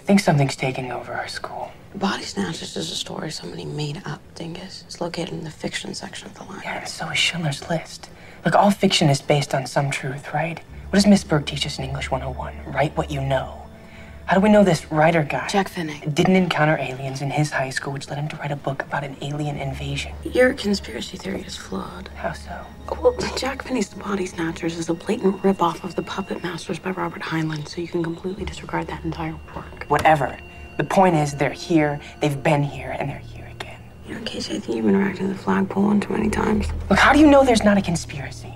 think something's taking over our school. Body Snatchers is a story somebody made up, Dingus. It's located in the fiction section of the line. Yeah, and so is Schindler's List. Look, all fiction is based on some truth, right? What does Miss Berg teach us in English 101? Write what you know. How do we know this writer guy Jack Finnick. didn't encounter aliens in his high school, which led him to write a book about an alien invasion? Your conspiracy theory is flawed. How so? Well, Jack Finney's The Body Snatchers is a blatant ripoff of The Puppet Masters by Robert Heinlein, so you can completely disregard that entire work. Whatever. The point is, they're here, they've been here, and they're here again. You know, Casey, I think you've been racking the flagpole one too many times. Look, how do you know there's not a conspiracy?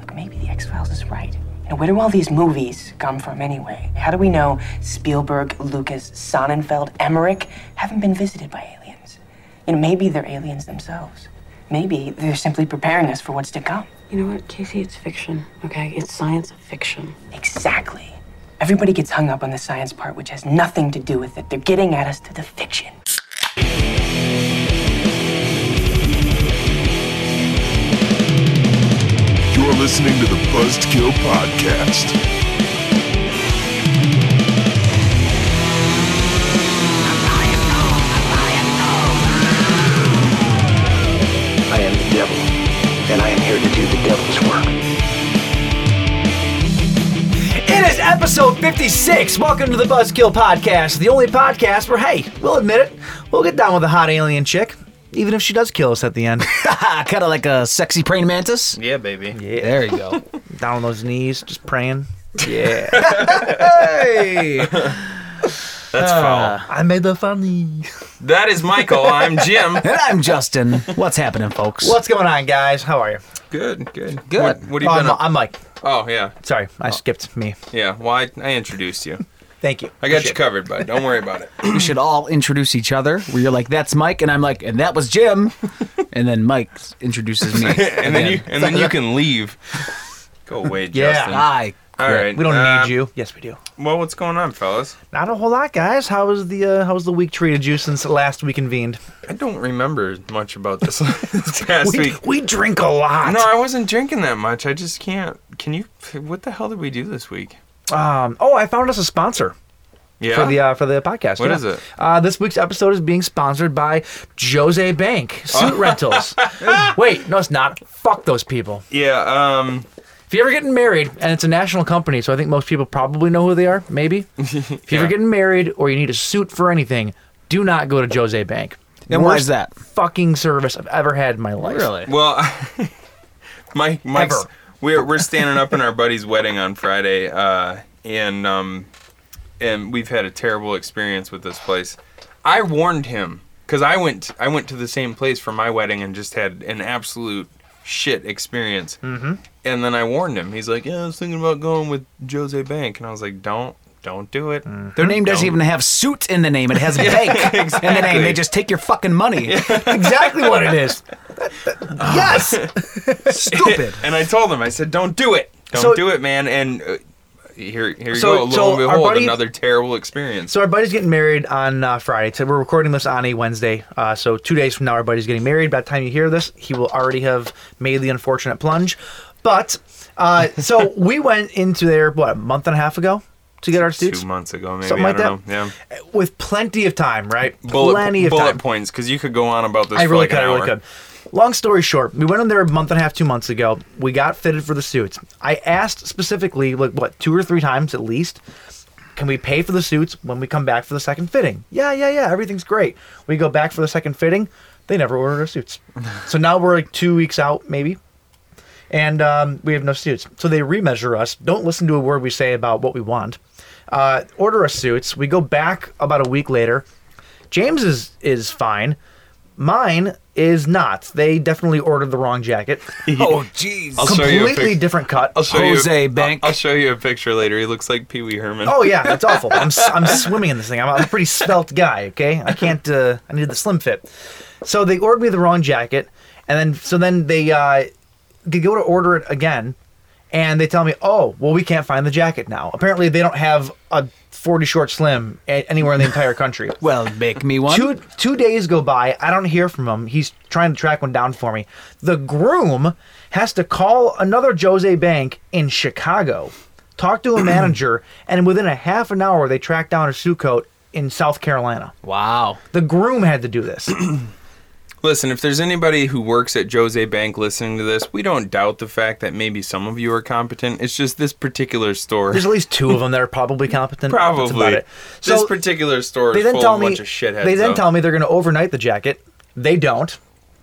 Look, maybe the X Files is right. You know, where do all these movies come from anyway? How do we know Spielberg, Lucas, Sonnenfeld, Emmerich haven't been visited by aliens? You know, maybe they're aliens themselves. Maybe they're simply preparing us for what's to come. You know what, Casey? It's fiction, okay? It's science fiction. Exactly. Everybody gets hung up on the science part, which has nothing to do with it. They're getting at us through the fiction. You're listening to the Buzzkill Podcast. I am the devil, and I am here to do the devil's work. It is episode 56. Welcome to the Buzzkill Podcast, the only podcast where, hey, we'll admit it, we'll get down with a hot alien chick, even if she does kill us at the end. kind of like a sexy praying mantis. Yeah, baby. There you go. down on those knees, just praying. yeah. Hey! Ah, That's foul. I made the funny. That is Michael. I'm Jim. And I'm Justin. What's happening, folks? What's going on, guys? How are you? Good, good, Good. What, what have you Oh, been I'm, up? I'm Mike. oh, yeah, Sorry, I skipped me. yeah. Well, I, I introduced you. Thank you. I got you covered, bud. Don't worry about it. We should all introduce each other. Where you're like, that's Mike, and I'm like, and that was Jim. and then Mike introduces me. And then you and then you can leave. Go away, Yeah. Justin. I. All right. We don't uh, need you. Yes, we do. Well, what's going on, fellas? Not a whole lot, guys. How was the uh, how was the week treated you since last we convened? I don't remember much about this, this past We, week. we drink a lot. No, I wasn't drinking that much. I just can't. Can you? What the hell did we do this week? Um, oh, I found us a sponsor. Yeah. for the uh, for the podcast. What What is is it? Uh, this week's episode is being sponsored by Jose Bank Suit Rentals. Wait, no, it's not. Fuck those people. yeah. Um. If you ever getting married, and it's a national company, so I think most people probably know who they are. Maybe if you Yeah. ever getting married or you need a suit for anything, do not go to Jose Bank. And why Worst is that? Fucking service I've ever had in my life. Well, Mike, Mike's, Ever. we're we're standing up in our buddy's wedding on Friday, uh, and um, and we've had a terrible experience with this place. I warned him because I went I went to the same place for my wedding and just had an absolute shit experience. Mm-hmm. And then I warned him. He's like, "Yeah, I was thinking about going with Jose Bank," and I was like, "Don't, don't do it." Mm. Their name doesn't Don't. even have suit in the name. It has bank in the name. They just take your fucking money. exactly what it is. Yes. Stupid. And I told him, I said, "Don't do it. Don't So- do it, man." And uh, here, here you So- go. Lo so and our behold, buddy- another terrible experience. So our buddy's getting married on uh, Friday. So we're recording this on a Wednesday. Uh, so two days from now, our buddy's getting married. By the time you hear this, he will already have made the unfortunate plunge. But uh, so we went into there what a month and a half ago to get our suits two months ago, maybe. something I like don't that. know. Yeah. with plenty of time, right? Bullet, plenty of bullet time. points, because you could go on about this I for really like could. an I really hour. could. Long story short, we went in there a month and a half, two months ago. We got fitted for the suits. I asked specifically, like, what, two or three times at least, can we pay for the suits when we come back for the second fitting? Yeah, yeah, yeah. Everything's great. We go back for the second fitting. They never ordered our suits. so now we're like two weeks out, maybe. And um, we have no suits. So they remeasure us. Don't listen to a word we say about what we want. Uh, order us suits. We go back about a week later. James is is fine. Mine is not. They definitely ordered the wrong jacket. Oh, jeez. I'll show you a Completely pic- different cut. I'll show Jose you, Bank. I'll, I'll show you a picture later. He looks like Pee Wee Herman. Oh yeah, it's awful. I'm s- I'm swimming in this thing. I'm, I'm a pretty svelte guy. Okay, I can't. Uh, I need the slim fit. So they ordered me the wrong jacket, and then so then they uh, they go to order it again, and they tell me, oh well, we can't find the jacket now. Apparently they don't have a 40 short slim a- anywhere in the entire country. Well, make me one. Two two days go by. I don't hear from him. He's trying to track one down for me. The groom has to call another Jose Bank in Chicago talked to a manager, and within a half an hour, they tracked down a suit coat in South Carolina. Wow. The groom had to do this. Listen, if there's anybody who works at Jose Bank listening to this, we don't doubt the fact that maybe some of you are competent. It's just this particular store. There's at least two of them that are probably competent. That's about Probably. it. So this particular store they is then full tell of a me bunch of shitheads. they then though. tell me they're going to overnight the jacket. They don't,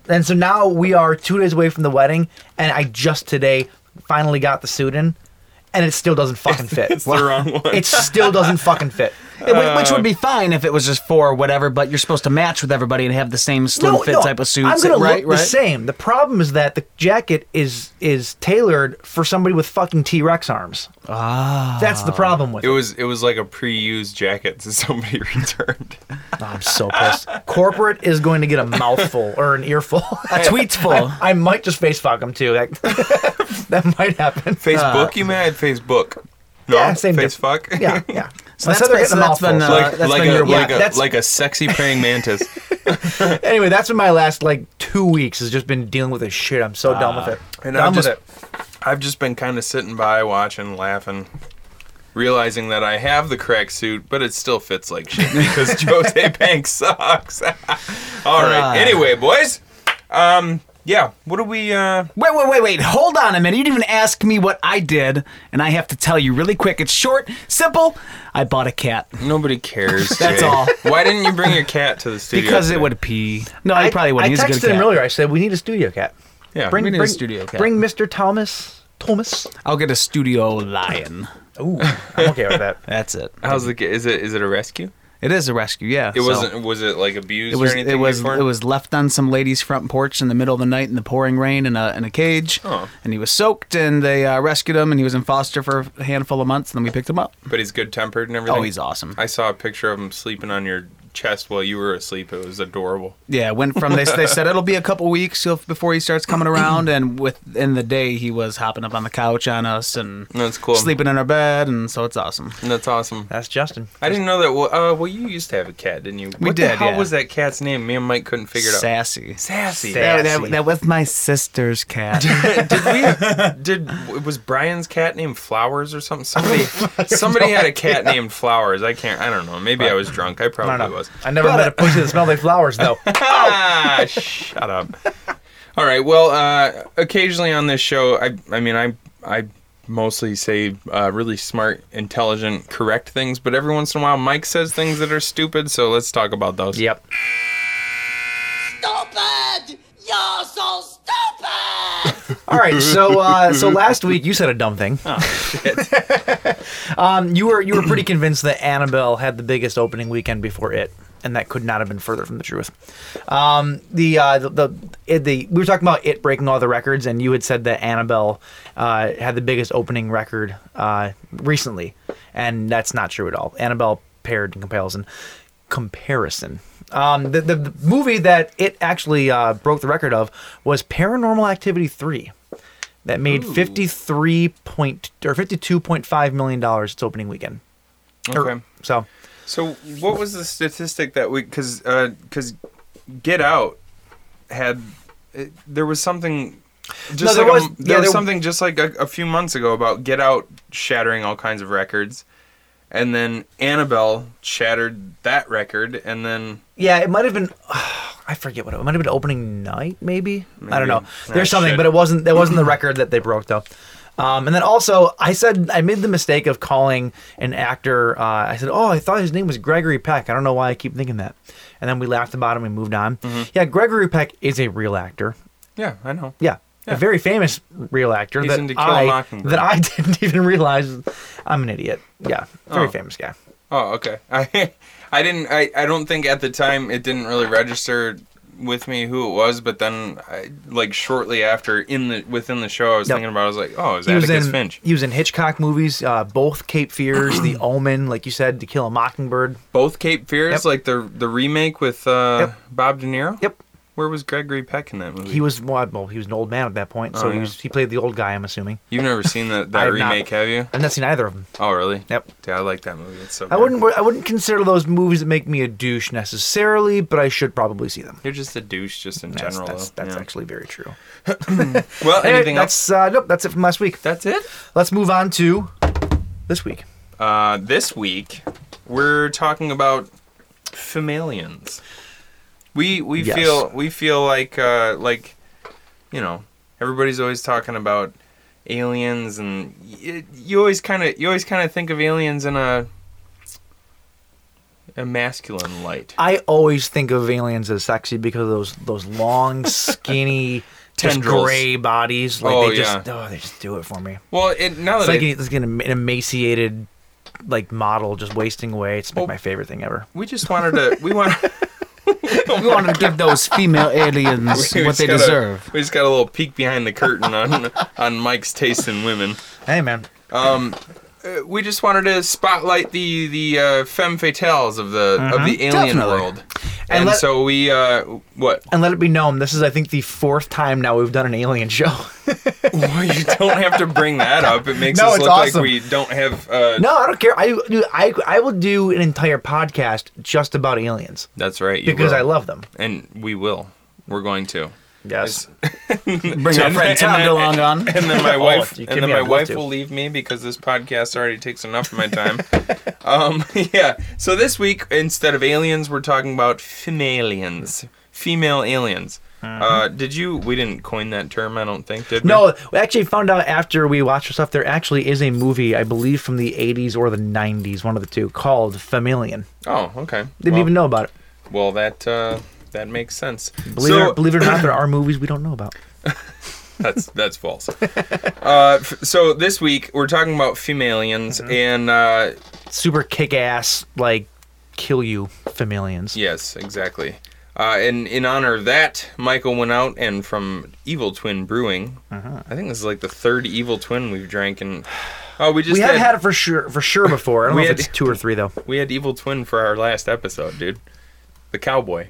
and so now we are two days away from the wedding, and I just today finally got the suit in, and it still doesn't fucking fit. it's the wrong one. it still doesn't fucking fit. It- whi- Which would be fine if it was just for whatever, but you're supposed to match with everybody and have the same slim fit type of suits, I'm gonna right? look right? the same. The problem is that the jacket is is tailored for somebody with fucking T Rex arms. Ah, that's the problem with it it. was it was like a pre-used jacket that somebody returned. Oh, I'm so pissed. Corporate is going to get a mouthful or an earful. A tweet's full. I might just face fuck them too. That, that might happen. Facebook, you mad? Facebook. No, yeah, same face diff- fuck. Yeah, yeah. So that's been- so that's been, mouthful. uh, like that's like been a your- like yeah, a that's- like a sexy praying mantis. anyway, that's been my last like two weeks has just been dealing with this shit. I'm so done with it. Ah. and done I'm with just- it. I've just been kind of sitting by, watching, laughing, realizing that I have the correct suit, but it still fits like shit because Jose Bank sucks. All Ah. right. anyway, boys. Um. Yeah. What do we? Uh, Wait, wait, wait, wait. Hold on a minute. You didn't even ask me what I did, and I have to tell you really quick. It's short, simple. I bought a cat Nobody cares. That's Jay. all. Why didn't you bring your cat to the studio? because it today? would pee. No, I, probably wouldn't. I He's a good texted him cat. earlier. I said we need a studio cat. Yeah. Bring Bring need a bring, studio cat. Bring Mr. Thomas. Thomas. I'll get a studio lion. Ooh, I'm okay with that. That's it. How's the? ca- Is it? Is it a rescue? It is a rescue. Yeah. Oh. It so- wasn't. Was it like abused It was. or anything? It was. before? It was left on some lady's front porch in the middle of the night in the pouring rain in a in a cage. Oh. And he was soaked, and they uh, rescued him, and he was in foster for a handful of months, and then we picked him up. But he's good tempered and everything. Oh, he's awesome. I saw a picture of him sleeping on your chest while you were asleep. It was adorable. Yeah, went from they, they said it'll be a couple weeks he'll- before he starts coming around, and within the day he was hopping up on the couch on us and That's cool. sleeping in our bed, and so it's awesome. That's awesome. That's Justin. I didn't know that. Well, uh, well, you used to have a cat, didn't you? We what The did, hell yeah. was that cat's name? Me and Mike couldn't figure it out. Sassy. Sassy. Sassy. That, that- that was my sister's cat. Did was Brian's cat named Flowers or something? Somebody, somebody had a cat named Flowers. I can't. I don't know. Maybe I was drunk. I I probably don't know. was. I never met a pussy that smelled like flowers though. ah, shut up. All right. Well, uh, occasionally on this show, I, I mean, I, I mostly say uh, really smart, intelligent, correct things, but every once in a while, Mike says things that are stupid. So let's talk about those. yep. Stupid! You're so stupid! All right, so uh, so last week you said a dumb thing. um, you were you were pretty convinced that Annabelle had the biggest opening weekend before it, and that could not have been further from the truth. Um, the, uh, the the it, the we were talking about it breaking all the records, and you had said that Annabelle uh, had the biggest opening record uh, recently, and that's not true at all. Annabelle paired in comparison. Comparison. Um, the, the, the movie that it actually uh, broke the record of was Paranormal Activity three that made fifty three point or fifty two point five million dollars its opening weekend. Or- Okay. so So what was the statistic that we? Because because Get Out had it, there was something. Just there like a- was- there yeah, was there- something just like a, a few months ago about Get Out shattering all kinds of records, and then Annabelle shattered that record, and then yeah, it might have been. I forget what it, it might have been opening night, maybe. I don't know. Nah, There's something, shit. but it wasn't. That wasn't the record that they broke though. Um, and then also, I said I made the mistake of calling an actor. Uh, I said, "Oh, I thought his name was Gregory Peck." I don't know why I keep thinking that. And then we laughed about him and moved on. Mm-hmm. Yeah, Gregory Peck is a real actor. yeah, I know. Yeah. A very famous real actor He's that in To Kill a I Mockingbird. that I didn't even realize. I'm an idiot. Yeah, very Oh. famous guy. Oh, okay. I I didn't. I I don't think at the time it didn't really register with me who it was, but then I, like shortly after in the within the show, I was Yep. thinking about. it, I was like, oh, is He was Atticus in Finch? he was in Hitchcock movies, uh, both Cape Fears, The Omen, like you said, To Kill a Mockingbird. Both Cape Fears, Yep. like the the remake with uh, Yep. Bob De Niro. Yep. Where was Gregory Peck in that movie? He was well, well, he was an old man at that point, so Oh, he, yeah. was, he played the old guy. I'm assuming. You've never seen that, I that have not. remake, have you? I've not seen either of them. Oh, really? Yep. Yeah, I like that movie. It's so. I good. wouldn't I wouldn't consider those movies that make me a douche necessarily, but I should probably see them. You're just a douche, just in That's, general. that's, though. that's Yeah. actually very true. Well, Anyway, anything else? that's uh, nope. That's it from last week. That's it. Let's move on to this week? Uh, this week, we're talking about familians. We we Yes. feel we feel like uh, like you know everybody's always talking about aliens and y you always kind of you always kind of think of aliens in a a masculine light. I always think of aliens as sexy because of those those long, skinny, just Tendrils. gray bodies. Like Oh, they just yeah. oh, they just do it for me. Well, it, now It's that like I, it's an emaciated like model just wasting away. It's like Oh. my favorite thing ever. we just wanted to we want We want to give those female aliens we what just they got a- deserve. we just got a little peek behind the curtain on on Mike's taste in women. Hey man, we just wanted to spotlight the the uh, femme fatales of the of the alien Definitely. world, and, Mm-hmm. let- so we uh, what and let it be known, this is I think the fourth time now we've done an alien show. well, you don't have to bring that up. It makes No, us it's look awesome. like we don't have. Uh, no, I don't care. I, dude, I I will do an entire podcast just about aliens That's right, you because will. I love them. and we will. We're going to. Yes. Bring our And then- friend Tom and then- DeLonge on. And then my wife, Oh, you and kidding then me? my I'd love wife to. will leave me because this podcast already takes enough of my time. um, yeah. So this week, instead of aliens, we're talking about femalians, female aliens. Uh, did you? We didn't coin that term, I don't think. Did we? Mm-hmm. No, we actually found out after we watched stuff. There actually is a movie, I believe, from the '80s or the '90s, one of the two, called Familian. Oh, okay. Didn't well, even know about it. Well, that uh, that makes sense. Believe, so it, believe it or not, there are movies we don't know about. that's that's false. uh, f- so this week we're talking about femalians, Mm-hmm. and uh, Super kick-ass, like kill you, Familians. yes, exactly. Uh, and in honor of that, Michael went out and from Evil Twin Brewing. Uh-huh. I think this is like the third Evil Twin we've drank, and oh, we just We have had, had it for sure, for sure before. I don't We know if had- it's two or three though. we had Evil Twin for our last episode, dude. The cowboy.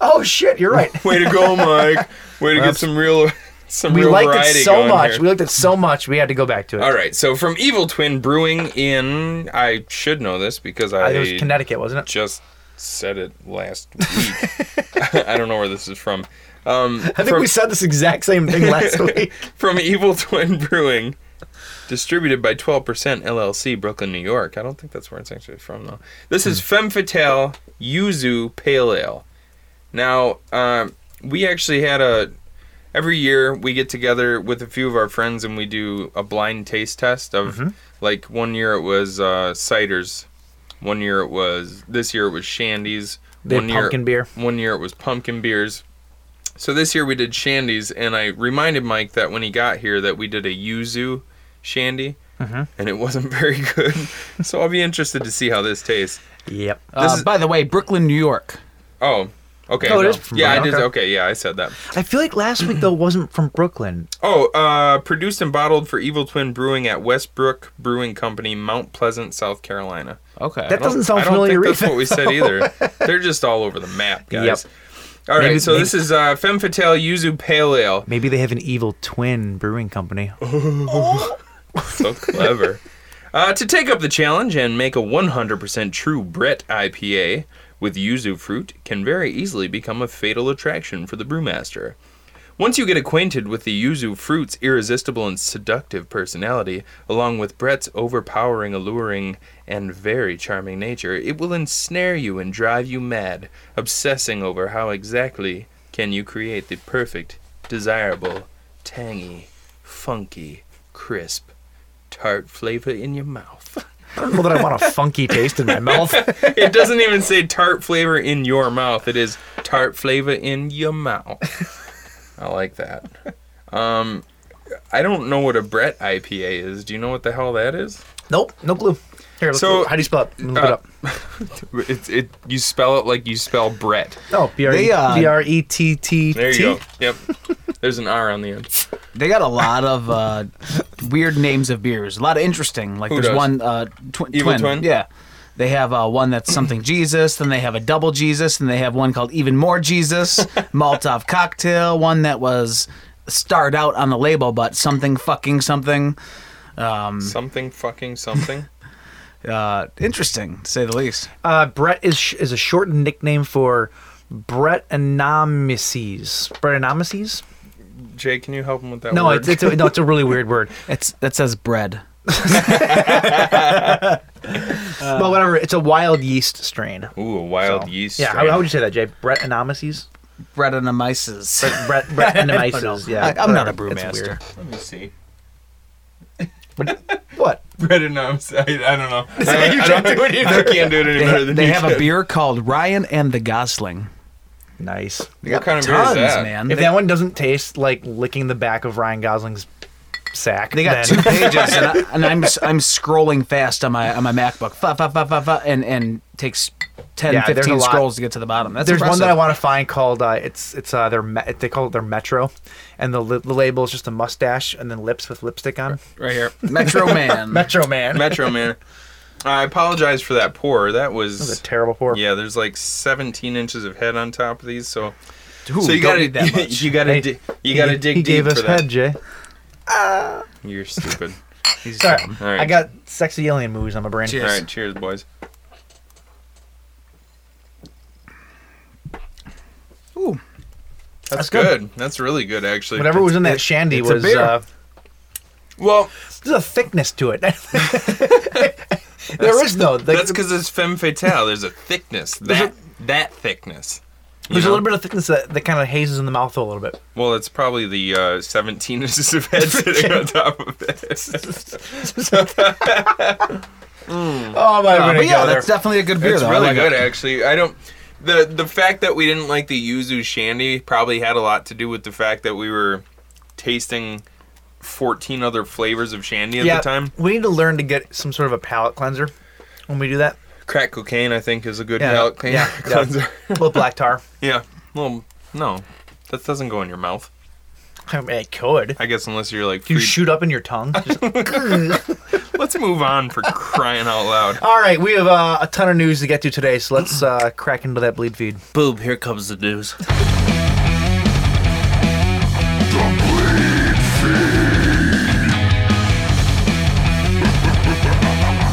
Oh shit, you're right. Way to go, Mike. Way to get some real some we real liked it variety so going much. here. We liked it so much. We had to go back to it. All right, so from Evil Twin Brewing in, I should know this because I I, think it was Connecticut, wasn't it? just said it last week. I don't know where this is from. Um, I think from, we said this exact same thing last week. from Evil Twin Brewing, distributed by 12% LLC, Brooklyn, New York. I don't think that's where it's actually from, though. This is Femme Fatale Yuzu Pale Ale. Now, um, we actually had a. Every year we get together with a few of our friends and we do a blind taste test of. Mm-hmm. Like one year it was uh, ciders, one year it was. This year it was shandies. They had one year, pumpkin beer. One year it was pumpkin beers. So this year we did shandies, and I reminded Mike that when he got here that we did a yuzu shandy, Mm-hmm. and it wasn't very good. so I'll be interested to see how this tastes. Yep. Uh, is- by the way, Brooklyn, New York. Oh, okay. Oh, it is yeah, I from- did. okay. Okay, yeah, I said that. I feel like last week though wasn't from Brooklyn. Oh, uh, produced and bottled for Evil Twin Brewing at Westbrook Brewing Company, Mount Pleasant, South Carolina. Okay. That doesn't sound I don't familiar think that's either. what we said either. They're just all over the map, guys. Yep. All right, Maybe- so this is uh, Femme Fatale Yuzu Pale Ale. Maybe they have an evil twin brewing company. So clever. uh, to take up the challenge and make a 100% true Brett IPA with yuzu fruit can very easily become a fatal attraction for the brewmaster. Once you get acquainted with the yuzu fruit's irresistible and seductive personality, along with Brett's overpowering, alluring, and very charming nature, it will ensnare you and drive you mad, obsessing over how exactly can you create the perfect, desirable, tangy, funky, crisp, tart flavor in your mouth. I don't know that I want a funky taste in my mouth. it doesn't even say tart flavor in your mouth. It is tart flavor in your mouth. I like that. Um, I don't know what a Brett IPA is. Do you know what the hell that is? Nope, no clue. Here, let's So- how do you spell it? Look uh, it up. It's it. You spell it like you spell Brett. Oh, B R E- they, uh, B R E T T. There you T? go. Yep. There's an R on the end. They got a lot of uh, weird names of beers. A lot of interesting. Like Who there's does? one uh, tw- Evil twin. Twin? Yeah. They have uh, one that's something Jesus, then they have a double Jesus, and they have one called Even More Jesus, Molotov cocktail, one that was starred out on the label, but something fucking something. Hmm. Something fucking something. Uh, interesting, to say the least. Uh, Brett is sh- is a shortened nickname for Brett Anamises. Brett Anamises? Jay, can you help him with that No, word? it's, it's a, no, it's a really weird word. It's That says bread. well, whatever. It's a wild yeast strain. Ooh, a Uh, wild So- yeast. Yeah, how, strain. how would you say that, Jay? Brett anomices? Brettanomyces. Brett, Brett anomices, yeah. I- I'm not a whatever. It's brewmaster. Let me see. weird. What? Bread and numbs. I, I don't know. I, I don't do it either. I can't do it any They, better ha- than they you have a can. beer called Ryan and the Gosling. Nice. What kind of beer Tons, is that? man. If They- that one doesn't taste like licking the back of Ryan Gosling's sack, They got then two pages, and, I, and I'm I'm scrolling fast on my on my MacBook, fa, fa, fa, fa, fa, and and takes 10, Yeah, there's a 15 lot. scrolls to get to the bottom. That's There's one impressive. that I want to find called uh, it's it's uh, their me- they call it their Metro, and the, li- the label is just a mustache and then lips with lipstick on. Right here. Metro Man. Uh, Metro Man. Metro Man. I apologize for that pour. That was, That's a terrible pour. Yeah, there's like 17 inches of head on top of these, so Ooh, so you don't gotta need that much. you gotta di- you gotta he, dig He deep gave us for that. head, Jay. You're stupid. He's Sorry, dumb. All right. I got sexy alien movies on my brain. Cheers. All right, cheers, boys. Ooh, That's, That's good. good. That's really good, actually. Whatever was in that It's- shandy it's a was beer. uh, Well, there's a thickness to it. there is no. Like, that's because it's femme fatale. There's a thickness that that thickness. you there's a know? little bit of thickness that, that kind of hazes in the mouth a little bit. Well, it's probably the uh, 17 inches of head sitting on top of it. Oh my but yeah, that's there. definitely a good beer. It's though. I really like good, It. actually. I don't. The, the fact that we didn't like the yuzu shandy probably had a lot to do with the fact that we were tasting 14 other flavors of shandy at yeah, the time. we need to learn to get some sort of a palate cleanser when we do that. Crack cocaine, I think, is a good Yeah, palate clean- yeah, yeah. cleanser. A little black tar. Yeah. Well, no, that doesn't go in your mouth. I mean, it could. I guess unless you're like, Do you free- shoot up in your tongue? Just- let's move on for crying out loud. All right, we have uh, a ton of news to get to today, so let's uh, crack into that bleed feed. Boom! Here comes the news. eh?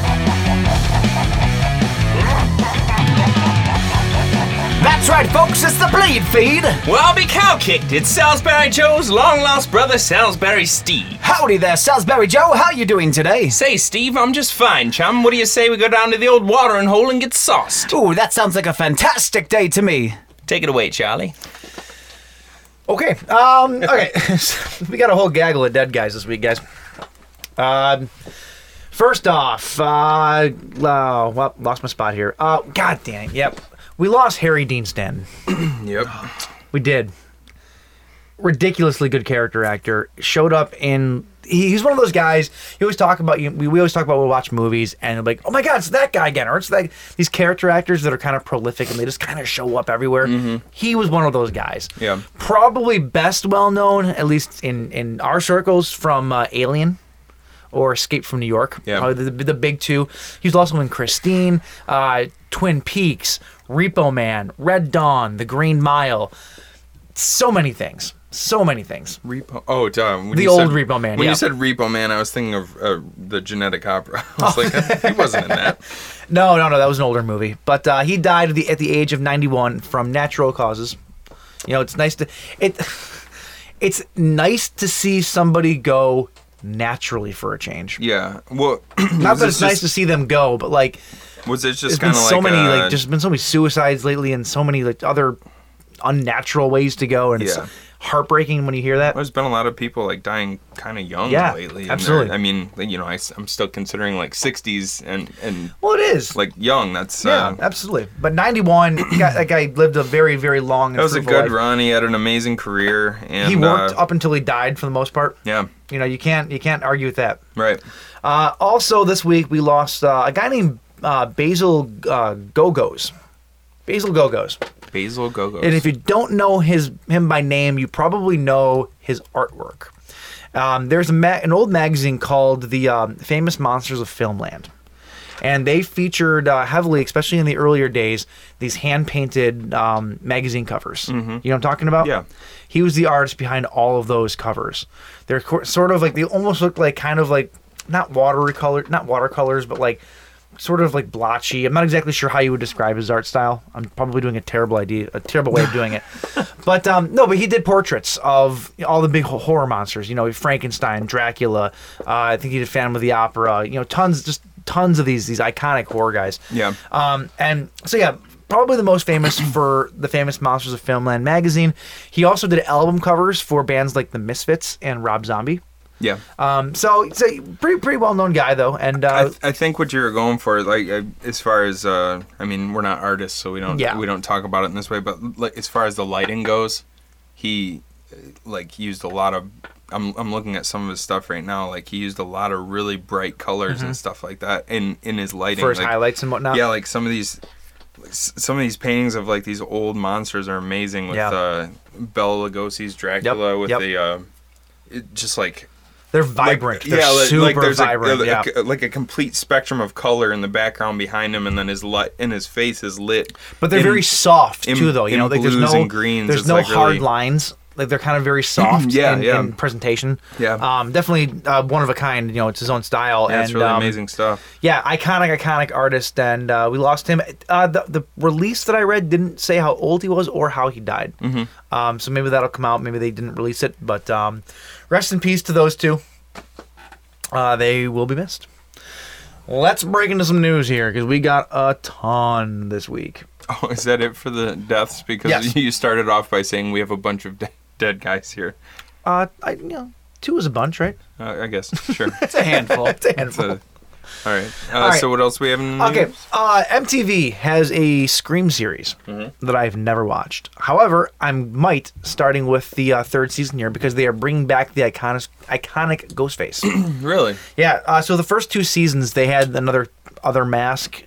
That's right, folks. It's the bleed feed. Well, I'll be cow kicked. It's Salisbury Joe's long lost brother, Salisbury Steve. Howdy there, Salisbury Joe. How you doing today? Say, Steve, I'm just fine, chum. What do you say we go down to the old watering hole and get sauced? Ooh, that sounds like a fantastic day to me. Take it away, Charlie. Okay, um, okay, we got a whole gaggle of dead guys this week, guys. Um, first off, uh, uh, well, lost my spot here. Uh, God damn it, yep, we lost Harry Dean Stanton. Yep. We did. Ridiculously good character actor. Showed up in. he- He's one of those guys. You always talk about. You, we we always talk about. We watch movies and like, oh my god, it's that guy again, or it's like these character actors that are kind of prolific and they just kind of show up everywhere. He was one of those guys. Yeah. Probably best well known, at least in in our circles, from uh, Alien or Escape from New York. Yeah. Probably the, the big two. He's also in Christine, uh, Twin Peaks, Repo Man, Red Dawn, The Green Mile. So many things. So many things. Repo. Oh, duh. when The you old Repo Man, When yeah. you said Repo Man, I was thinking of uh, the genetic opera. I Oh. was like, that- he wasn't in that. No, no, no. That was an older movie. But uh, he died at the, at the age of 91 from natural causes. You know, it's nice to it. It's nice to see somebody go naturally for a change. Yeah. Well, Not was that this it's nice to just- see them go, but like Was it just there's kind been of like uh, so many a- like just been so many suicides lately and so many like other unnatural ways to go and Yeah. it's heartbreaking when you hear that There's been a lot of people like dying kind of young Yeah, lately. and absolutely. they're- I mean, you know, I, am still considering like 60s and and well it is like young. That's yeah uh, absolutely but 91 guy, that guy lived a very very long and that was a fruitful good life. run. He had an amazing career, and he worked uh, up until he died for the most part Yeah, you know you can't you can't argue with that right. uh, also this week we lost uh, a guy named uh, basil uh, gogos basil gogos Basil Gogo. And if you don't know his him by name, you probably know his artwork. Um, there's a ma- an old magazine called the um, Famous Monsters of Filmland, and they featured uh, heavily, especially in the earlier days, these hand painted um, magazine covers. You know what I'm talking about? Yeah. He was the artist behind all of those covers. They're co- sort of like they almost look like kind of like not watercolor, not watercolors, but like sort of like blotchy. I'm not exactly sure how you would describe his art style. I'm probably doing a terrible idea, a terrible way of doing it. But um, no, but he did portraits of all the big ho- horror monsters. You know, Frankenstein, Dracula. Uh, I think he did Phantom of the Opera. You know, tons, just tons of these these iconic horror guys. Yeah. Um, and so yeah. Probably the most famous for the famous monsters of Filmland magazine. He also did album covers for bands like the Misfits and Rob Zombie. Yeah. Um, so he's a pretty pretty well known guy though, and I, uh, th- I think what you were going for, like uh, as far as uh, I mean, we're not artists, so we don't Yeah. we don't talk about it in this way. But like as far as the lighting goes, he uh, like used a lot of. I'm I'm looking at some of his stuff right now. Like he used a lot of really bright colors and stuff like that in in his lighting. Mm-hmm. for his like, highlights and whatnot. Yeah, like some of these, like, s- some of these paintings of like these old monsters are amazing. With Yeah. uh, Bela Lugosi's Dracula, with yep. the uh, it just like they're vibrant. like- they're super there's vibrant. A, yeah. like, uh, a, like a complete spectrum of color in the background behind him, and then his light and his face is lit. but they're in- very soft in- too, though. You in know, like there's blues no and greens, there's it's no like hard really- lines. Like they're kind of very soft. Yeah, in, yeah. in presentation. Yeah. Um, definitely uh, one of a kind. You know, it's his own style. Yeah, and it's really um, amazing stuff. Yeah, iconic, iconic artist, and uh, we lost him. Uh, the, the release that I read didn't say how old he was or how he died. Mm-hmm. Um, so maybe that'll come out. Maybe they didn't release it, but um, rest in peace to those two. Uh, they will be missed. Let's break into some news here because we got a ton this week. Oh, is that it for the deaths? Because Yes. you started off by saying we have a bunch of de- dead guys here. Uh, I, you know, two is a bunch, right? Uh, I guess sure. It's a handful. It's a It's a- handful. all right. Uh, right. So what else we have? In the Okay, news? uh, MTV has a Scream series Mm-hmm. that I've never watched. However, I might starting with the uh, third season here because they are bringing back the iconic iconic Ghostface. Really? yeah. Uh, so the first two seasons they had another other mask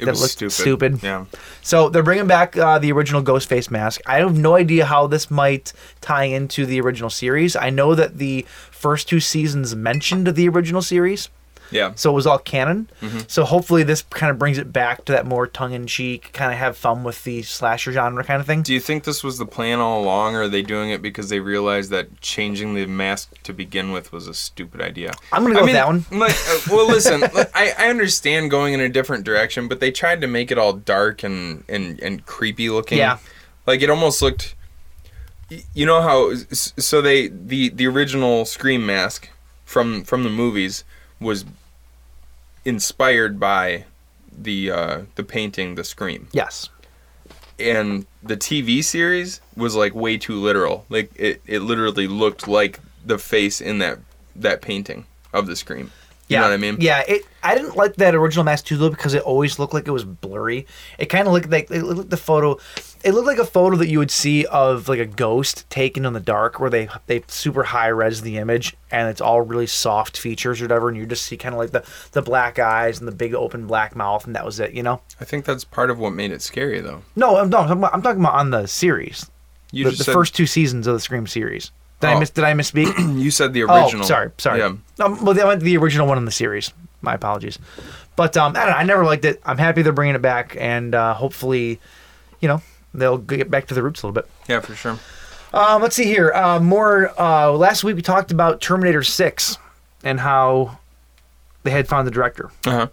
It that was looked stupid. stupid. Yeah. So they're bringing back uh, the original Ghostface mask. I have no idea how this might tie into the original series. I know that the first two seasons mentioned the original series Yeah. so it was all canon. Mm-hmm. So hopefully this kind of brings it back to that more tongue in cheek, kind of have fun with the slasher genre kind of thing. Do you think this was the plan all along, or are they doing it because they realized that changing the mask to begin with was a stupid idea? I'm gonna go with that one. Like, uh, well, listen, like, I, I understand going in a different direction, but they tried to make it all dark and and and creepy looking. Yeah. like it almost looked. y- You know how? s- So they the the original Scream mask from from the movies was inspired by the uh, the painting, the Scream Yes. and the TV series was like way too literal. Like it, it literally looked like the face in that that painting of the scream. You yeah. know what I mean? Yeah. It. I didn't like that original mask too though because it always looked like it was blurry. It kind of looked like it looked like the photo. It looked like a photo that you would see of like a ghost taken in the dark, where they they super high res the image and it's all really soft features or whatever, and you just see kind of like the the black eyes and the big open black mouth, and that was it. You know? I think that's part of what made it scary though. No, I'm no, I'm I'm talking about on the series. You the, just the said, first two seasons of the Scream series. Did I Oh. miss? Did I misspeak? you said the oh, original. sorry, sorry. Yeah. Um, well, that went the original one in the series. My apologies. But um, I don't know. I never liked it. I'm happy they're bringing it back, and uh, hopefully, you know, they'll get back to the roots a little bit. Yeah, for sure. Um, let's see here. Uh, more. Uh, last week we talked about Terminator Six and how they had found the director Uh-huh.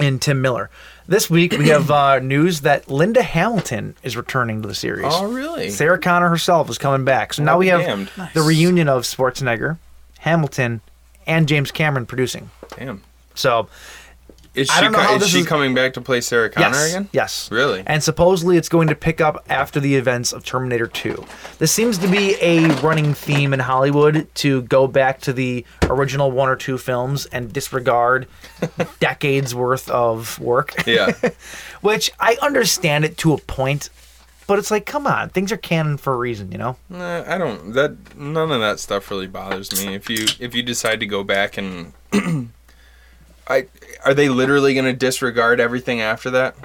in Tim Miller. This week we have uh, news that Linda Hamilton is returning to the series. Oh, really? Sarah Connor herself is coming back. So now Well, we have damned. the reunion of Schwarzenegger, Hamilton, and James Cameron producing. Damn. So Is I she, don't know co- how is this she is- coming back to play Sarah Connor yes, again? yes, Really? And supposedly it's going to pick up after the events of Terminator 2. This seems to be a running theme in Hollywood to go back to the original one or two films and disregard decades worth of work. yeah. Which I understand it to a point, but it's like, come on, things are canon for a reason, you know? Nah, Uh, I don't that none of that stuff really bothers me. If you if you decide to go back and I are they literally going to disregard everything after that?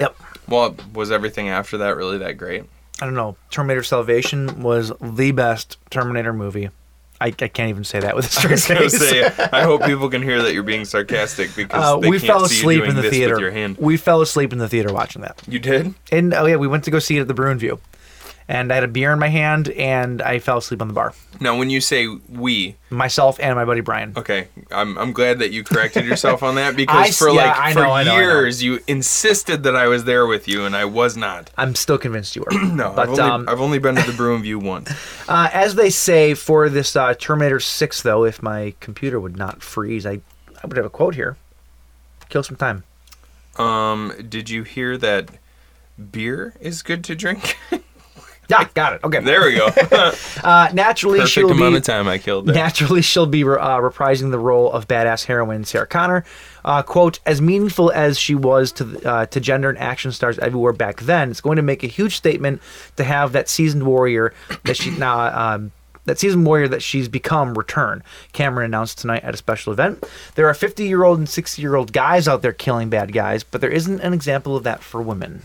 Yep. Well, was everything after that really that great? I don't know. Terminator Salvation was the best Terminator movie. I, I can't even say that with a straight I was face. gonna say, I hope people can hear that you're being sarcastic because Uh, they we can't fell see asleep you doing in the this theater. with your hand. We fell asleep in the theater watching that. You did? And oh yeah, we went to go see it at the Bruin View. and I had a beer in my hand, and I fell asleep on the bar. Now, when you say we, Myself and my buddy Brian. okay, I'm, I'm glad that you corrected yourself on that because I s- for yeah, like I for know, I know, I know. years you insisted that I was there with you, and I was not. I'm still convinced you were. No, I've, but only, um, I've only been to the Broom View once. Uh, as they say for this uh, Terminator 6, though, if my computer would not freeze, I, I would have a quote here. Kill some time. Um, did you hear that beer is good to drink? Yeah, got it. Okay. there we go. Uh, naturally, Perfect she'll amount be of time I killed there. naturally she'll be uh, reprising the role of badass heroine Sarah Connor. Uh, quote: As meaningful as she was to the- uh, to gender and action stars everywhere back then, it's going to make a huge statement to have that seasoned warrior that she now. um, that seasoned warrior that she's become return. Cameron announced tonight at a special event. There are 50 year old and 60 year old guys out there killing bad guys, but there isn't an example of that for women.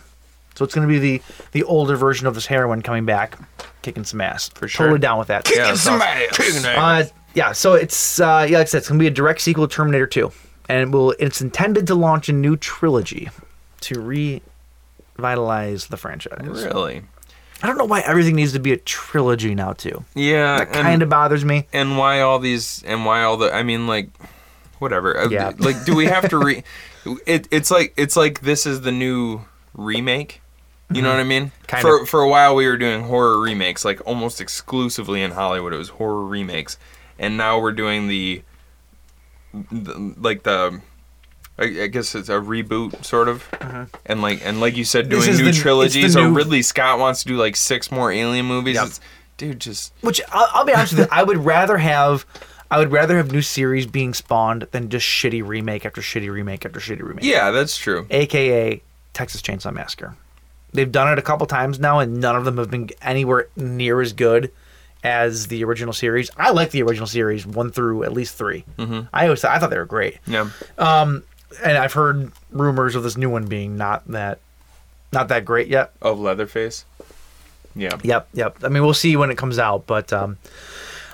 So it's going to be the the older version of this heroine coming back, kicking some ass. For sure. Totally down with that. Yeah, that's awesome. Uh, yeah, so it's uh, yeah, like I said, it's gonna be a direct sequel to Terminator 2, and it will it's intended to launch a new trilogy to revitalize the franchise. really? I don't know why everything needs to be a trilogy now too. Yeah. That and- kind of bothers me. and why all these and why all the i mean like whatever Uh, Yeah. like do we have to re it, it's like it's like this is the new remake you Mm-hmm. know what i mean Kinda. for for a while we were doing horror remakes like almost exclusively in hollywood it was horror remakes and now we're doing the, the like the I I guess it's a reboot, sort of, and like and like you said, Mm-hmm. This doing is new the- it's the trilogies. Or new- Ridley Scott wants to do like six more Alien movies. It's, dude, just Which I'll, I'll be honest with you, I would rather have. I would rather have new series being spawned than just shitty remake after shitty remake after shitty remake. yeah, that's true. aka Texas Chainsaw Massacre. They've done it a couple times now, and none of them have been anywhere near as good as the original series. I like the original series one through at least 3 I always thought, I thought they were great, Yeah. and I've heard rumors of this new one being not that not that great yet. Of Leatherface? Yeah. Yep, yep. I mean, we'll see when it comes out. But um,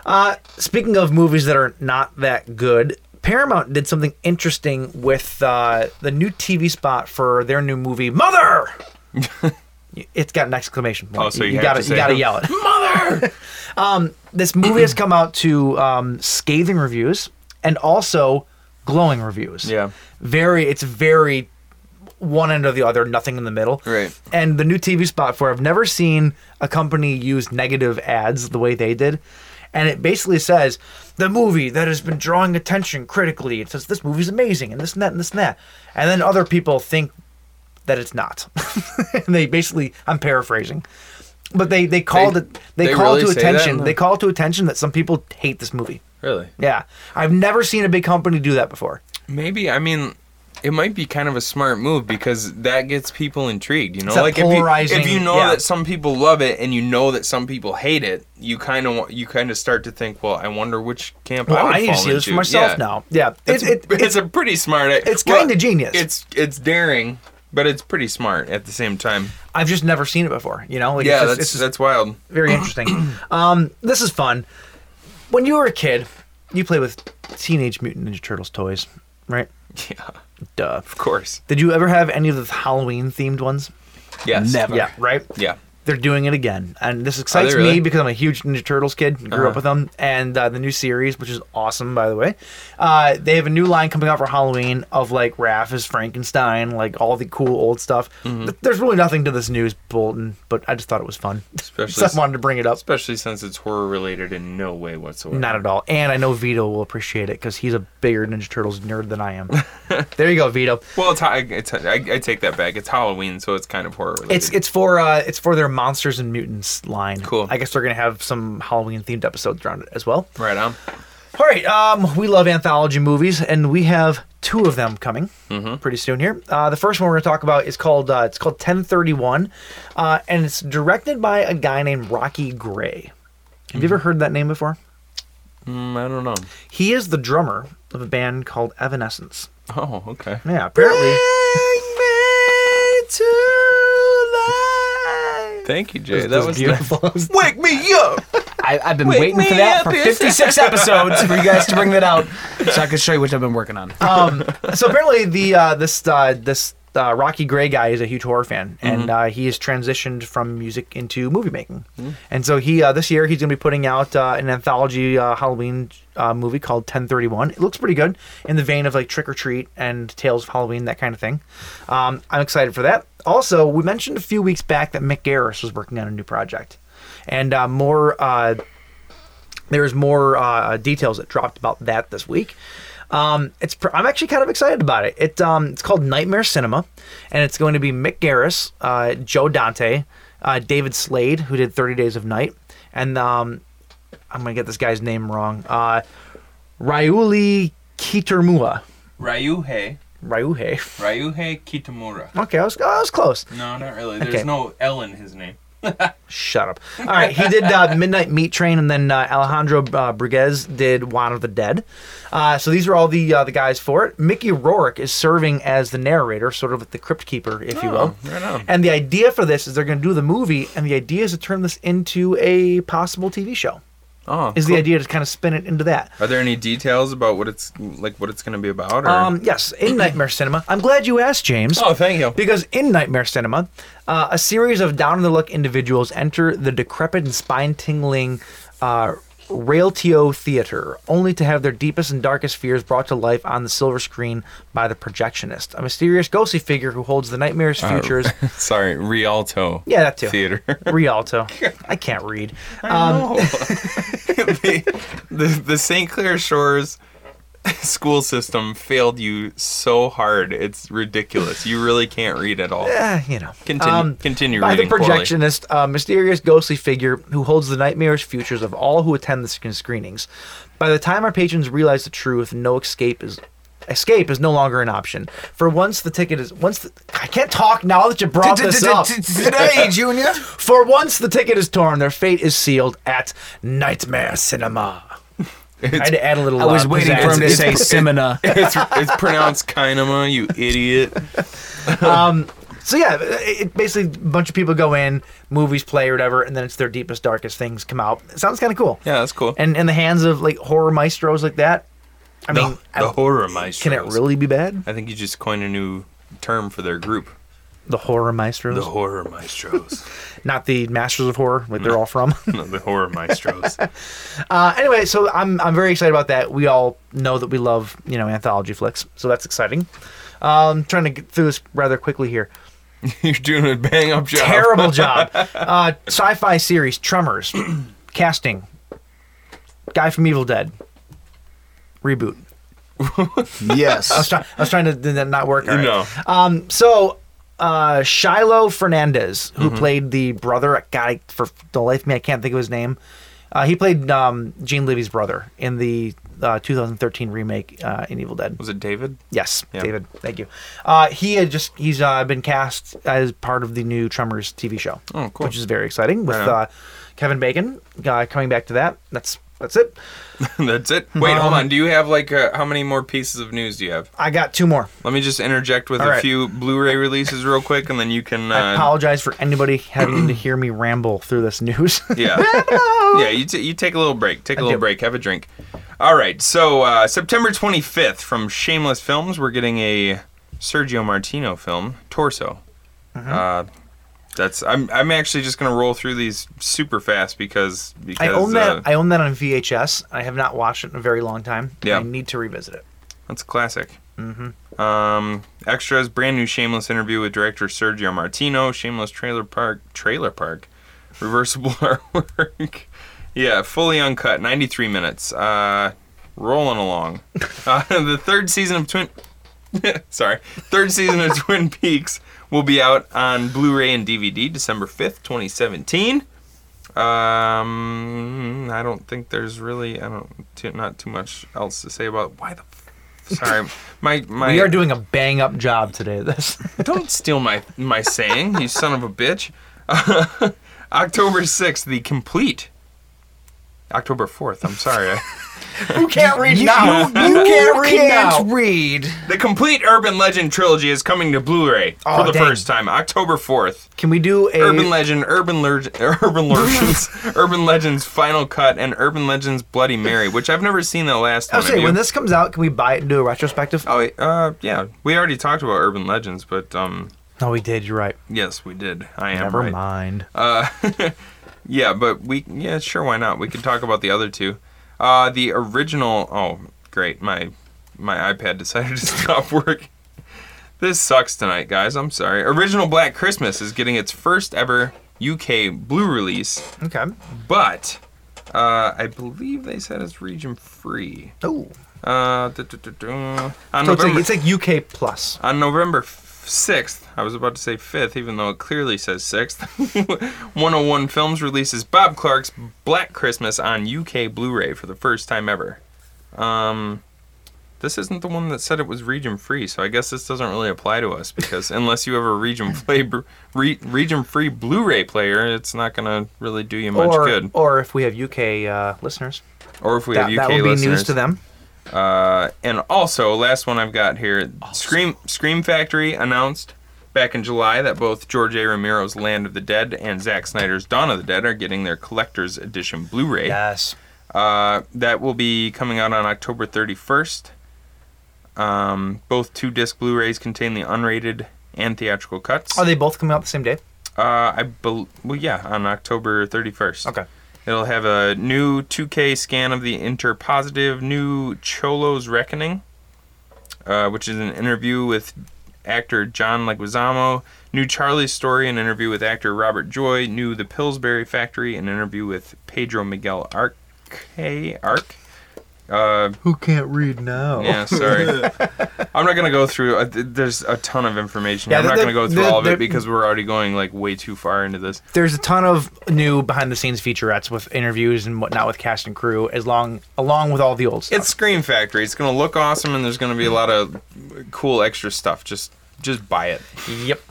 uh, speaking of movies that are not that good, Paramount did something interesting with uh, the new TV spot for their new movie, Mother. it's got an exclamation point. Oh, so you have gotta to you say- gotta yell it, Mother. um, this movie has come out to um, scathing reviews and also glowing reviews. Yeah. very. It's very one end or the other, nothing in the middle. Right. And the new TV spot for it, I've never seen a company use negative ads the way they did. And it basically says the movie that has been drawing attention critically. It says this movie's amazing and this and that and this and that. And then other people think that it's not. and they basically I'm paraphrasing. But they they called They- it they, they call really to say that attention. in the- They call to attention that some people hate this movie. Really? Yeah. I've never seen a big company do that before. Maybe, I mean, it might be kind of a smart move because that gets people intrigued, you know? It's that if you, polarizing- if you know yeah. that some people love it and you know that some people hate it, you kind of you kind of start to think, well, I wonder which camp Well, I would I need to fall see this for into. myself Yeah. now. Yeah. It's, It, it, it's, a pretty smart. e, it's well, kinda genius. It's it's daring, but it's pretty smart at the same time. I've just never seen it before. You know, like Yeah, it's just, that's it's just that's wild. very interesting. um, this is fun. When you were a kid, you played with Teenage Mutant Ninja Turtles toys, right? Yeah, of Duh. course. Did you ever have any of the Halloween themed ones? Yes. Never. Yeah, right. Yeah. They're doing it again, and this excites me Oh, really? Uh-huh. because I'm a huge Ninja Turtles kid. Grew up with them, and uh, the new series, which is awesome, by the way. Uh, they have a new line coming out for Halloween of like Raph is Frankenstein, like all the cool old stuff. Mm-hmm. Th- There's really nothing to this news bulletin, but I just thought it was fun. so I Especially- wanted to bring it up. Especially since it's horror related in no way whatsoever. Not at all. And I know Vito will appreciate it because he's a bigger Ninja Turtles nerd than I am. there you go, Vito. Well, it's, I- it's I, I take that back. It's Halloween, so it's kind of horror related. It's it's for uh, it's for their monsters and mutants line. Cool. I guess they're gonna have some Halloween themed episodes around it as well. right on. All right. Um, we love anthology movies, and we have two of them coming pretty soon here. Uh, the first one we're gonna talk about is called uh, it's called 1031, uh, and it's directed by a guy named Rocky Gray. Have you ever heard that name before? Mm, I don't know. He is the drummer of a band called Evanescence. Oh, okay. Yeah, apparently. Thank you, Jay. That That was was beautiful. Wake me up. I, I've been Wake waiting for me that up, for yes. 56 episodes for you guys to bring that out so I could show you what I've been working on. so apparently the uh, this uh, this uh, Rocky Gray guy is a huge horror fan, and uh, he has transitioned from music into movie making. And so he uh, this year he's going to be putting out uh, an anthology uh, Halloween uh, movie called 1031. It looks pretty good in the vein of like Trick or Treat and Tales of Halloween, that kind of thing. Um, I'm excited for that. Also, we mentioned a few weeks back that Mick Garris was working on a new project, and uh, more. Uh, there's more uh, details that dropped about that this week. Um, it's pr- I'm actually kind of excited about it. It um, it's called Nightmare Cinema, and it's going to be Mick Garris, uh, Joe Dante, uh, David Slade, who did Thirty Days of Night, and um, I'm gonna get this guy's name wrong. Uh, Ryuli Kitamura. Ryuhei. Ryuhei. Ryuhei Kitamura. Okay, I was I was close. No, not really. There's Okay. no L in his name. Shut up. All right, he did uh, Midnight Meat Train, and then uh, Alejandro uh, Briguez did Juan of the Dead. Uh, so these are all the uh, the guys for it. Mickey Rourke is serving as the narrator, sort of the crypt keeper, if you will. Oh, right on. And the idea for this is they're going to do the movie, and the idea is to turn this into a possible TV show. Oh, Is cool. the idea to kind of spin it into that? Are there any details about what it's like? What it's going to be about? Or? Um, yes, in Nightmare Cinema. I'm glad you asked, James. Oh, thank you. Because in Nightmare Cinema, uh, a series of down on the luck individuals enter the decrepit and spine tingling uh, Railtio Theater, only to have their deepest and darkest fears brought to life on the silver screen by the projectionist, a mysterious ghostly figure who holds the nightmare's futures. Sorry, Rialto. yeah, that too. Theater. Rialto. I can't read. Um, the, the the St. Clair Shores school system failed you so hard. It's ridiculous. You really can't read at all. eh, you know. Continue. continue by the reading. poorly. projectionist, a mysterious ghostly figure who holds the nightmarish futures of all who attend the sc- screenings. By the time our patrons realize the truth, no escape is escape is no longer an option. For once, the ticket is once. The, I can't talk now that you brought this up. Today, Junior. For once, the ticket is torn. Their fate is sealed at Nightmare Cinema. I had to add a little. I was uh, waiting for him to pizzazz. say Simina. It's, it's pronounced Kainama, you idiot. So yeah, it, it basically a bunch of people go in, movies play or whatever, and then it's their deepest, darkest things come out. It sounds kind of cool. Yeah, that's cool. and in the hands of like horror maestros like that, I The- mean, the, I- horror maestros. can it really be bad? I think you just coined a new term for their group. The horror maestros, The horror maestros. not the masters of horror, like they're all from. no, the horror maestros. Uh, anyway, so I'm I'm very excited about that. We all know that we love you know anthology flicks, so that's exciting. Um, trying to get through this rather quickly here. You're doing a bang up job. Terrible job. Uh, sci-fi series Tremors, casting guy from Evil Dead reboot. I was, Yes. try- I was trying to did that not work. All right. No. Um, so uh, Shiloh Fernandez, who played the brother, God, I- for the life of me, I can't think of his name. Uh, he played um, Gene Levy's brother in the uh, 2013 remake uh, in Evil Dead. Was it David? Yes, Yeah. David. Thank you. Uh, he had just he's uh, been cast as part of the new Tremors TV show, Oh, cool. which is very exciting with Right on. uh, Kevin Bacon uh, coming back to that. That's that's it. That's it. Wait, hold on. Do you have like uh, how many more pieces of news do you have? I got two more. Let me just interject with All a right. few Blu-ray releases real quick, and then you can. Uh, I apologize for anybody having to hear me ramble through this news. Yeah. yeah, you, t- you take a little break. Take a little do. break. Have a drink. All right. So, uh, September 25th from Shameless Films, we're getting a Sergio Martino film, Torso. Mm-hmm. Uh, that's I'm I'm actually just gonna roll through these super fast because because I own uh, that. I own that on VHS. I have not watched it in a very long time. and Yeah. I need to revisit it. That's a classic. Mm-hmm. Um, extras, brand new Shameless interview with director Sergio Martino, Shameless Trailer Park, Trailer Park, reversible artwork. yeah, fully uncut, 93 minutes. Uh, rolling along. Uh, the third season of Twin. Sorry, third season of Twin Peaks will be out on Blu-ray and DVD December 5th, 2017. Um, I don't think there's really I don't too, not too much else to say about why the. f- Sorry, my my. We are doing a bang up job today. of This Don't steal my my saying, you son of a bitch. October sixth, the complete October 4th. I'm sorry. I- You can't read now. You, can't read now. Can't read. the complete Urban Legend trilogy is coming to Blu-ray Aw, for the dang. first time, October 4th. Can we do a Urban Legend, Urban Legend, Urban Legends, Urban Legends Final Cut, and Urban Legends Bloody Mary, which I've never seen the last I one. was Have saying, you? when this comes out, can we buy it and do a retrospective? Oh, wait, uh, yeah. We already talked about Urban Legends, but um, No, we did. You're right. yes, we did. I am Never right. Uh, mind. Yeah, but we yeah sure why not? We could talk about the other two. Uh, the original. Oh, great! My my iPad decided to stop working. This sucks tonight, guys. I'm sorry. Original Black Christmas is getting its first ever UK Blu release, okay. but uh, I believe they said it's region free. Oh, Uh, du-du-du-du. on so it's like, November it's like UK plus. on November 6th, I was about to say 5th, even though it clearly says 6th, 101 Films releases Bob Clark's Black Christmas on UK Blu ray for the first time ever. Um, this isn't the one that said it was region free, so I guess this doesn't really apply to us because unless you have a region play br- re- region free Blu ray player, it's not going to really do you much or, good. or if we have UK uh, listeners, Or if we that, have UK that will be listeners. news to them. Uh, and also, last one I've got here, Scream Scream Factory announced back in July that both George A. Romero's Land of the Dead and Zack Snyder's Dawn of the Dead are getting their collector's edition Blu-ray. Yes. Uh, that will be coming out on October 31st. Um, both two disc Blu-rays contain the unrated and theatrical cuts. Are they both coming out the same day? Uh, I bel well, yeah, on October 31st. Okay. It'll have a new 2K scan of the interpositive new Cholo's Reckoning, uh, which is an interview with actor John Leguizamo, new Charlie's Story, an interview with actor Robert Joy, new The Pillsbury Factory, an interview with Pedro Miguel Arc. Arc? Uh, Who can't read now? yeah, sorry. I'm not gonna go through. Uh, th- there's a ton of information. Yeah, I'm there- not gonna go through there- all of there- it because we're already going like way too far into this. There's a ton of new behind the scenes featurettes with interviews and whatnot with cast and crew, as long along with all the old stuff. It's Scream Factory. It's gonna look awesome, and there's gonna be a lot of cool extra stuff. Just, just buy it. Yep.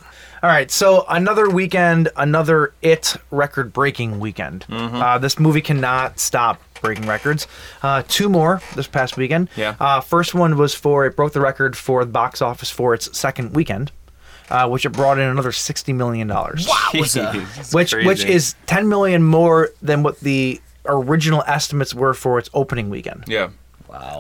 All right, so another weekend, another it record breaking weekend. Mm-hmm. Uh, this movie cannot stop breaking records. Uh, two more this past weekend. Yeah. Uh, first one was for it broke the record for the box office for its second weekend, uh, which it brought in another sixty million dollars. Wow. Jeez, it's Which which crazy. is ten million more than what the original estimates were for its opening weekend. yeah.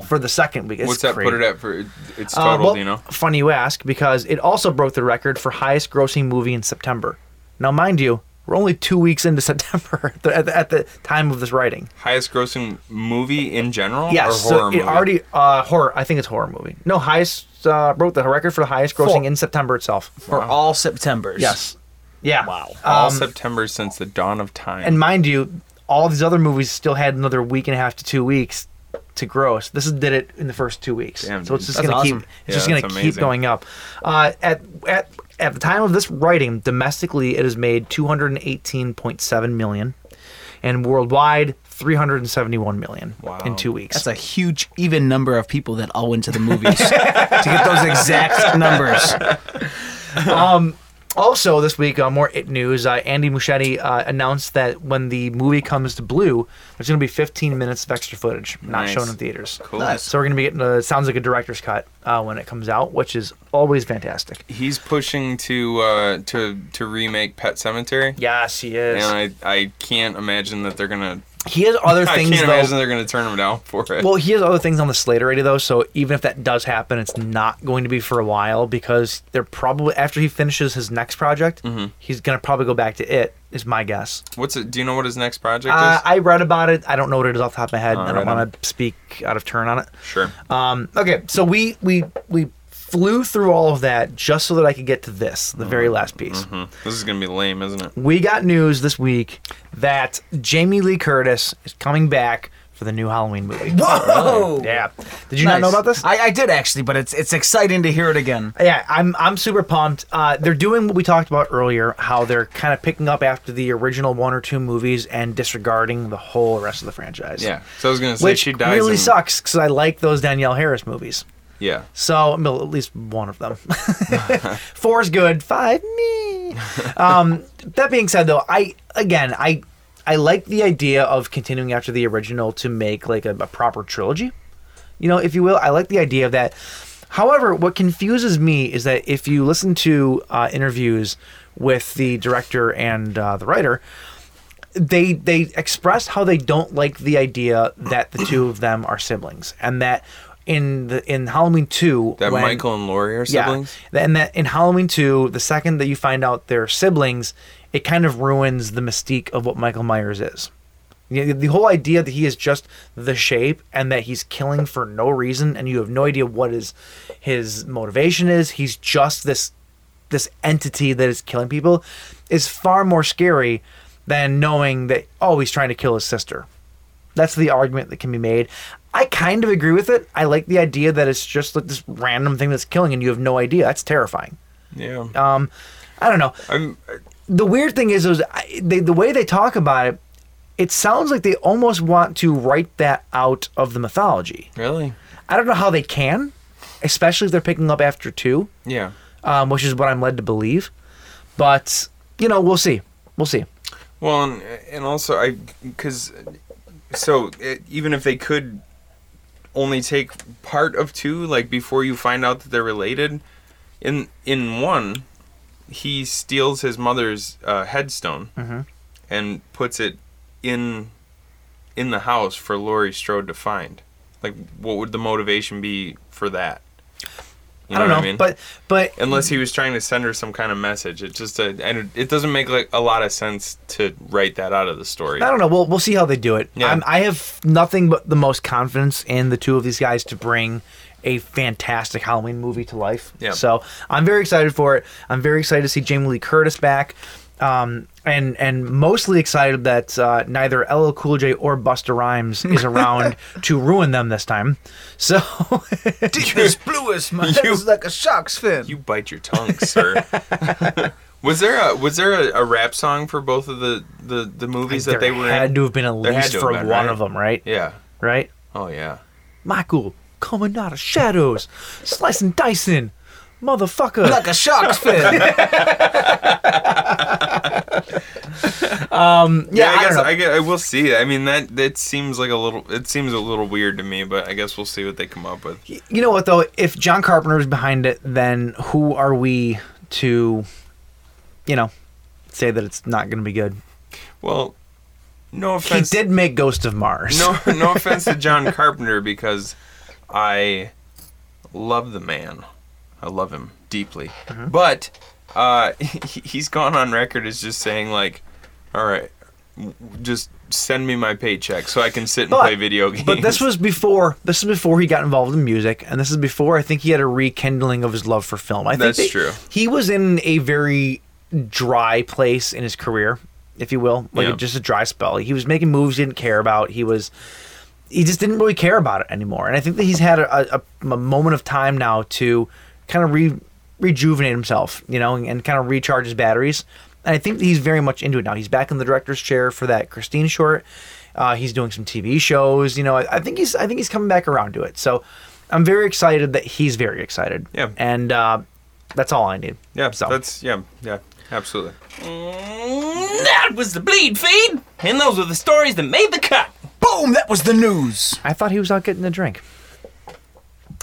For the second weekend. What's that put it at for? It's total. Uh, well, you know. Funny you ask, because it also broke the record for highest grossing movie in September. Now, mind you, we're only two weeks into September at the, at the, at the time of this writing. Highest grossing movie in general. Yes, Or horror so it movie? already uh, horror. I think it's horror movie. No, highest uh, broke the record for the highest grossing For- in September itself. For all September's. Yes, yeah. Wow. all September since the dawn of time. um, And mind you, all these other movies still had another week and a half to two weeks to gross. This is, did it in the first two weeks, Damn, so it's dude. just gonna awesome. keep it's just Yeah, gonna that's keep amazing. going up. Uh, at at at the time of this writing, domestically it has made two hundred and eighteen point seven million, and worldwide three hundred and seventy one million in two weeks. That's a huge, even number of people that all went to the movies to get those exact numbers. Also, this week, uh, more it news. Uh, Andy Muschietti uh, announced that when the movie comes to Blue, there's going to be 15 minutes of extra footage not Nice. shown in theaters. Cool. Nice. So we're going to be getting a sounds like a director's cut uh, when it comes out, which is always fantastic. He's pushing to uh, to to remake Pet Cemetery. Yes, he is. And I, I can't imagine that they're gonna. He has other I things can't imagine though. they're gonna turn him down for it. Well, he has other things on the slate already though. So even if that does happen, it's not going to be for a while because they're probably after he finishes his next project, he's going to probably go back to it. Is my guess. What's it? Do you know what his next project Uh, is? I read about it. I don't know what it is off the top of my head. I don't right on. want to speak out of turn on it. sure. Um, okay, so we we we flew through all of that just so that I could get to this, the Mm-hmm. very last piece. This is gonna be lame, isn't it? We got news this week that Jamie Lee Curtis is coming back for the new Halloween movie. Whoa! Yeah. Did you Oh. Nice. not know about this? I, I did actually, but it's it's exciting to hear it again. yeah, I'm I'm super pumped. Uh, they're doing what we talked about earlier, how they're kind of picking up after the original one or two movies and disregarding the whole rest of the franchise. Yeah. So I was gonna say Which she dies. really in- sucks because I like those Danielle Harris movies. Yeah. So I mean, at least one of them. Four's good. Five me. Um, that being said, though, I again I I like the idea of continuing after the original to make like a, a proper trilogy, you know, if you will. I like the idea of that. However, what confuses me is that if you listen to uh, interviews with the director and uh, the writer, they they express how they don't like the idea that the two of them are siblings, and that in the in Halloween two That when- Michael and Laurie are siblings. yeah. And that in Halloween 2, the second that you find out they're siblings, it kind of ruins the mystique of what Michael Myers is. The the whole idea that he is just the shape and that he's killing for no reason and you have no idea what his his motivation is. He's just this this entity that is killing people is far more scary than knowing that oh he's trying to kill his sister. That's the argument that can be made. I kind of agree with it. I like the idea that it's just like this random thing that's killing and you have no idea. That's terrifying. Yeah. Um, I don't know. I'm, The weird thing is, is I, they, the way they talk about it, it sounds like they almost want to write that out of the mythology. really? I don't know how they can, especially if they're picking up after two, Yeah. um, which is what I'm led to believe. But, you know, we'll see. We'll see. Well, and, and also I because so it, even if they could only take part of two, like before you find out that they're related, in in one, he steals his mother's uh, headstone Mm-hmm. and puts it in in the house for Laurie Strode to find. Like, what would the motivation be for that? You I don't know. what But, but unless he was trying to send her some kind of message. It just uh, and it doesn't make like a lot of sense to write that out of the story. I don't know. We'll we'll see how they do it. Yeah. I'm, I have nothing but the most confidence in the two of these guys to bring a fantastic Halloween movie to life. Yeah. So I'm very excited for it. I'm very excited to see Jamie Lee Curtis back. Um, and and mostly excited that uh, neither LL Cool J or Buster Rhymes is around to ruin them this time. So Deepest, bluest, my head is like a shark's fin. You bite your tongue, sir. was there a was there a, a rap song for both of the the, the movies there that they were had in? to have been at There had least to have for been, one right? of them, right? Yeah. Right. Oh yeah. Michael coming out of shadows, slicing Dyson, motherfucker. Like a shark's fin. Yeah, I I don't guess know. I, guess, I will see. I mean that that seems like a little it seems a little weird to me, but I guess we'll see what they come up with. You know what though? If John Carpenter is behind it, then who are we to, you know, say that it's not going to be good? Well, no He offense. did make Ghost of Mars. No, no offense to John Carpenter because I love the man. I love him deeply. Mm-hmm. But uh, he- he's gone on record as just saying like, "All right, w- just send me my paycheck so I can sit and play video games." But this was before. This is before he got involved in music, and this is before I think he had a rekindling of his love for film. I think That's they- true. He was in a very dry place in his career, if you will, like Yeah. just a dry spell. He was making moves he didn't care about. He was. He just didn't really care about it anymore, and I think that he's had a, a, a moment of time now to kind of re, rejuvenate himself, you know, and, and kind of recharge his batteries. And I think that he's very much into it now. He's back in the director's chair for that Christine short. Uh, he's doing some TV shows. You know, I, I think he's I think he's coming back around to it. So I'm very excited that he's very excited. Yeah. And uh, that's all I need. yeah, So that's yeah, yeah, absolutely. Mm, that was the bleed feed, and those were the stories that made the cut. Boom! That was the news. I thought he was out getting a drink.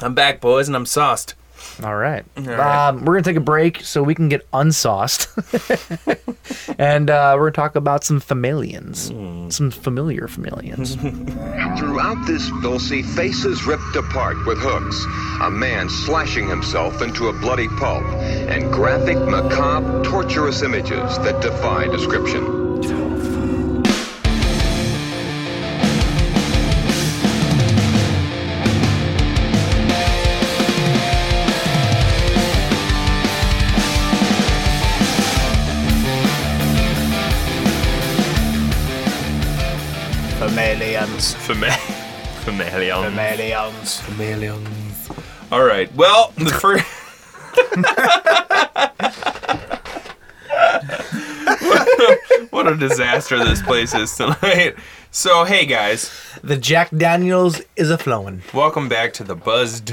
I'm back, boys, and I'm sauced. All right. right. Um, we're gonna take a break so we can get unsauced, and uh, we're gonna talk about some familians, Mm. some familiar familians. Throughout this, they'll see faces ripped apart with hooks, a man slashing himself into a bloody pulp, and graphic, macabre, torturous images that defy description. Familians. Fami- Familial. Familians. All right. Well, the first. what a disaster this place is tonight. So, hey guys, the Jack Daniels is a flowing. welcome back to the Buzzed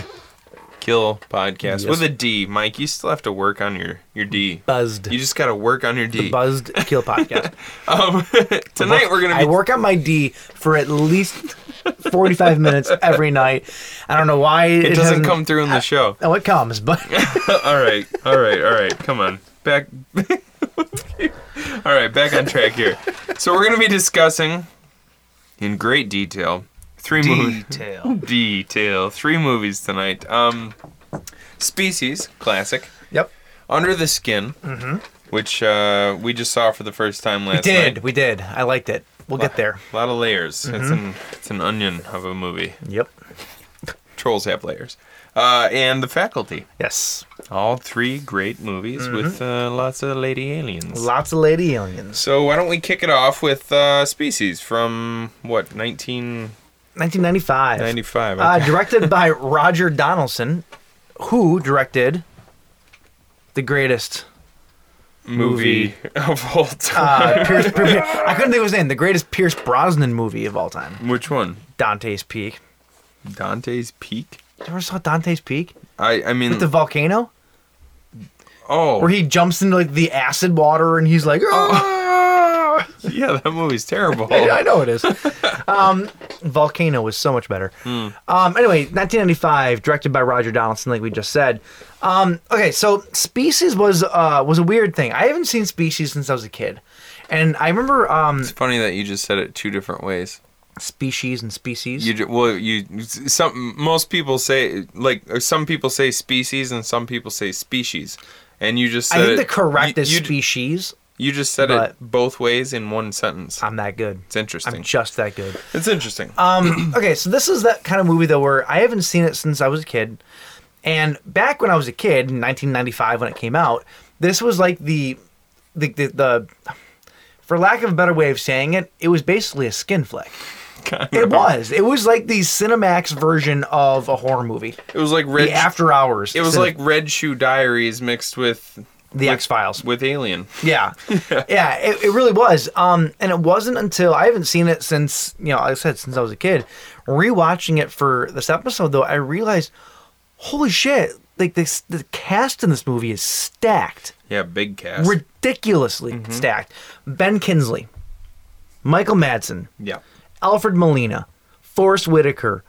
Kill podcast with a D. Mike, you still have to work on your your D. Buzzed. You just gotta work on your D. Buzzed Kill podcast. um, tonight we're gonna be I work on my D for at least 45 minutes every night. I don't know why It doesn't hasn't- come through in the show. Oh, it comes, but all right, all right, all right. Come on, back. all right, back on track here. So we're going to be discussing in great detail three movies. Detail. Detail three movies tonight. Um, Species, classic. yep. Under the Skin, which uh, we just saw for the first time last Did Mm-hmm. night. Mm-hmm. we did? I liked it. We'll get there. A lot of layers. It's an it's an onion of a movie. Yep. Trolls have layers. Uh, and The Faculty. Yes. All three great movies with uh, lots of lady aliens. Lots of lady aliens. So why don't we kick it off with uh, Species from what 1995? 1995. okay. Uh, directed by Roger Donaldson, who directed the greatest movie of all time. uh, Pierce, I couldn't think of his name. The greatest Pierce Brosnan movie of all time, Which one? Dante's Peak. Dante's Peak. You ever saw Dante's Peak? I I mean With the volcano, oh where he jumps into like the acid water and he's like, "Ah!" yeah that movie's terrible. Yeah, I know it is. um, Volcano was so much better. Hmm. Um, anyway, 1995, directed by Roger Donaldson, like we just said. Um, okay, so Species was uh, was a weird thing. I haven't seen Species since I was a kid, and I remember um, It's funny that you just said it two different ways. Species and Species. You ju- well you some most people say like uh, some people say species and some people say species. And you just I said think the it- correct you, is you ju- Species. You just said it but- both ways in one sentence. I'm that good. It's interesting. I'm just that good. it's interesting. Um, okay, so this is that kind of movie though where I haven't seen it since I was a kid, and back when I was a kid in 1995 when it came out, this was like the, the the, the for lack of a better way of saying it, it was basically a skin flick. It was. It was like the Cinemax version of a horror movie. it was like red the After Hours. It was cine- like Red Shoe Diaries mixed with the X Files. with Alien. Yeah, yeah, it, it really was. Um, and it wasn't until I haven't seen it since you know, like I said, since I was a kid. Rewatching it for this episode, though, I realized, holy shit! Like this, the cast in this movie is stacked, Yeah, big cast. ridiculously stacked. Ben Kinsley, Michael Madsen, yeah. Alfred Molina, Forrest Whitaker,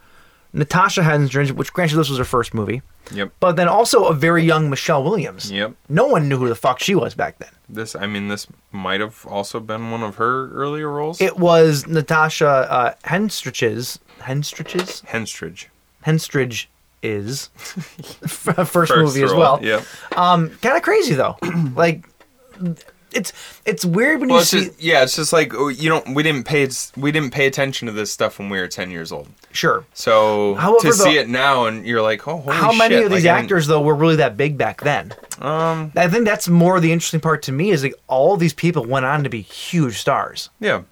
Natasha Henstridge, which granted this was her first movie, Yep. but then also a very young Michelle Williams. Yep. No one knew who the fuck she was back then. This I mean this might have also been one of her earlier roles. It was Natasha uh, Henstrich's Henstrich's Henstridge. Henstridge is first, movie as role, well. Yep. Um, kind of crazy though. like it's it's weird when Well, you it's see just, yeah, it's just like oh, you don't we didn't pay we didn't pay attention to this stuff when we were 10 years old. sure. So However, to see the- it now and you're like, "Oh, holy How many shit, of these like, I didn't- actors though were really that big back then? Um, I think that's more the interesting part to me is like all these people went on to be huge stars, Yeah.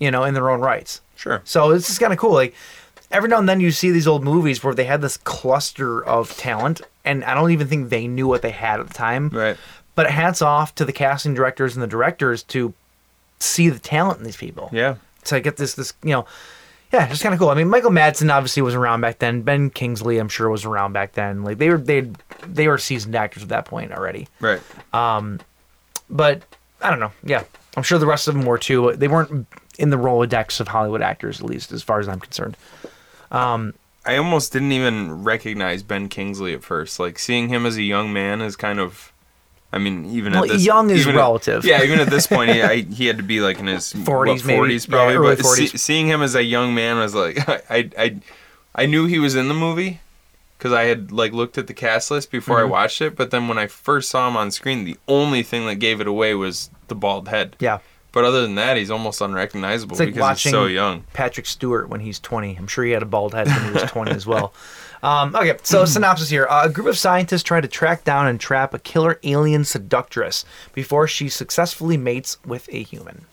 you know, in their own rights. Sure. So it's just kind of cool. Like every now and then you see these old movies where they had this cluster of talent, and I don't even think they knew what they had at the time. Right. But hats off to the casting directors and the directors to see the talent in these people. Yeah. To get this, this you know, yeah, just kind of cool. I mean, Michael Madsen obviously was around back then. Ben Kingsley, I'm sure, was around back then. Like they were they they were seasoned actors at that point already. Right. But I don't know. Yeah, I'm sure the rest of them were too. but They weren't in the rolodex of Hollywood actors, at least as far as I'm concerned. I almost didn't even recognize Ben Kingsley at first. Like seeing him as a young man is kind of, I mean, even Well, at this young is even at- relative. yeah, even at this point, he, I, he had to be like in his 40s maybe. forties Yeah, probably. early but see, 40s. seeing him as a young man was like, I, I, I, I knew he was in the movie because I had like looked at the cast list before Mm-hmm. I watched it. But then when I first saw him on screen, the only thing that gave it away was the bald head. Yeah. But other than that, he's almost unrecognizable It's like because watching he's so young. Patrick Stewart when he's 20. I'm sure he had a bald head when he was 20 as well. Um, okay, so synopsis here. Uh, a group of scientists try to track down and trap a killer alien seductress before she successfully mates with a human.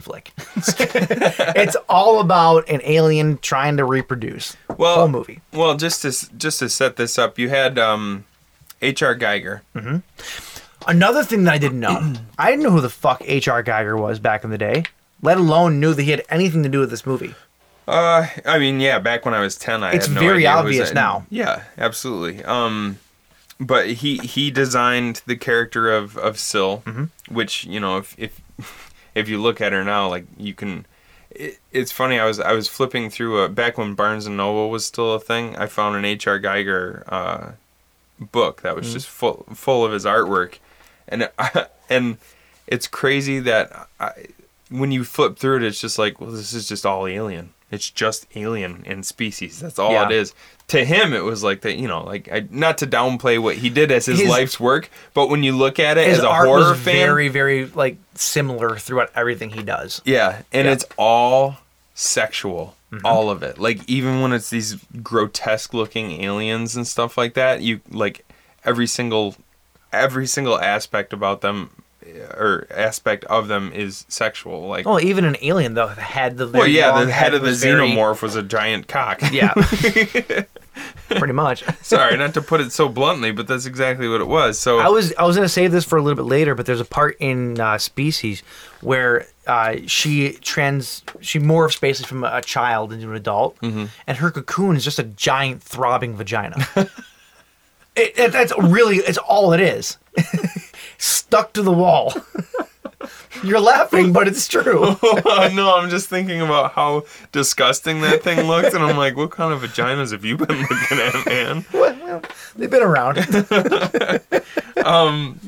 flick. it's all about an alien trying to reproduce. well, Whole movie. Well, just to s- just to set this up, you had um, H.R. Geiger. Hmm. Another thing that I didn't know I didn't know who the fuck H.R. Geiger was back in the day, let alone knew that he had anything to do with this movie. Uh, I mean, yeah. Back when I was ten, I It's had no very idea who was obvious in- now. Yeah, absolutely. Um, but he he designed the character of of Syl, Mm-hmm. which you know if if if you look at her now, like you can. It, it's funny. I was I was flipping through a, back when Barnes and Noble was still a thing. I found an H.R. Geiger uh, book that Mm-hmm. was just full full of his artwork, and and it's crazy that I, when you flip through it, it's just like, well, this is just all alien. It's just alien and species. That's all Yeah. it is. To him, it was like that. You know, like I, not to downplay what he did as his, His- life's work, but when you look at it His as a art horror was fan, very, very like similar throughout everything he does. yeah, and Yeah. Mm-hmm. it's all sexual, all of it. Like even when it's these grotesque looking aliens and stuff like that, you like every single every single aspect about them uh, or aspect of them is sexual. Like Well, even an alien though had the well, Oh, very yeah, long the head of the was very- xenomorph was a giant cock. Yeah, pretty much. Sorry, not to put it so bluntly, but that's exactly what it was. So I was I was gonna save this for a little bit later, but there's a part in uh, Species where uh, she trans she morphs basically from a child into an adult, Mm-hmm. and her cocoon is just a giant throbbing vagina. it, it- that's really it's all it is, stuck to the wall. You're laughing, but it's true. oh, no, I'm just thinking about how disgusting that thing looked, and I'm like, what kind of vaginas have you been looking at, man? They've been around.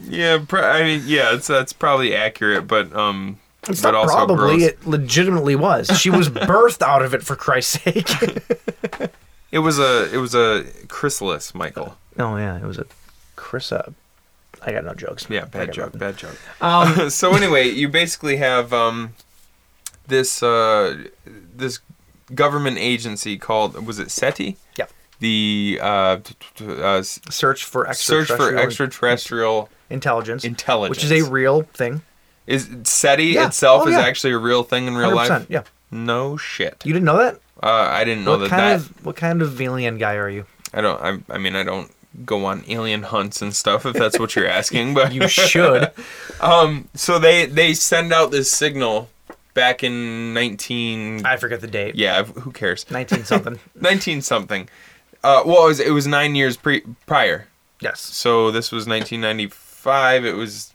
Yeah, pr- I mean, yeah, it's that's probably accurate, but um, It's but not also probably. gross. It, It legitimately was. She was birthed out of it for Christ's sake. was a it was a chrysalis, Michael. oh yeah, it was a Chrissa. I got no jokes. Yeah, I bad got joke, nothing. bad joke. Um, so anyway, you basically have um, this uh, this government agency called was it SETI? Yeah. The uh, t- t- uh, s- Search for search for extraterrestrial extraterrestrial intelligence. intelligence, Which is a real thing. is SETI Yeah. itself Oh, is yeah. actually a real thing in real 100%, life. yeah. No shit. You didn't know that? Uh, I didn't know what that kind that of what kind of alien guy are you? I don't. I, I mean, I don't go on alien hunts and stuff if that's what you're asking. But You should. so they they send out this signal back in 19. I forget the date. yeah, who cares? Nineteen something. 19 something. Uh, well, it was, it was nine years pre prior. yes. So this was 1995. It was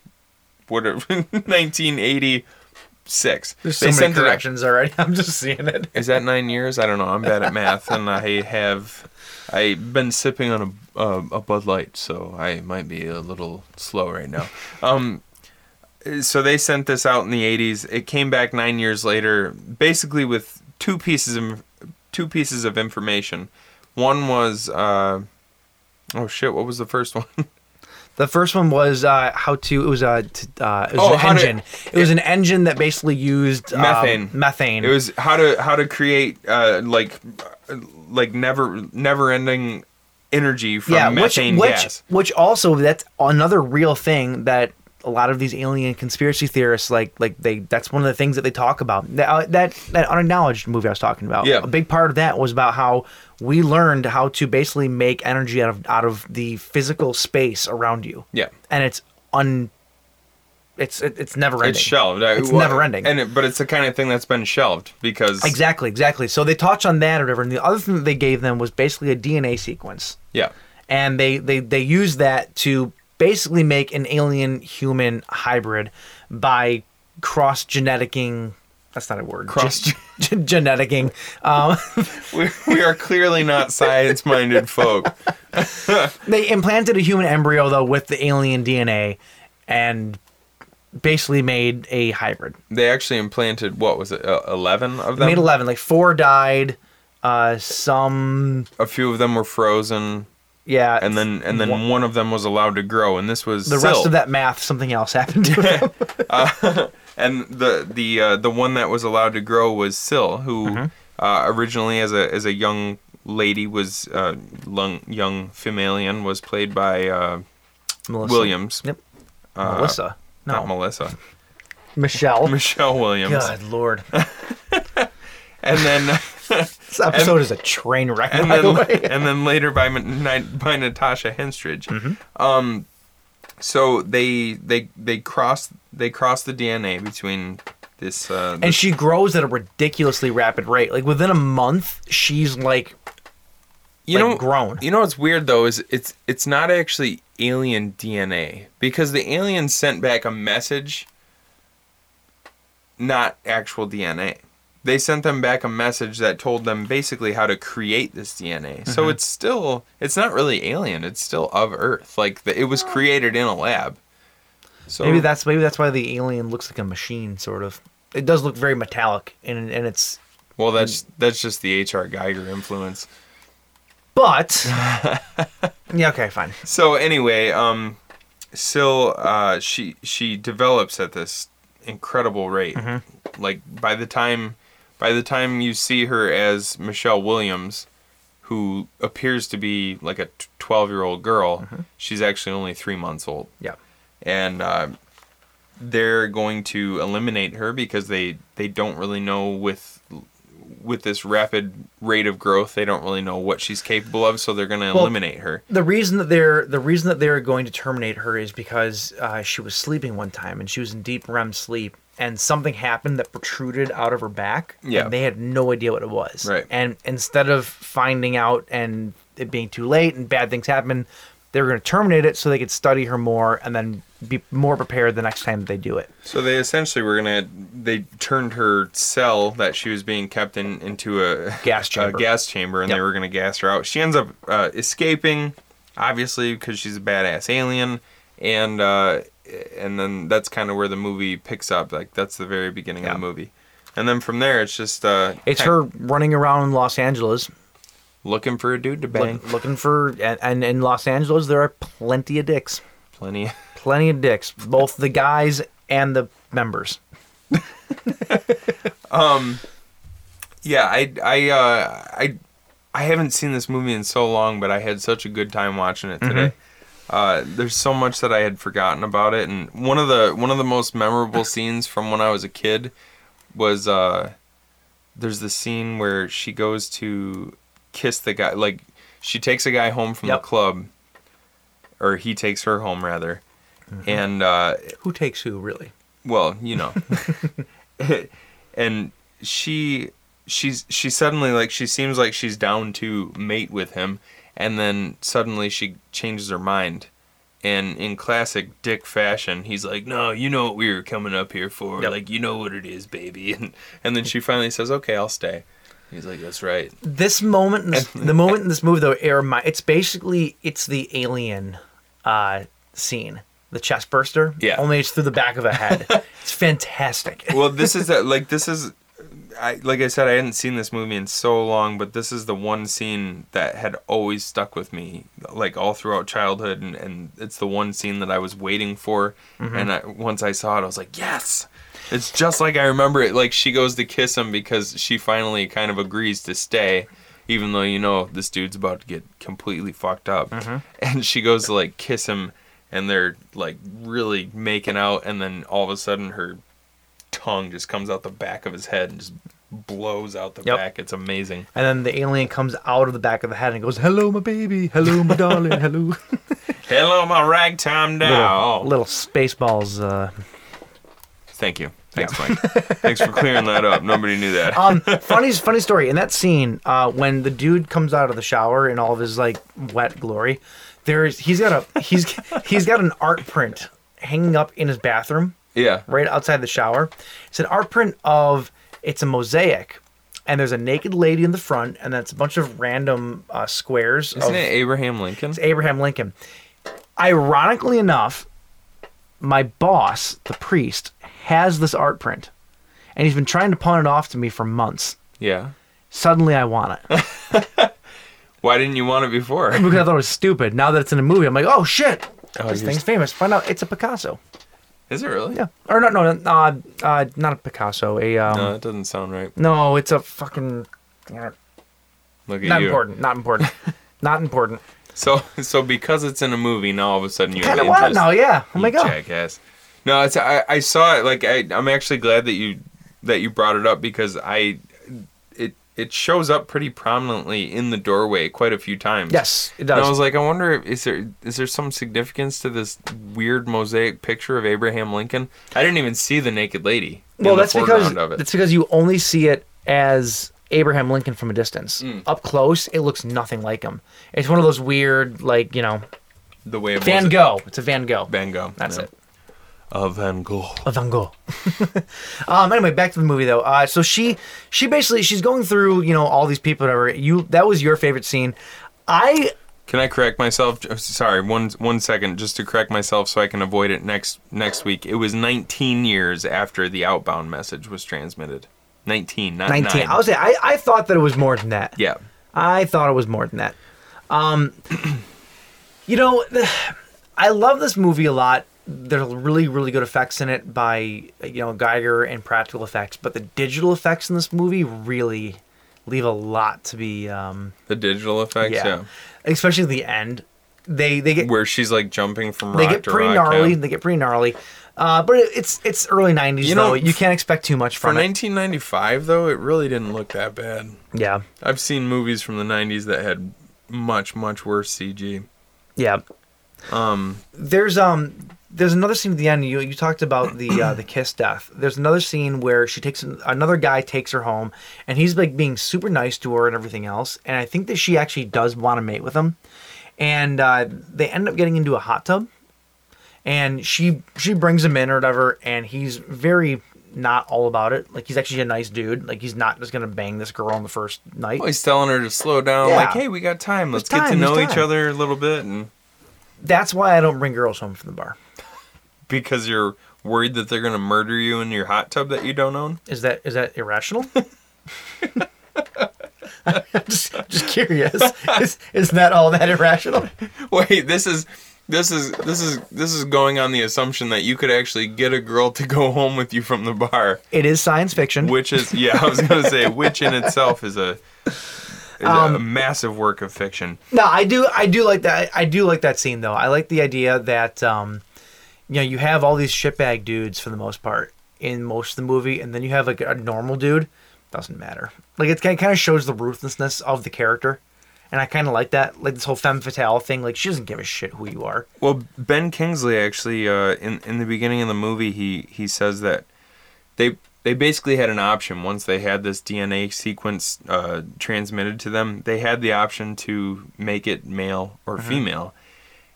what are- 1986. There's so many corrections already. I'm just seeing it. Is that nine years? I don't know. I'm bad at math, and I have I've been sipping on a uh, a Bud Light, so I might be a little slow right now. Um, so they sent this out in the '80s. It came back nine years later, basically with two pieces of two pieces of information. One was uh, oh shit, what was the first one? The first one was uh, how to. It was a. T- uh, it was Oh, an how to- engine. it was an engine that basically used um, Methane. methane. It was how to how to create uh, like like never never ending energy from methane which, gas. Which, which also that's another real thing that a lot of these alien conspiracy theorists like like they that's one of the things that they talk about. That uh, that, that unacknowledged movie I was talking about. Yeah. A big part of that was about how we learned how to basically make energy out of out of the physical space around you. Yeah. And it's un it's it, it's never ending. It's shelved. I- It's well, never ending. And it, but it's the kind of thing that's been shelved because Exactly, exactly. So they touched on that or whatever. And the other thing that they gave them was basically a DNA sequence. Yeah. and they they they use that to basically make an alien human hybrid by cross geneticking that's not a word Cross- Gen- gen- geneticking um, We, we are clearly not science minded folk. they implanted a human embryo though with the alien dna and basically made a hybrid They actually implanted what was it, uh, eleven of They them? made 11 like four died uh some A few of them were frozen, yeah and then and then one- one, of them was allowed to grow, and this was the Syl. rest of that math something else happened to them. And the the uh, the one that was allowed to grow was Syl, who Mm-hmm. uh, originally as a as a young lady was uh, lung, young Fimalian was played by uh, Melissa. Williams, Uh, yep melissa not no Melissa, michelle Michelle Williams, god lord and then. This episode is a train wreck, and by then the way. and then later by Ma- Ni- by Natasha Henstridge. Um, Mm-hmm. so they they they crossed they crossed the DNA between This uh, and she grows at a ridiculously rapid rate. Like within a month, she's like you like, know grown. You know what's weird though is it's it's not actually alien DNA because the aliens sent back a message, not actual DNA. They sent them back a message that told them basically how to create this DNA. Mm-hmm. So it's still it's not really alien. It's still of Earth. Like the, it was created in a lab. So maybe that's maybe that's why the alien looks like a machine, sort of. It does look very metallic, and and it's well Mm. that's that's just the H.R. Geiger influence. but yeah, okay, fine. so anyway, um, Syl, uh, she she develops at this incredible rate. Like by the time, by the time you see her as Michelle Williams, who appears to be like a twelve-year-old girl, she's actually only three months old Yeah, and uh, they're going to eliminate her because they they don't really know with with this rapid rate of growth they don't really know what she's capable of so they're going to eliminate her the reason that they're the reason that they're going to terminate her is because uh, she was sleeping one time and she was in deep REM sleep and something happened that protruded out of her back Yeah. and they had no idea what it was Right. and instead of finding out and it being too late and bad things happen they were going to terminate it so they could study her more and then be more prepared the next time that they do it So they essentially were gonna they turned her cell that she was being kept in into a Gas a chamber. gas chamber, and they were gonna gas her out. She ends up uh, escaping, obviously because she's a badass alien, and uh, and then that's kind of where the movie picks up. Like that's the very beginning of the movie, and then from there it's just uh, it's her running around Los Angeles looking for a dude to bang. look, looking for and, and in Los Angeles there are plenty of dicks Plenty. plenty of dicks, both the guys and the members. Yeah, I I uh, I I haven't seen this movie in so long, but I had such a good time watching it today. Uh, there's so much that I had forgotten about it, and one of the one of the most memorable scenes from when I was a kid was uh, there's the scene where she goes to kiss the guy, like she takes a guy home from Yep. the club, or he takes her home rather, and uh, Who takes who, really? well, you know. and she she's she suddenly like she seems like she's down to mate with him and then suddenly she changes her mind. And in classic dick fashion, he's like, "No, you know what we were coming up here for. Like, you know what it is, baby." And and then she finally says, "Okay, I'll stay." He's like, "That's right." This moment, in this, the moment in this movie, though, it remi- it's basically it's the alien uh, scene, the chest burster. Yeah. Only it's through the back of a head. it's fantastic. well this is that like this is I, like I said, I hadn't seen this movie in so long, but this is the one scene that had always stuck with me, like all throughout childhood, and, and it's the one scene that I was waiting for. And I, once I saw it, I was like, yes, it's just like I remember it. Like she goes to kiss him because she finally kind of agrees to stay, even though you know this dude's about to get completely fucked up. And she goes to like kiss him, and they're like really making out, and then all of a sudden her tongue just comes out the back of his head and just blows out the Yep. back. It's amazing. And then the alien comes out of the back of the head and goes, "Hello, my baby. Hello, my darling. Hello." Hello, my ragtime doll. little, little spaceballs. Uh, Thank you. Thanks, Mike. Thanks for clearing that up. Nobody knew that. um, funny, funny story. In that scene, uh, when the dude comes out of the shower in all of his like wet glory, there's he's got a he's he's got an art print hanging up in his bathroom yeah. right outside the shower. It's an art print of it's a mosaic, and there's a naked lady in the front, and that's a bunch of random uh, squares. Isn't of, it Abraham Lincoln? it's Abraham Lincoln. Ironically enough, my boss, the priest, has this art print, and he's been trying to pawn it off to me for months Yeah. suddenly I want it Why didn't you want it before? because I thought it was stupid. Now that it's in a movie, I'm like, oh shit, this you're- thing's famous. Find out it's a Picasso. Is it really? Yeah, or no, no, no, uh, uh, not a Picasso. A um, No, that doesn't sound right. no, it's a fucking Look at not you. important, not important, not important. So, so because it's in a movie, now all of a sudden you Kind have of want it interest. now, yeah. Oh my you god, jackass. No, it's I, I saw it. Like I, I'm actually glad that you that you brought it up because I it it shows up pretty prominently in the doorway quite a few times. Yes, it And I does. was like, I wonder if is there is there some significance to this weird mosaic picture of Abraham Lincoln? I didn't even see the naked lady. in well, the that's because foreground of it. that's because you only see it as Abraham Lincoln from a distance. Mm. Up close, it looks nothing like him. It's one of those weird, like you know, the way of Van Gogh. It's a Van Gogh. Van Gogh. That's yeah. it. Uh, Van Gogh. A Van Gogh. um, anyway, back to the movie though. Uh, so she she basically she's going through you know all these people. Whatever you that was your favorite scene. I Can I correct myself? J- oh, Sorry, one one second, just to correct myself so I can avoid it next next week. It was 19 years after the outbound message was transmitted. 19, not 19. nine. I was say I I thought that it was more than that. yeah. I thought it was more than that. Um, you know, the, I love this movie a lot. There's really, really good effects in it by you know Geiger and practical effects, but the digital effects in this movie really leave a lot to be. Um, The digital effects, yeah. yeah. especially the end. They they get Where she's like jumping from rock they get to pretty rock. yeah. gnarly. They get pretty gnarly. Uh, but it, it's it's early '90s You know, though. you can't expect too much For from it. 1995 though, it really didn't look that bad. yeah, I've seen movies from the 90s that had much much worse CG. yeah. Um, there's um there's another scene at the end. You you talked about the uh, the kiss death. There's another scene where she takes another guy takes her home, and he's like being super nice to her and everything else. And I think that she actually does want to mate with him, and uh, they end up getting into a hot tub. and she she brings him in or whatever and he's very not all about it like he's actually a nice dude like he's not just gonna bang this girl on the first night Well, he's telling her to slow down. Yeah. Like, hey, we got time. Let's There's get to time, know there's each time." other a little bit, and that's why i don't bring girls home from the bar because you're worried that they're gonna murder you in your hot tub that you don't own. is that is that irrational just, just curious is, is that all that irrational Wait, this is this is this is this is going on the assumption that you could actually get a girl to go home with you from the bar, it is science fiction which is yeah, I was gonna say, which in itself is a is a massive work of fiction. No, I do. I do like that. I do like that scene though. I like the idea that um, you know you have all these shitbag dudes for the most part in most of the movie, and then you have like a normal dude. Doesn't matter. Like it kind of shows the ruthlessness of the character, and I kind of like that. Like this whole femme fatale thing. Like she doesn't give a shit who you are. Well, Ben Kingsley actually uh, in in the beginning of the movie he he says that they they basically had an option once they had this DNA sequence uh, transmitted to them. They had the option to make it male or female,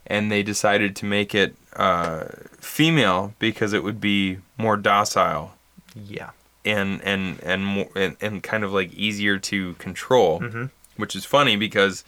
and they decided to make it uh, female because it would be more docile Yeah. and and and more and, and kind of like easier to control, Mm-hmm. which is funny because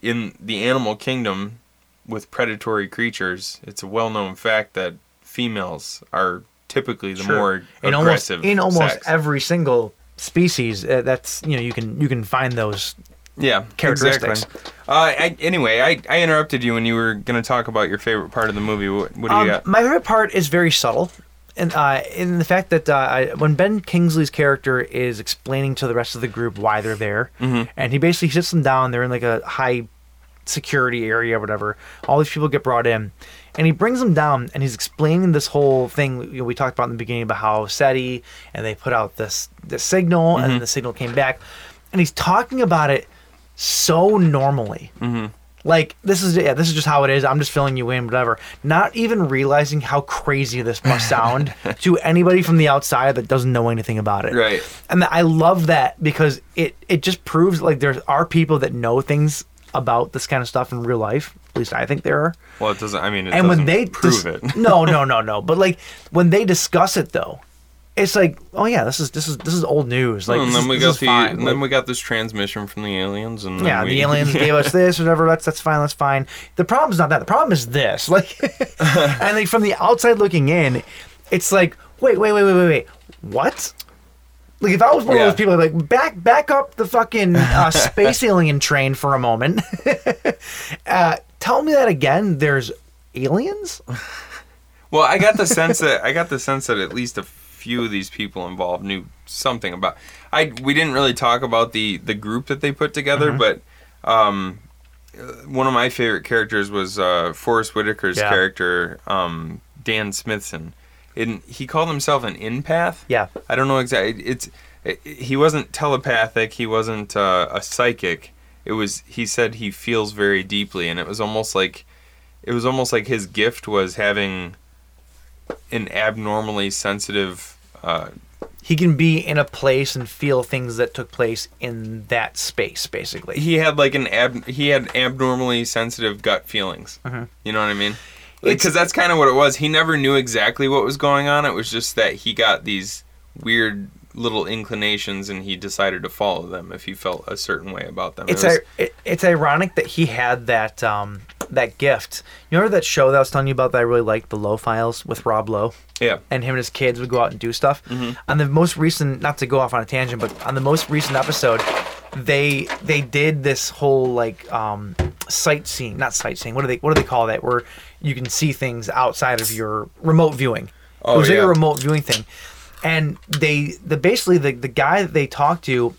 in the animal kingdom with predatory creatures, it's a well-known fact that females are typically the more in almost aggressive in almost sex. every single species uh, that's you know you can you can find those. yeah characteristics. Exactly. Uh, I, anyway, I, I interrupted you when you were going to talk about your favorite part of the movie. What, what do you Um, got? my favorite part is very subtle, and uh, in the fact that uh, I, when Ben Kingsley's character is explaining to the rest of the group why they're there, Mm-hmm. and he basically sits them down. They're in like a high security area or whatever. All these people get brought in, and he brings them down, and he's explaining this whole thing you know, we talked about in the beginning about how SETI and they put out this this signal, and Mm-hmm. then the signal came back, and he's talking about it so normally like this is yeah, this is just how it is. I'm just filling you in, whatever. Not even realizing how crazy this must sound to anybody from the outside that doesn't know anything about it. Right. And I love that because it it just proves like there are people that know things about this kind of stuff in real life. At least I think there are. Well, it doesn't. I mean, it and doesn't when they prove dis- it. no, no, no, no. But like when they discuss it though, it's like, oh yeah, this is this is this is old news. Like and this then is- we this got is the fine. and Like- then we got this transmission from the aliens and then yeah, we- the aliens gave us this, whatever. That's that's fine. That's fine. The problem's not that. The problem is this. Like, and like from the outside looking in, it's like, wait, wait, wait, wait, wait, wait. What? Like, if I was one Yeah. of those people, like, back back up the fucking uh, space alien train for a moment. uh, tell me that again. There's aliens. Well, I got the sense that I got the sense that at least a few of these people involved knew something about. I we didn't really talk about the the group that they put together, but um, uh, one of my favorite characters was uh, Forrest Whitaker's Yeah. character, um, Dan Smithson, and he called himself an empath. Yeah. I don't know exactly. It's it, he wasn't telepathic. He wasn't uh, a psychic. It was he said he feels very deeply, and it was almost like it was almost like his gift was having an abnormally sensitive. Uh, He can be in a place and feel things that took place in that space, basically. he had like an ab he had abnormally sensitive gut feelings. You know what I mean? Because that's kind of what it was. He never knew exactly what was going on. It was just that he got these weird little inclinations, and he decided to follow them if he felt a certain way about them. It It's was- I- it, it's ironic that he had that um, that gift. You remember that show that I was telling you about that I really liked, The Low Files with Rob Lowe. Yeah. Mm-hmm. And him and his kids would go out and do stuff. On the most recent, not to go off on a tangent, but on the most recent episode, they they did this whole like um, sightseeing, not sightseeing. What do they what do they call that? Where you can see things outside of your remote viewing. Oh, it was like yeah. a remote viewing thing, and they the basically the the guy that they talked to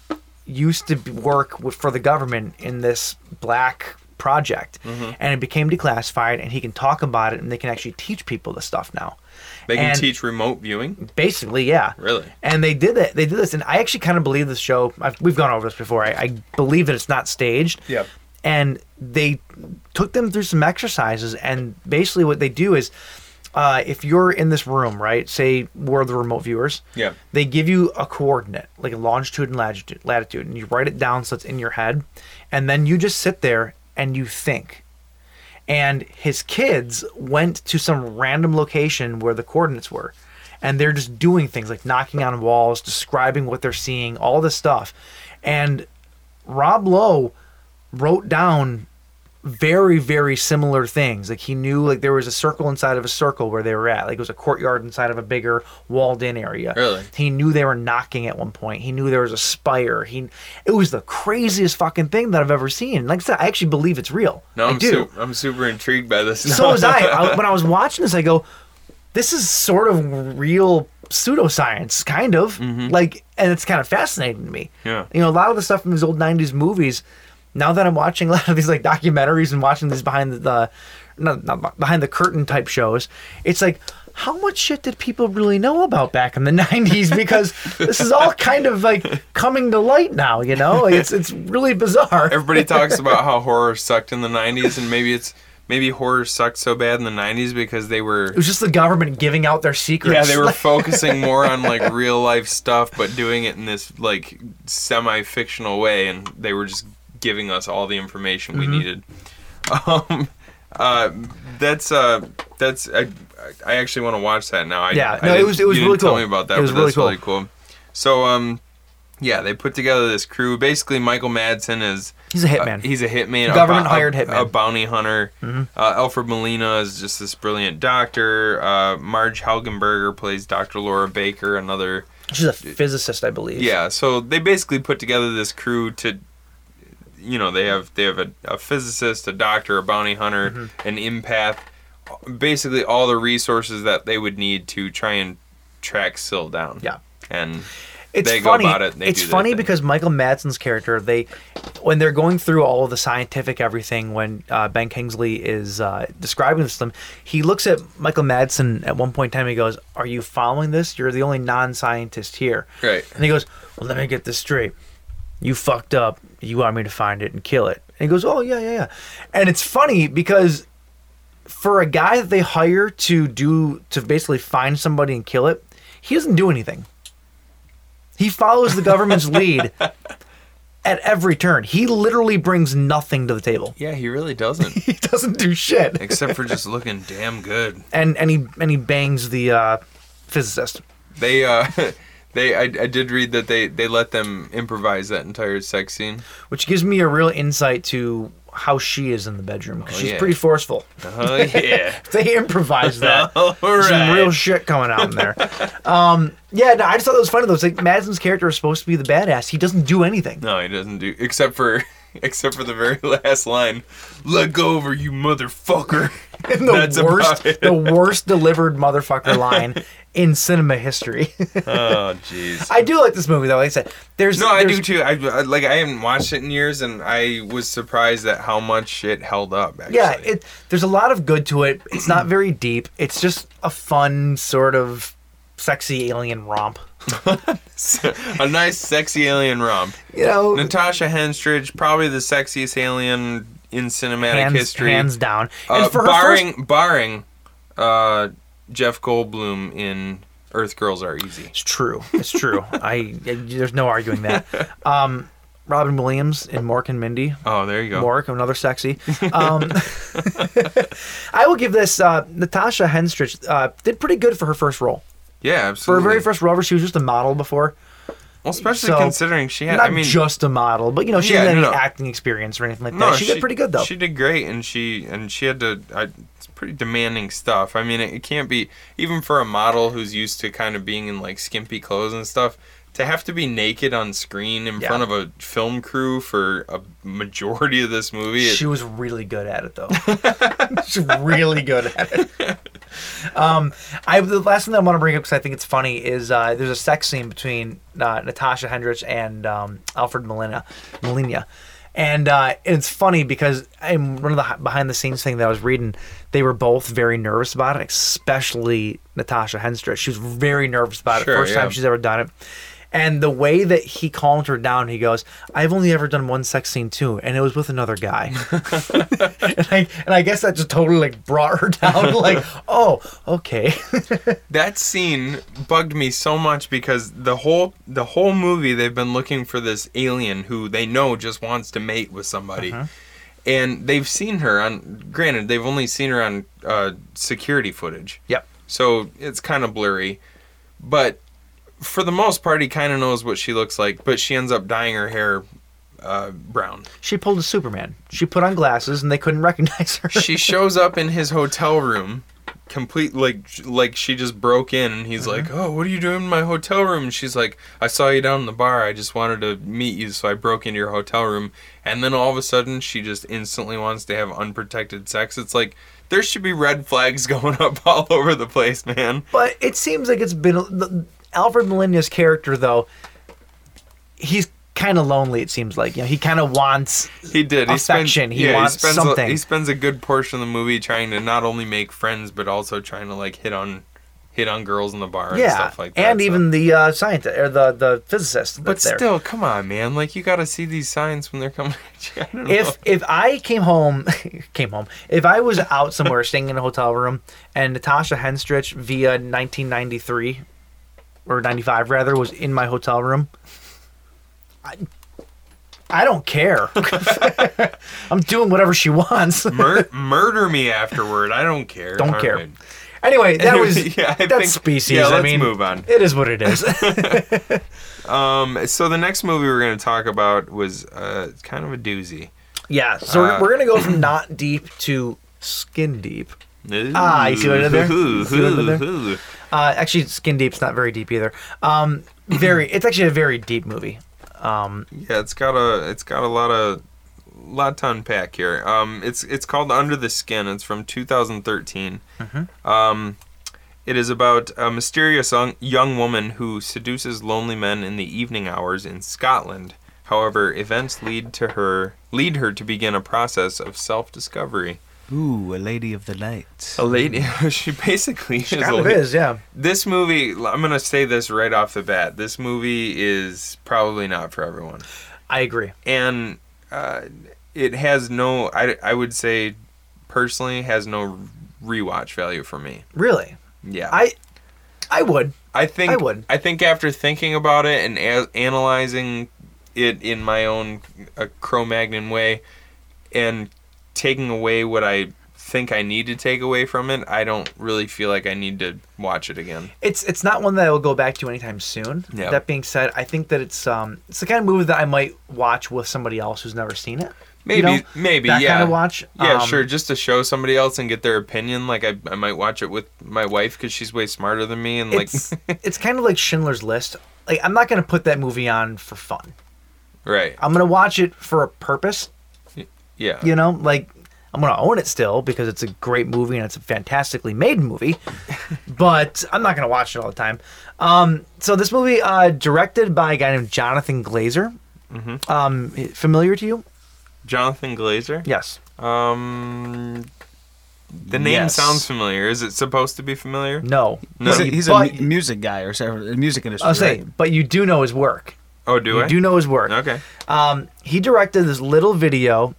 used to be- work with, for the government in this black project, Mm-hmm. and it became declassified, and he can talk about it, and they can actually teach people this stuff now. they can and- teach remote viewing. Basically, yeah. Really? And they did it. They did this, and I actually kind of believe this show. I've, we've gone over this before. I, I believe that it's not staged. Yep. And they took them through some exercises, and basically what they do is, uh, if you're in this room, right? Say we're the remote viewers. Yeah. They give you a coordinate, like a longitude and latitude, latitude, and you write it down so it's in your head, and then you just sit there and you think and his kids went to some random location where the coordinates were and they're just doing things like knocking on walls describing what they're seeing all this stuff and rob lowe wrote down very very similar things like he knew like there was a circle inside of a circle where they were at like it was a courtyard inside of a bigger walled in area Really? he knew they were knocking at one point he knew there was a spire he it was the craziest fucking thing that i've ever seen like i said i actually believe it's real No, I I'm do super, I'm super intrigued by this. so was I. I. When I was watching this, I go, this is sort of real pseudoscience, kind of. Like, and it's kind of fascinating to me. Mm-hmm. Yeah. You know, a lot of the stuff from these old 90s movies, now that I'm watching a lot of these like documentaries and watching these behind the, the not, not behind the curtain type shows, it's like, how much shit did people really know about back in the 90s? Because this is all kind of like coming to light now, you know? It's it's really bizarre. Everybody talks about how horror sucked in the '90s, and maybe it's maybe horror sucked so bad in the '90s because they were it was just the government giving out their secrets. Yeah, they were focusing more on like real life stuff, but doing it in this like semi fictional way, and they were just giving us all the information Mm-hmm. we needed. Um, uh, that's uh, that's I, I actually want to watch that now. I, Yeah, I no, it didn't- was- it was you didn't really Tell cool. me about that. It was but really that's cool. really cool. So um, yeah, they put together this crew. Basically, Michael Madsen is He's a hitman. uh, he's a hitman. a Government bo- hired a, hitman. A bounty hunter. Uh, Alfred Molina is just this brilliant doctor. Uh, Marge Helgenberger plays Dr. Laura Baker, another. She's a physicist, I believe. Yeah, so they basically put together this crew to, you know, they have they have a, a physicist, a doctor, a bounty hunter, an empath, basically all the resources that they would need to try and track Syl down. Yeah. and It's they funny. go about it. and they it's do their funny thing. because Michael Madsen's character, they, when they're going through all of the scientific everything, when uh, Ben Kingsley is uh, describing this to them, he looks at Michael Madsen at one point in time. He goes, "Are you following this? You're the only non-scientist here." Right. And he goes, "Well, let me get this straight. You fucked up. You want me to find it and kill it?" And he goes, "Oh yeah, yeah, yeah." And it's funny because for a guy that they hire to do to basically find somebody and kill it, he doesn't do anything. He follows the government's lead at every turn. He literally brings nothing to the table. yeah, he really doesn't, He doesn't do shit. except for just looking damn good. And and he and he bangs the uh, physicist. They uh they I, I did read that they they let them improvise that entire sex scene. which gives me a real insight to how she is in the bedroom 'cause she's yeah. pretty forceful. Oh yeah. They improvised that. All There's Some right. real shit coming out in there. um, yeah, no, I just thought that was funny though. It's like Madsen's character is supposed to be the badass. He doesn't do anything. no, he doesn't do except for except for the very last line. Let go over you motherfucker. And the That's about worst, it. the worst delivered motherfucker line in cinema history. Oh jeez. I do like this movie though. Like I said, there's No, I there's- do too. I, I- like I haven't watched it in years, and I was surprised at how much it held up. Actually. Yeah, it there's a lot of good to it. It's not very deep. It's just a fun sort of sexy alien romp. a nice, sexy alien romp. You know, Natasha Henstridge, probably the sexiest alien in cinematic hands, history, hands down. Uh, and for her first- barring barring uh, Jeff Goldblum in Earth Girls Are Easy. It's true. It's true. I there's no arguing that. Um, Robin Williams in Mork and Mindy. Oh, there you go. Mork, another sexy. Um, I will give this. Uh, Natasha Henstridge uh, did pretty good for her first role. Yeah, For her absolutely. very first role, she was just a model before. well, especially so- considering she had. I Not mean, just a model, but you know, she Yeah, didn't have no, any no. acting experience or anything like that. she, did pretty good though. She did great, and she and she had to. I, it's pretty demanding stuff. I mean, it, it can't be even for a model who's used to kind of being in like skimpy clothes and stuff to have to be naked on screen in Yeah. front of a film crew for a majority of this movie. She was really good at it, though. She's really good at it. Um, I the last thing that I want to bring up because I think it's funny is uh, there's a sex scene between uh, Natasha Hendricks and um, Alfred Molina, Molina, and uh, it's funny because in one of the hi- behind the scenes thing that I was reading, they were both very nervous about it, especially Natasha Hendricks. She was very nervous about Sure, it, first yeah. time she's ever done it. And the way that he calmed her down, he goes, "I've only ever done one sex scene too, and it was with another guy." and, I, and I guess that just totally like brought her down. Like, oh, okay. that scene bugged me so much because the whole the whole movie they've been looking for this alien who they know just wants to mate with somebody and they've seen her on granted they've only seen her on uh, security footage Yep. so it's kind of blurry but for the most part he kind of knows what she looks like but she ends up dyeing her hair uh, brown She pulled a Superman. She put on glasses, and they couldn't recognize her. she shows up in his hotel room complete like like she just broke in and Uh-huh. he's like oh what are you doing in my hotel room and she's like i saw you down in the bar i just wanted to meet you so i broke into your hotel room and then all of a sudden she just instantly wants to have unprotected sex it's like there should be red flags going up all over the place man but it seems like it's been the, Alfred Molina's character though. He's kind of lonely. It seems like you know he kind of wants. he did he Affection. spends, He wants spends something. A, he spends a good portion of the movie trying to not only make friends but also trying to like hit on hit on girls in the bar and yeah, stuff like that and so. even the uh, scientist or the the physicist. But that's there. still, come on, man. Like you got to see these signs when they're coming at you. I don't know. if if I came home, came home. If I was out somewhere, staying in a hotel room, and Natasha Henstridge via 1993 or 95 rather was in my hotel room, I, I don't care. I'm doing whatever she wants. Mur- murder me afterward, I don't care. Don't Mm, All care. right. Anyway, that was Yeah, I that think- species. yeah, I let's mean, move on. It is what it is. Um, so the next movie we're going to talk about was uh, kind of a doozy. yeah. So Uh, we're, we're gonna go from not deep to skin deep. Ah, you see what I did there? You see what I did there? Ooh. Uh, actually, Skin Deep's not very deep either. Um, very. it's actually a very deep movie. Um, Yeah, it's got a it's got a lot of lot to unpack here. Um, it's it's called Under the Skin. It's from 2013. Um, it is about a mysterious un- young woman who seduces lonely men in the evening hours in Scotland. However, events lead to her lead her to begin a process of self-discovery. Ooh, a lady of the night. A lady, she basically is a kind of la- is, yeah. This movie, I'm gonna say this right off the bat. This movie is probably not for everyone. I agree. and uh, it has no I, I would say personally has no rewatch value for me Really, yeah I, I would. I think I would. I think after thinking about it and a- analyzing it in my own uh, Cro-Magnon way and taking away what I think I need to take away from it I don't really feel like I need to watch it again It's it's not one that I will go back to anytime soon. Yeah. That being said, I think that it's um it's the kind of movie that I might watch with somebody else who's never seen it. maybe You know, maybe that yeah kind of watch. yeah Um, sure just to show somebody else and get their opinion like I, I might watch it with my wife because she's way smarter than me and like It's it's kind of like Schindler's List. Like I'm not gonna put that movie on for fun. Right. I'm gonna watch it for a purpose. Yeah. You know, like I'm gonna own it still because it's a great movie and it's a fantastically made movie. but I'm not gonna watch it all the time. Um, so this movie uh, directed by a guy named Jonathan Glazer. Mm-hmm. Um, familiar to you? Jonathan Glazer. Yes. Um, the name Yes. sounds familiar. Is it supposed to be familiar? No. No. He's a, he's a But- mu- music guy or so- a music industry. I'll say, right? but you do know his work. Oh, do you I? do know his work. Okay. Um, he directed this little video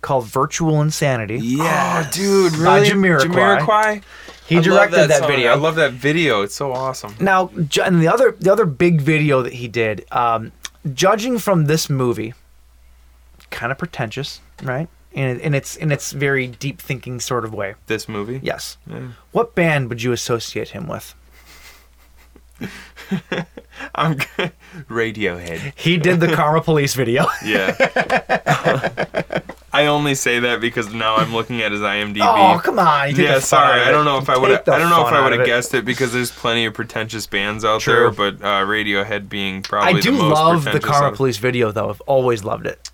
called "Virtual Insanity." Yeah, Oh, Dude, really? Jamiroquai? He I love directed that, song. video. I love that video. It's so awesome. Now, ju- and the other the other big video that he did, um, judging from this movie, kind of pretentious, right? And in its in its very deep thinking sort of way. This movie. Yes. What band would you associate him with? I'm good. Radiohead. He did the Karma Police video. Yeah. I only say that because now I'm looking at his IMDb. oh, come on! you take yeah, the fun out sorry. of I it. don't know if I Take would. the I don't know if fun I out would of have it. guessed it because there's plenty of pretentious bands out True. there, but uh, Radiohead being probably I do the most love the pretentious Karma out of- Police video though. I've always loved it.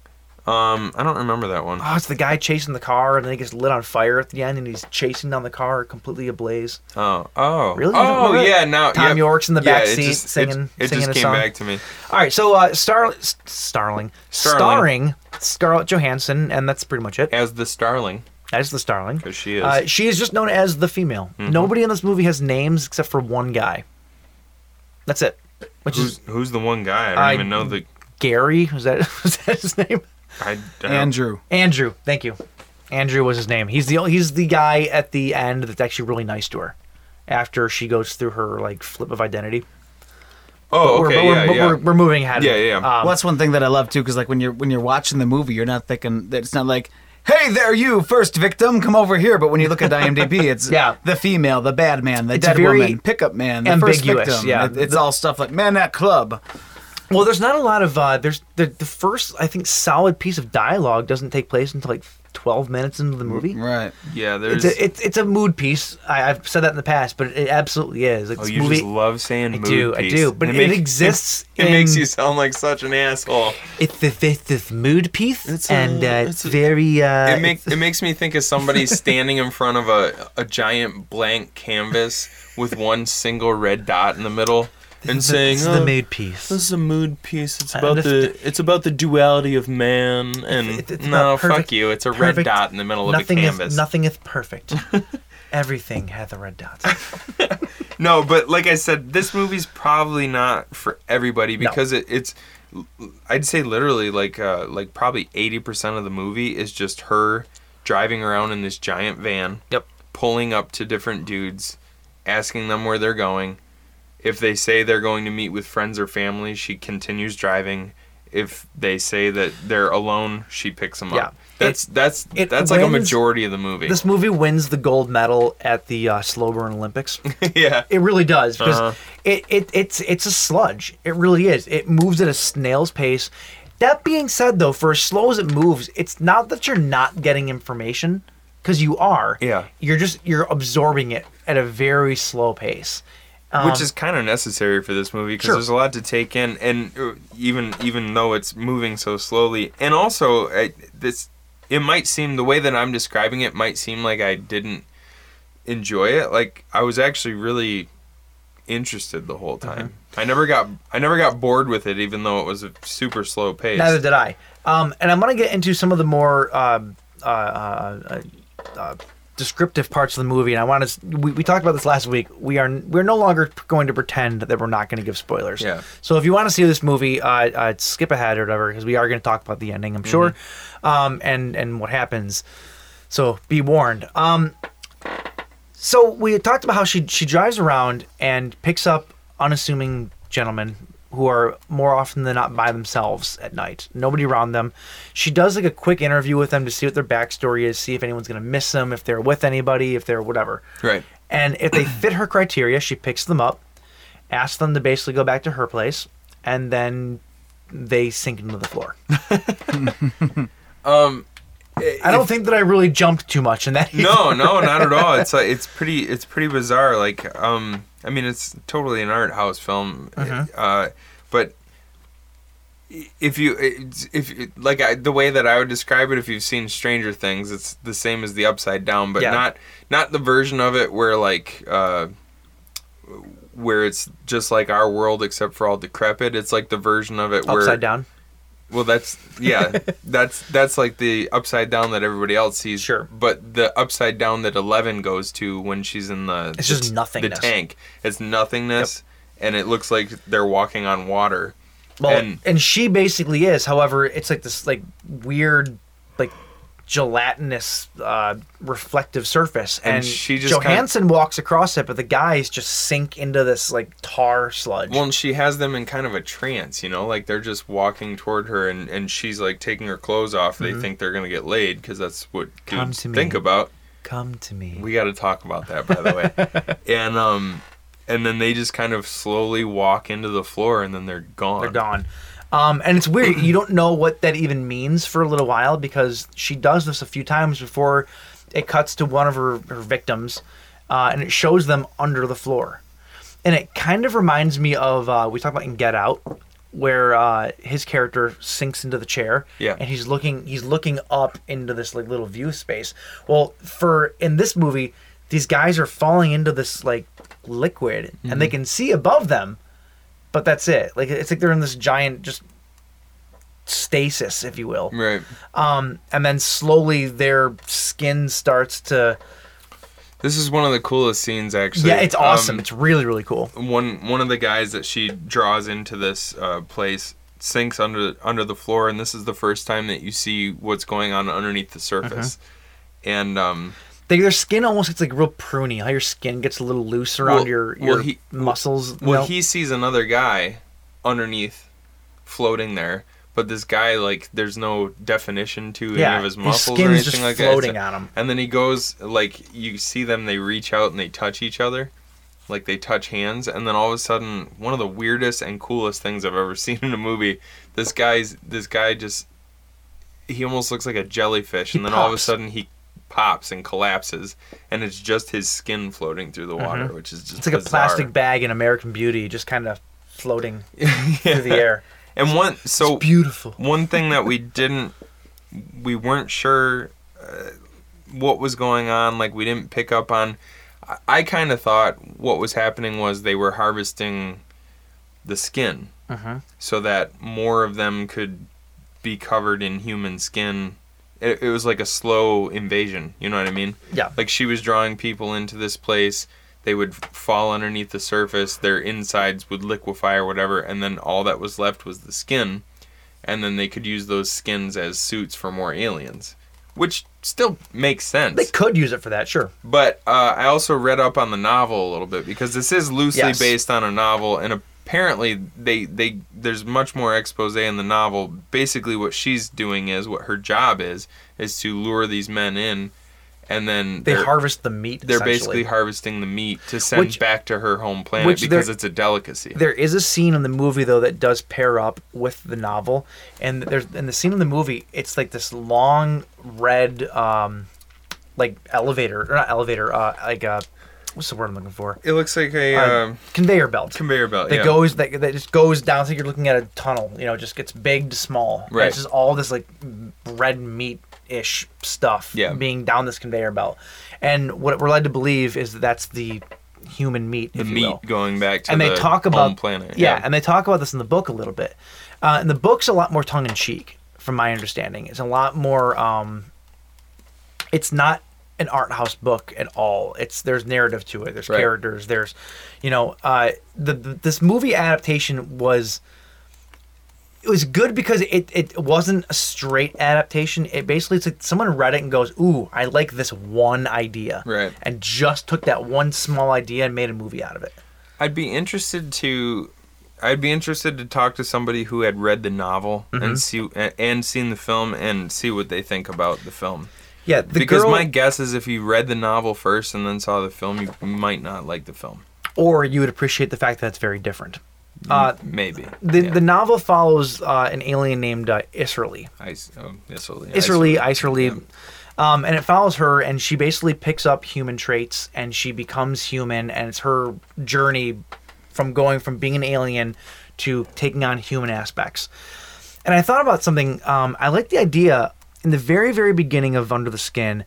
Um, I don't remember that one. Oh, it's the guy chasing the car, and then he gets lit on fire at the end, and he's chasing down the car completely ablaze. Oh, oh, Really? You don't Oh, remember that? yeah. Now Tom yep. York's in the Yeah, back it seat just- it- singing- It, singing just a came song. back to me. All right, so uh, Star, S- Starling, starring Starling. Scarlett Johansson, and that's pretty much it. As the Starling, That is the Starling. 'Cause she is. Mm-hmm. Uh, she is just known as the female. Nobody in this movie has names except for one guy. That's it. Which who's is who's the one guy? I don't I- even know the. Gary. Was that was that his name? I, I don't- Andrew. Andrew. Thank you. Andrew was his name. He's the o- he's the guy at the end that's actually really nice to her. After she goes through her like flip of identity. Oh, we're, okay, but we're, yeah, but yeah. We're, we're moving ahead. Yeah, yeah, yeah. Um, well, that's one thing that I love too, because like when you're when you're watching the movie, you're not thinking that it's not like, "Hey, there, you first victim, come over here." But when you look at IMDb, it's Yeah. the female, the bad man, the It's dead very woman, pickup man, the ambiguous, first victim. yeah. It- it's all stuff like man at club. Well, there's not a lot of uh, there's the the first I think solid piece of dialogue doesn't take place until like 12 minutes into the movie. Right. yeah, It's there's. a, it's it's a mood piece. I, I've said that in the past, but it absolutely is. Like, oh, this you movie, just love saying I mood do, I piece. do, but it exists It, makes in- you sound like such an asshole. it's the fifth of mood piece, It's a- and uh, it's, it's a- very. Uh, It makes it's- it makes me think of somebody standing in front of a a giant blank canvas with one single red dot in the middle and it's saying, the "Oh, mood piece. This is a mood piece. It's I about the understand. it's about the duality of man and It- it's no, about perfect- fuck you. It's a red perfect- dot in the middle of a nothing canvas. Is, nothing is perfect. Everything had the red dots. No, but like I said, this movie's probably not for everybody No. because it, it's I'd say literally like uh, like probably eighty percent of the movie is just her driving around in this giant van. Yep. Pulling up to different dudes, asking them where they're going. If they say they're going to meet with friends or family, she continues driving. If they say that they're alone, she picks them up. Yeah. That's It- that's it that's like a wins- majority of the movie. This movie wins the gold medal at the uh, slow burn Olympics. yeah. It really does because Uh-huh. it, it it's it's a sludge. It really is. It moves at a snail's pace. That being said, though, for as slow as it moves, it's not that you're not getting information because you are. Yeah. You're just you're absorbing it at a very slow pace. which is kind of necessary for this movie because Um, Sure. there's a lot to take in, and uh, even even though it's moving so slowly, and also I, this, it might seem the way that I'm describing it might seem like I didn't enjoy it. Like I was actually really interested the Mm-hmm. whole time. I never got I never got bored with it, even though it was a super slow pace. Neither did I. Um, and I'm going to get into some of the more um, uh, uh, uh, uh, descriptive parts of the movie. And I want to. We, we talked about this last week. We are we're no longer going to pretend that we're not going to give spoilers. Yeah. So if you want to see this movie, uh, uh, skip ahead or whatever, because we are going to talk about the ending, I'm sure, um, and and what happens. So be warned. Um, so we had talked about how she she drives around and picks up unassuming gentlemen who are more often than not by themselves at night. Nobody around them. She does like a quick interview with them to see what their backstory is, see if anyone's gonna miss them, if they're with anybody, if they're whatever. Right. And if they fit her criteria, she picks them up, asks them to basically go back to her place, and then they sink into the floor. Um. I don't think that I really jumped too much in that. no, no, not at all. It's like it's pretty it's pretty bizarre. Like Uh-huh. um I mean it's totally an art house film. uh but uh, if you it's- if you- like I, the way that I would describe it, if you've seen Stranger Things, it's the same as the Upside Down, but Yeah. not not the version of it where like uh, where it's just like our world except for all decrepit. It's like the version of it where Upside down. Well, that's yeah, that's that's like the Upside Down that everybody else sees. Sure. but the Upside Down that Eleven goes to when she's in the It's the just t- nothingness. The tank. It's nothingness, and it looks like they're walking on water. Well, and, And- she basically is. However, it's like this like weird, like gelatinous, uh, reflective surface, and, And she just kinda- Johansson walks across it, but the guys just sink into this like tar sludge. Well, and she has them in kind of a trance, you know, like they're just walking toward her, and, and she's like taking her clothes off. They think they're gonna get laid because that's what Mm-hmm. Come dudes to me. think about. Come to me. We got to talk about that, by the way. and um, and then they just kind of slowly walk into the floor, and then they're gone. They're gone. Um, and it's weird. you don't know what that even means for a little while because she does this a few times before it cuts to one of her, her victims uh, and it shows them under the floor. And it kind of reminds me of, uh, we talked about in Get Out. Where uh, his character sinks into the chair, Yeah. and he's looking, he's looking up into this like little view space. Well, for in this movie, these guys are falling into this like liquid, and they can see above them, but that's it. Like it's like they're in this giant just stasis, if you will. Right. Um, and then slowly their skin starts to This is one of the coolest scenes, actually. yeah, it's Um, awesome. it's really really cool. one one of the guys that she draws into this uh, place sinks under under the floor, and this is the first time that you see what's going on underneath the surface. Mm-hmm. And um, They, their skin almost gets like real pruny. How your skin gets a little loose around Well- your your well, he- muscles. you well, know? he sees another guy underneath, floating there. But this guy, like, there's no definition to Yeah, any of his his muscles or skin's anything just like floating that. on him. And then he goes, like, you see them. They reach out and they touch each other, like they touch hands. And then all of a sudden, one of the weirdest and coolest things I've ever seen in a movie. This guy's this guy just, he almost looks like a jellyfish. He and then all of a pops. sudden, he pops and collapses, and it's just his skin floating through the water, which is just Uh-huh. it's like a bizarre. plastic bag in American Beauty, just kind of floating through the air. And one so Beautiful. one thing that we didn't we weren't sure uh, what was going on like we didn't pick up on I, I kind of thought what was happening was they were harvesting the skin Mm-hmm. so that more of them could be covered in human skin it, it was like a slow invasion you know what i mean Yeah. like she was drawing people into this place they would fall underneath the surface their insides would liquefy or whatever and then all that was left was the skin and then they could use those skins as suits for more aliens which still makes sense They could use it for that, sure. but uh, i also read up on the novel a little bit because this is loosely Yes. based on a novel and apparently they, they there's much more expose in the novel basically what she's doing is what her job is is to lure these men in and then They they're- harvest the meat. they're essentially. basically harvesting the meat to send Which- back to her home planet which because they're- it's a delicacy. There is a scene in the movie though that does pair up with the novel, and there's in the scene in the movie, it's like this long red, um, like elevator or not elevator, uh, like uh, what's the word I'm looking for? It looks like a um, Uh, conveyor belt. conveyor belt. that yeah. goes that, that just goes down. It's like you're looking at a tunnel. You know, it just gets big to small. And Right. It's just all this like m- red meat ish stuff Yeah. being down this conveyor belt, and what we're led to believe is that that's the human meat, the if you meat will going back to and they the talk home about planet. Yeah, and they talk about this in the book a little bit. Uh, and the book's a lot more tongue in cheek, from my understanding. It's a lot more. Um, it's not an art house book at all. It's there's narrative to it. There's Right. characters. There's, you know, uh, the, the this movie adaptation was. It was good because it, it wasn't a straight adaptation. It basically it's like someone read it and goes, "Ooh, I like this one idea," Right. And just took that one small idea and made a movie out of it. I'd be interested to I'd be interested to talk to somebody who had read the novel Mm-hmm. and see and seen the film and see what they think about the film. Yeah, the because girl, my guess is if you read the novel first and then saw the film, you might not like the film. or you would appreciate the fact that it's very different. Uh, Maybe. the Mm. yeah. the novel follows uh, an alien named uh, Israeli. I s- oh, Iserly. Israeli, Israeli, um, and it follows her, and she basically picks up human traits, and she becomes human, and it's her journey from going from being an alien to taking on human aspects. And I thought about something. Um, I like the idea in the very, very beginning of Under the Skin.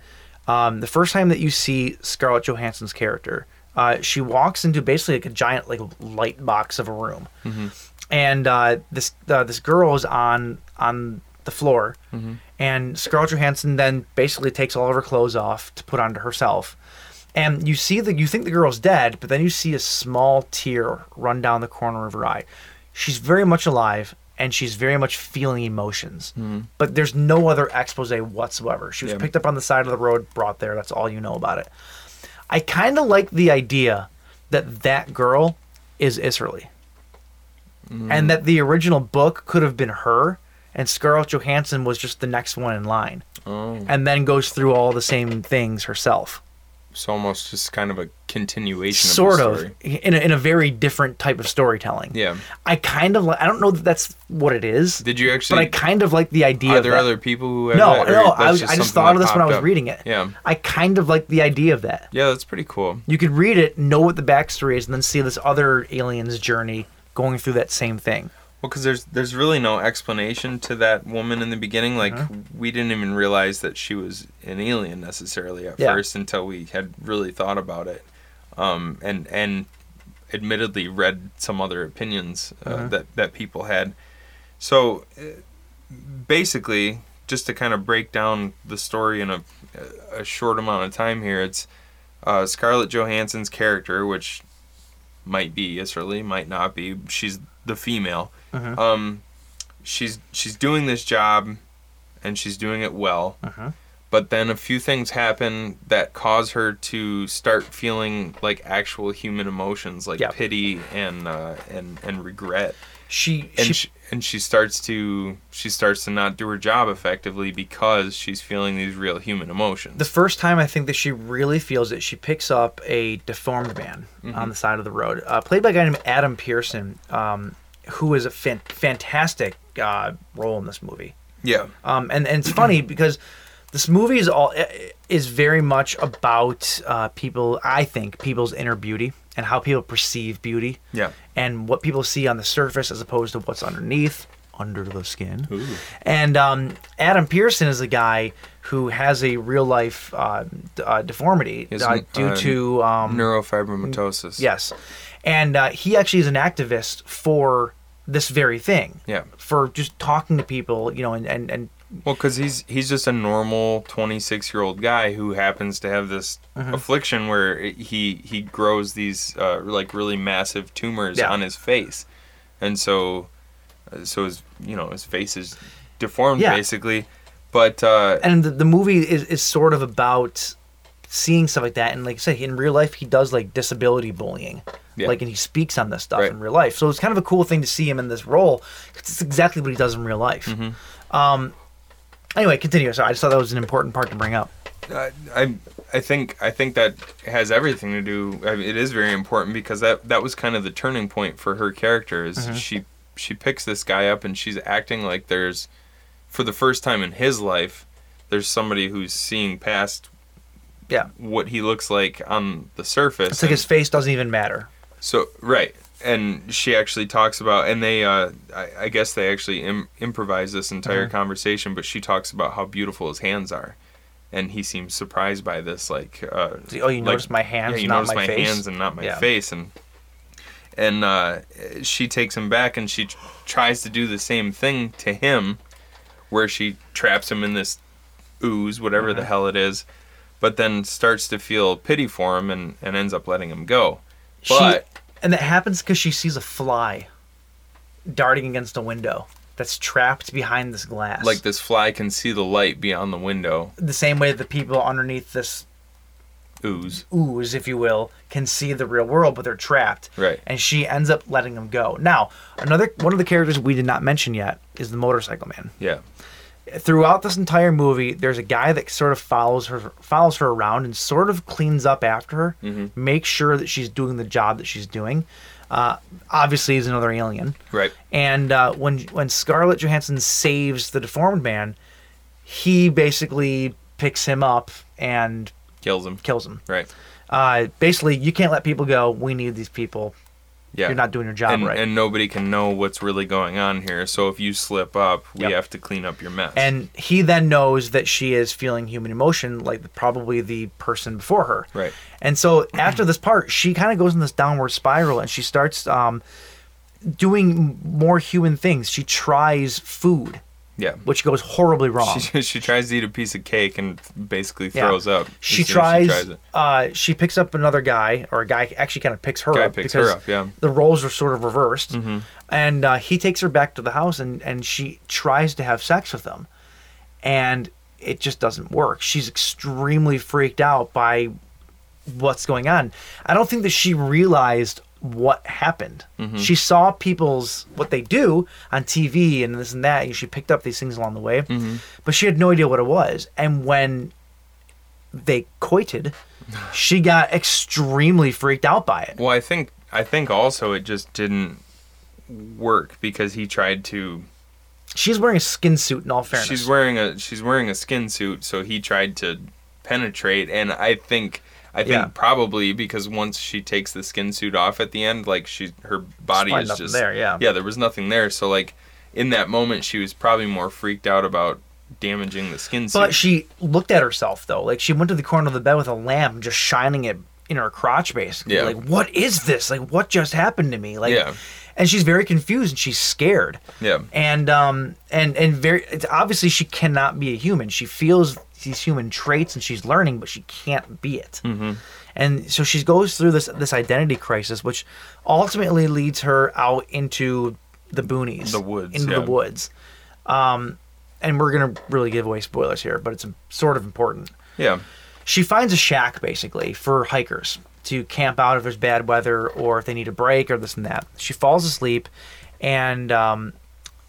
Um, the first time that you see Scarlett Johansson's character, uh, she walks into basically like a giant like light box of a room, and uh, this uh, this girl is on on the floor, and Scarlett Johansson then basically takes all of her clothes off to put on to herself, and you see that you think the girl's dead, but then you see a small tear run down the corner of her eye. She's very much alive and she's very much feeling emotions, but there's no other expose whatsoever. She was picked up on the side of the road, brought there. That's all you know about it. I kind of like the idea that that girl is Israeli Mm. and that the original book could have been her and Scarlett Johansson was just the next one in line Oh. and then goes through all the same things herself It's almost just kind of a continuation of sort the of story. in a, in a very different type of storytelling Yeah. I kind of like I don't know that that's what it is Did you actually but I kind of like the idea Are of there that. other people who have no, that, or no, that's I, was- I something just thought of that this when I popped was up? reading it. Yeah. I kind of like the idea of that. Yeah, that's pretty cool. You could read it, know what the backstory is, and then see this other alien's journey going through that same thing. Well, because there's there's really no explanation to that woman in the beginning. Like we didn't even realize that she was an alien necessarily at Yeah. first until we had really thought about it, um, and and admittedly read some other opinions uh, that that people had. So uh, basically, just to kind of break down the story in a a short amount of time here, it's uh, Scarlett Johansson's character, which might be Israeli, might not be. She's the female. Um, she's she's doing this job, and she's doing it well. Uh-huh. But then a few things happen that cause her to start feeling like actual human emotions, like Yeah. pity and uh, and and regret She, and she, she, and she starts to she starts to not do her job effectively because she's feeling these real human emotions. the first time I think that she really feels it, she picks up a deformed man on the side of the road, uh, played by a guy named Adam Pearson, um, who is a fan- fantastic uh, role in this movie. yeah, Um, and, and it's funny because this movie is all is very much about uh, people. I think people's inner beauty and how people perceive beauty. Yeah. And what people see on the surface as opposed to what's underneath, under the skin. And um, Adam Pearson is a guy who has a real life uh, d- uh, deformity His, uh, due uh, to um, neurofibromatosis. Yes. And uh, he actually is an activist for this very thing. Yeah. For just talking to people, you know, and, and, and Well, because he's he's just a normal 26 year old guy who happens to have this Mm-hmm. affliction where it- he he grows these uh, like really massive tumors Yeah. on his face, and so uh, so his you know his face is deformed Yeah. basically. But uh, and the, the movie is, is sort of about seeing stuff like that and like i said in real life he does like disability bullying Yeah. like and he speaks on this stuff Right. in real life so it's kind of a cool thing to see him in this role 'cause it's exactly what he does in real life um Mm-hmm. anyway continue so i just thought that was an important part to bring up I I think I think that has everything to do. I mean, it is very important because that that was kind of the turning point for her character. Is Mm-hmm. she she picks this guy up and she's acting like there's for the first time in his life there's somebody who's seeing past yeah what he looks like on the surface. it's like and- his face doesn't even matter so right, and she actually talks about, and they, uh, I, I guess they actually Im- improvise this entire Mm-hmm. conversation, but she talks about how beautiful his hands are, and he seems surprised by this, like, uh, Oh, you noticed my hands, yeah, you not noticed my my face? hands and not my Yeah. face, and and uh, she takes him back, and she tr- tries to do the same thing to him, where she traps him in this ooze, whatever Mm-hmm. the hell it is, but then starts to feel pity for him and and ends up letting him go, She- but. and that happens because she sees a fly darting against a window that's trapped behind this glass like this fly can see the light beyond the window the same way the people underneath this ooze ooze, if you will, can see the real world, but they're trapped. Right. And she ends up letting them go. Now, another one of the characters we did not mention yet is the motorcycle man. yeah Throughout this entire movie, there's a guy that sort of follows her follows her around and sort of cleans up after her, makes sure that she's doing the job that she's doing. Uh, obviously, he's another alien. right And uh, when when Scarlett Johansson saves the deformed man, he basically picks him up and kills him kills him right uh, basically you can't let people go we need these people Yeah. you're not doing your job and, right. And nobody can know what's really going on here. So if you slip up, we Yep. have to clean up your mess. and he then knows that she is feeling human emotion like probably the person before her Right. and so after this part she kind of goes in this downward spiral and she starts um, doing more human things she tries food yeah. which goes horribly wrong She, she tries to eat a piece of cake and basically Yeah. throws up. as soon She as tries. it. uh, she picks up another guy, or a guy actually kind of picks her Guy up picks her because up, yeah. Mm-hmm. the roles are sort of reversed. And uh, he takes her back to the house, and and she tries to have sex with him, and it just doesn't work. She's extremely freaked out by what's going on. I don't think that she realized what happened. Mm-hmm. She saw people's what they do on TV and this and that, and she picked up these things along the way, Mm-hmm. but she had no idea what it was. And when they coited, she got extremely freaked out by it. Well, I think I think also it just didn't work because he tried to. She's wearing a skin suit. In all fairness, She's wearing a she's wearing a skin suit, so he tried to penetrate, and I think. I think Yeah. probably because once she takes the skin suit off at the end, like she her body probably is nothing just there, yeah. yeah there was nothing there. So like in that moment, she was probably more freaked out about damaging the skin suit. but she looked at herself though. Like she went to the corner of the bed with a lamp, just shining it in her crotch, basically. Yeah. Like, what is this? Like, what just happened to me? Like, Yeah. and she's very confused and she's scared. Yeah. And um and and very it's obviously she cannot be a human. She feels these human traits and she's learning, but she can't be it. Mm-hmm. And so she goes through this this identity crisis, which ultimately leads her out into the boonies, The woods, into yeah. the woods. Um, and we're gonna really give away spoilers here, but it's sort of important. yeah, She finds a shack basically for hikers to camp out if there's bad weather or if they need a break or this and that. She falls asleep, and um,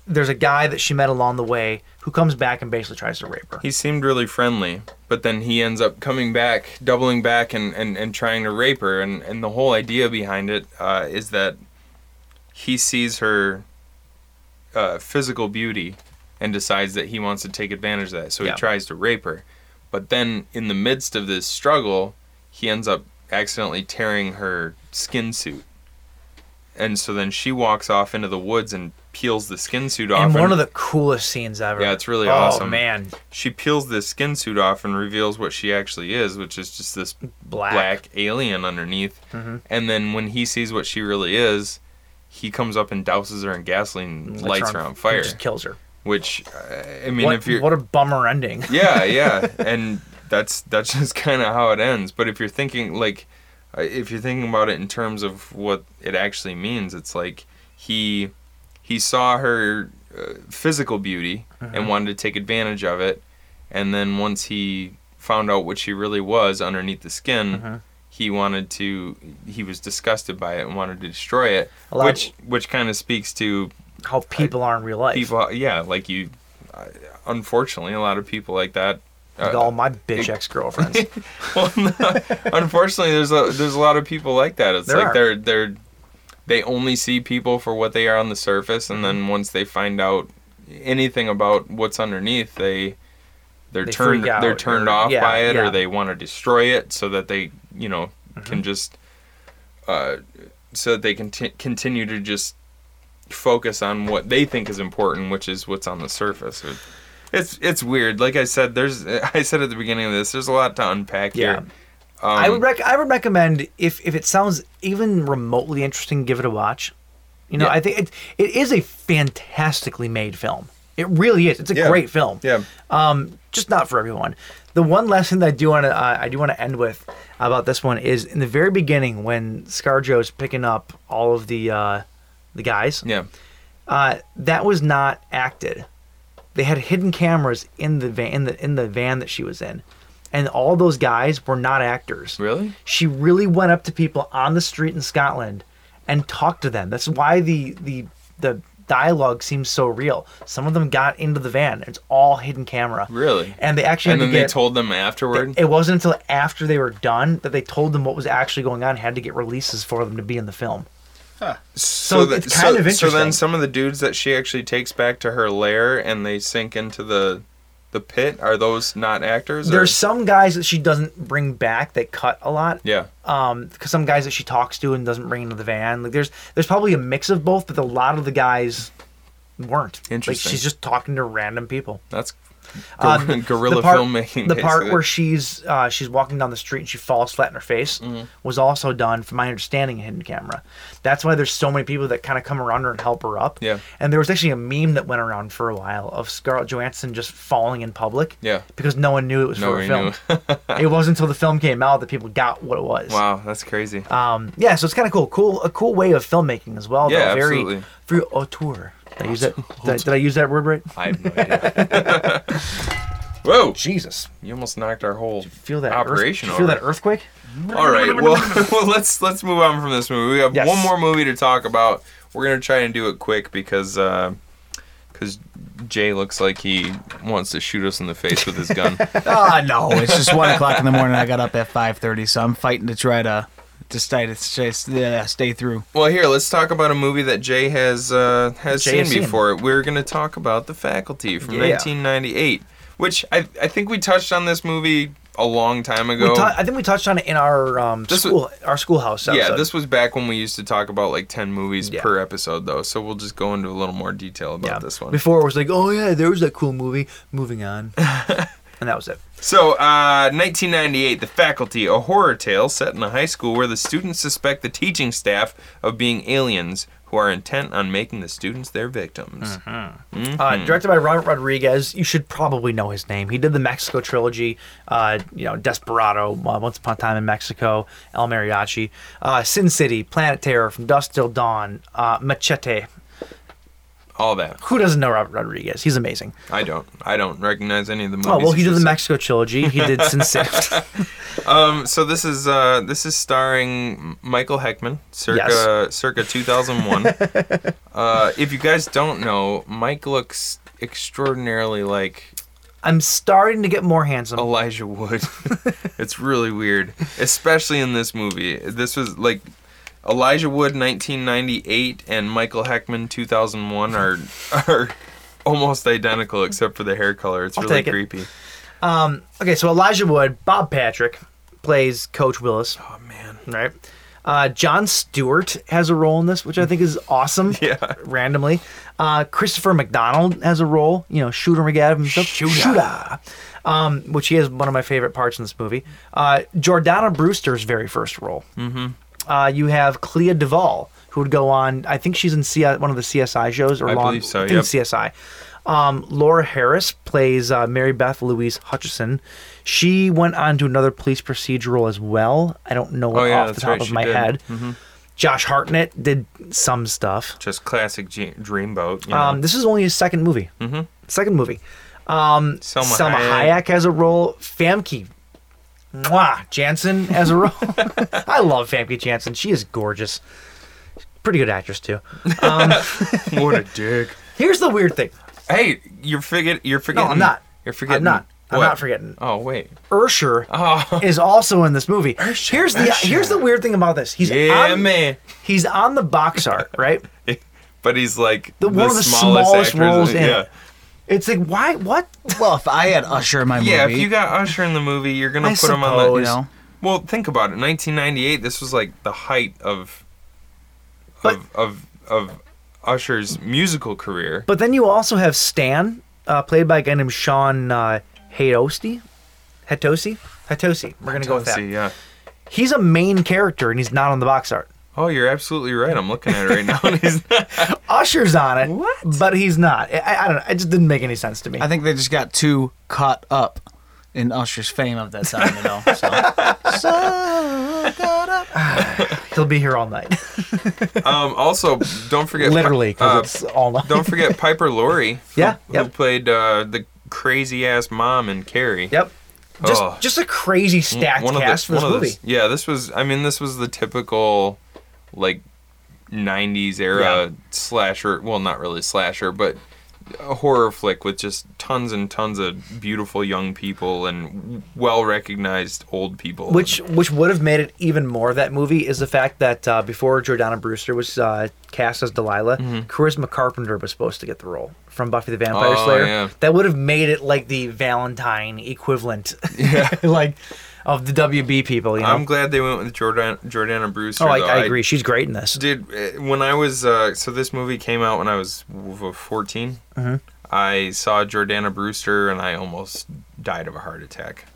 there's a guy that she met along the way who comes back and basically tries to rape her. he seemed really friendly, but then he ends up coming back, doubling back, and, and, and trying to rape her. And, and the whole idea behind it uh, is that he sees her uh, physical beauty and decides that he wants to take advantage of that. So Yeah. he tries to rape her. But then, in the midst of this struggle, he ends up accidentally tearing her skin suit. And so then she walks off into the woods and peels the skin suit off. and one of the coolest scenes ever. Yeah, it's really oh, awesome. man, she peels this skin suit off and reveals what she actually is, which is just this Black. black, Mm-hmm. alien underneath. And then when he sees what she really is, he comes up and douses her in gasoline, and lights her on fire. Just kills her. Which, uh, I mean, what, if you're what a bummer ending. yeah, yeah, and that's that's just kind of how it ends. But if you're thinking like, uh, if you're thinking about it in terms of what it actually means, it's like he he saw her uh, physical beauty Uh-huh. and wanted to take advantage of it, and then once he found out what she really was underneath the skin. Uh-huh. He wanted to. He was disgusted by it and wanted to destroy it, A lot of- which which kind of speaks to How people are in real life. people. Yeah, like you. uh, Unfortunately, a lot of people like that Like all my bitch uh, ex girlfriends. um, well, no, unfortunately, there's a there's a lot of people like that. It's There like are. they're they're they only see people for what they are on the surface, and Mm-hmm. then once they find out anything about what's underneath, they they're They turned freak out they're turned or- off yeah, by it, yeah. Mm-hmm. or they want to destroy it so that they you know can just uh, so that they can t- continue to just focus on what they think is important, which is what's on the surface. It- It's it's weird. Like I said, there's I said at the beginning of this, there's a lot to unpack Yeah. here. I would rec- I would recommend if if it sounds even remotely interesting, give it a watch. You know, Yeah. I think it it is a fantastically made film. It really is. It's a Yeah. great film. Yeah. Um, just not for everyone. The one lesson that I do want to uh, I do want to end with about this one is in the very beginning when ScarJo's picking up all of the uh, the guys. Yeah. Uh, that was not acted. They had hidden cameras in the van in the in the van that she was in, and all those guys were not actors. Really? She really went up to people on the street in Scotland and talked to them. That's why the the the dialogue seems so real. Some of them got into the van. It's all hidden camera. Really? And they actually And had then to they get- told them afterward. It wasn't until after they were done that they told them what was actually going on. Had to get releases for them to be in the film. so that- it's so- kind of So interesting. then some of the dudes that she actually takes back to her lair and they sink into the the pit? Are those not actors? or- There's some guys that she doesn't bring back that cut a lot. Yeah. Um, 'cause some guys that she talks to and doesn't bring into the van. Like there's there's probably a mix of both, but a lot of the guys weren't. Interesting. Like she's just talking to random people. That's Uh, gor- guerrilla the part, filmmaking. The part basically. where she's uh, she's walking down the street and she falls flat on her face Mm-hmm. was also done, from my understanding, in hidden camera. That's why there's so many people that kind of come around her and help her up. Yeah. And there was actually a meme that went around for a while of Scarlett Johansson just falling in public. Yeah. Because no one knew it was No for one a film. it wasn't until the film came out that people got what it was. Wow, that's crazy. Um, yeah, so it's kind of cool. Cool, a cool way of filmmaking as well. Yeah, though. Very, absolutely. Through auteur. Did I use that? Did I, did I use that word right? I have no idea. Whoa! Jesus, You almost knocked our whole feel that earth- operation feel over. that earthquake? All right. Well, well, let's let's move on from this movie. We have Yes. one more movie to talk about. We're gonna try and do it quick because because Jay looks like he wants to shoot us in the face with his gun. Ah, no, it's just one o'clock in the morning. I got up at five thirty, so I'm fighting to try to to stay to stay, yeah, stay through. well, here let's talk about a movie that Jay has uh, has Jay seen has seen. before. We're gonna talk about The Faculty from Yeah. 1998, which I I think we touched on this movie a long time We ago. tou- I think we touched on it in our um, This school, our schoolhouse episode. Yeah, this was back when we used to talk about like 10 movies Yeah. per episode, though. So we'll just go into a little more detail about Yeah. this one. Before it was like, oh yeah, there was that cool movie. Moving on, and that was it. So, uh, 1998, The Faculty, a horror tale set in a high school where the students suspect the teaching staff of being aliens who are intent on making the students their victims. Uh, Mm-hmm. directed by Robert Rodriguez. You should probably know his name. He did the Mexico trilogy. Uh, you know, Desperado, uh, Once Upon a Time in Mexico, El Mariachi, uh, Sin City, Planet Terror, From Dusk Till Dawn, uh, Machete. All that. Who doesn't know Robert Rodriguez? He's amazing. I don't. I don't recognize any of the movies. Oh well, he did the just- Mexico trilogy. He did Sin City. Um, so this is uh, this is starring Michael Heckman, circa circa 2001. uh, if you guys don't know, Mike looks extraordinarily like I'm starting to get more handsome. Elijah Wood. it's really weird, especially in this movie. This was like Elijah Wood 1998 and Michael Heckman 2001 are are almost identical except for the hair color. It's I'll really take it. creepy. Okay, so Elijah Wood, Bob Patrick plays Coach Willis, Oh man. right? Uh, John Stewart has a role in this, which I think is awesome. Yeah. Randomly, uh, Christopher McDonald has a role. You know, shooter McGavin himself. Shooter. Um, which he has one of my favorite parts in this movie. Uh, Jordana Brewster's very first role. Mm-hmm. Uh, you have Clea Duvall, who would go on. I think she's in C- one of the CSI shows, or I Law- believe so, I think yep. CSI. Um, Laura Harris plays uh, Mary Beth Louise Hutchison. She went on to another police procedural as well. I don't know Oh, yeah, off that's the top right, of she my did. Mm-hmm. head. Josh Hartnett did some stuff. Just classic G- dreamboat. You know. Um, this is only his second movie. Mm-hmm. Second movie. Selma, Selma Hayek. Hayek. has a role. Famke, mwah, Jansen has a role. I love Famke Jansen. She is gorgeous. Pretty good actress too. Um, what a dick. Here's the weird thing. Hey, you're forget. You're forgetting. not. You're forgetting. I'm not. I'm what? not forgetting. Oh wait. Ursher Oh. is also in this movie. here's the here's the weird thing about this. He's Yeah, on, man. He's on the box art, right? But he's like the, The- one of the smallest, smallest actors- roles in yeah. it. It's like why? What? Well, if I had Usher in my movie, Yeah, if you got Usher in the movie, you're gonna I put him on the. suppose. You know. Well, think about it. 1998. This was like the height of, But- of of of Usher's musical career. But then you also have Stan, uh, played by a guy named Sean uh, Hatosi. Hatosi. Hatosi. We're gonna go with that. See, yeah. He's a main character and he's not on the box art. Oh, you're absolutely right. I'm looking at it right now. and he's not. Usher's on it, but he's not. I, I don't know. It just didn't make any sense to me. I think they just got too caught up in Usher's fame of that time, you know. So, so caught up. He'll be here all night. Um. Also, don't forget. Literally, because uh, it's all night. don't forget Piper Laurie. who- Yeah, Who, yep. played uh, the crazy ass mom in Carrie. Yep. Just, Oh. just a crazy stacked cast for this one of movie. the- yeah, this was. I mean, this was the typical, like, '90s era Yeah. slasher. Well, not really slasher, but a horror flick with just tons and tons of beautiful young people and well recognized old people. Which which would have made it even more of that movie is the fact that uh, before Jordana Brewster was uh, cast as Delilah, Charisma Carpenter was supposed to get the role from Buffy the Vampire Mm-hmm. Oh, Slayer. yeah. That would have made it like the Valentine equivalent, like of the WB people. You know, I'm glad they went with Jordan Jordana Brewster. oh, I, though. I agree. She's great in this. Dude, eh, when I was uh, so this movie came out when I was w- w- 14. Mm-hmm. I saw Jordana Brewster and I almost died of a heart attack.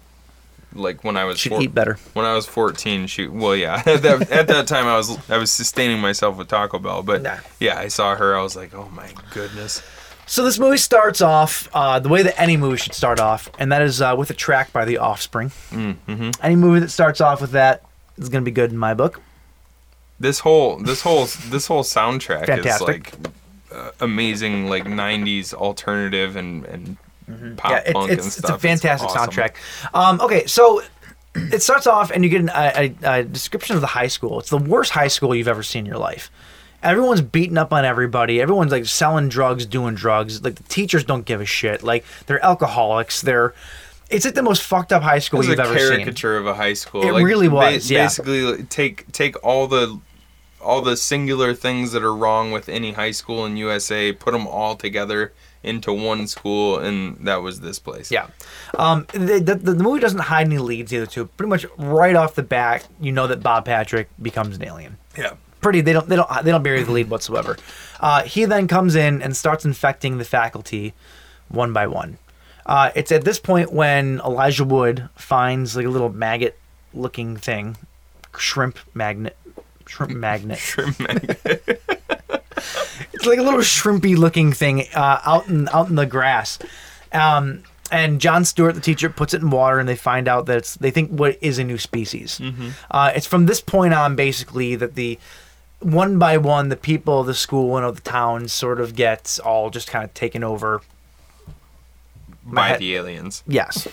Like when I was Should eat better. When I was 14, she well yeah, at that, at that time I was I was sustaining myself with Taco Bell, but Nah. yeah, I saw her. I was like, "Oh my goodness." So this movie starts off uh, the way that any movie should start off, and that is uh, with a track by The Offspring. Mm, Mm-hmm. Any movie that starts off with that is going to be good in my book. This whole this whole this whole soundtrack is Fantastic. like uh, amazing like 90s alternative and and pop Mm-hmm. yeah, it, punk it's, and it's stuff. a fantastic awesome. soundtrack. Um, okay, so it starts off, and you get an, a, a, a description of the high school. It's the worst high school you've ever seen in your life. Everyone's beating up on everybody. Everyone's like selling drugs, doing drugs. Like the teachers don't give a shit. Like they're alcoholics. They're it's like the most fucked up high school It was you've a ever seen. caricature of a high school. It really ba- was, yeah. Basically, like, take take all the all the singular things that are wrong with any high school in USA, put them all together into one school, and that was this place. Yeah. Um, the, the, the movie doesn't hide any leads either, too. Pretty much right off the bat, you know that Bob Patrick becomes an alien. yeah. Pretty, they don't, they don't, they don't bury the lead whatsoever. Uh, he then comes in and starts infecting the faculty one by one. Uh, it's at this point when Elijah Wood finds like a little maggot-looking thing, shrimp magnet, shrimp magnet. It's like a little shrimpy looking thing uh, out in out in the grass. Um, and John Stewart, the teacher, puts it in water, and they find out that it's, they think what is a new species. Uh, it's from this point on, basically, that the one by one, the people of the school and of the town sort of gets all just kind of taken over. By head- the aliens. Yes,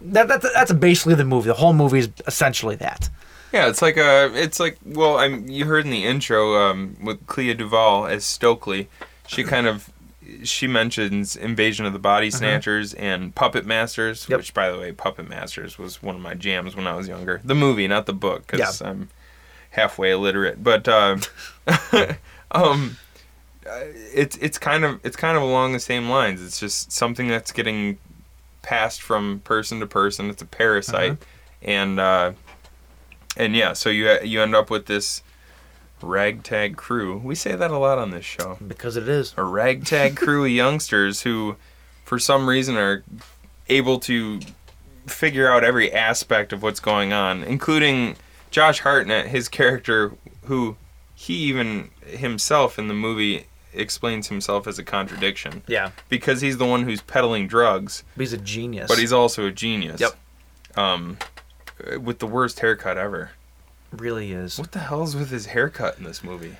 that, that's that's basically the movie. The whole movie is essentially that. Yeah, it's like a, it's like well, I'm you heard in the intro um, with Clea Duvall as Stokely, she kind of she mentions Invasion of the Body Snatchers and Puppet Masters, Uh-huh. Yep. which by the way, Puppet Masters was one of my jams when I was younger. The movie, not the book, because Yeah. I'm halfway illiterate. But uh, um, uh, it's it's kind of it's kind of along the same lines. It's just something that's getting passed from person to person. It's a parasite, Uh-huh. and uh, and yeah, so you you end up with this ragtag crew. We say that a lot on this show. Because it is. A ragtag crew of youngsters who, for some reason, are able to figure out every aspect of what's going on, including Josh Hartnett, his character, who he even himself in the movie explains himself as a contradiction. Yeah. Because he's the one who's peddling drugs, He's a genius. but he's also a genius. Yep. Um, with the worst haircut ever. really is. What the hell's with his haircut in this movie?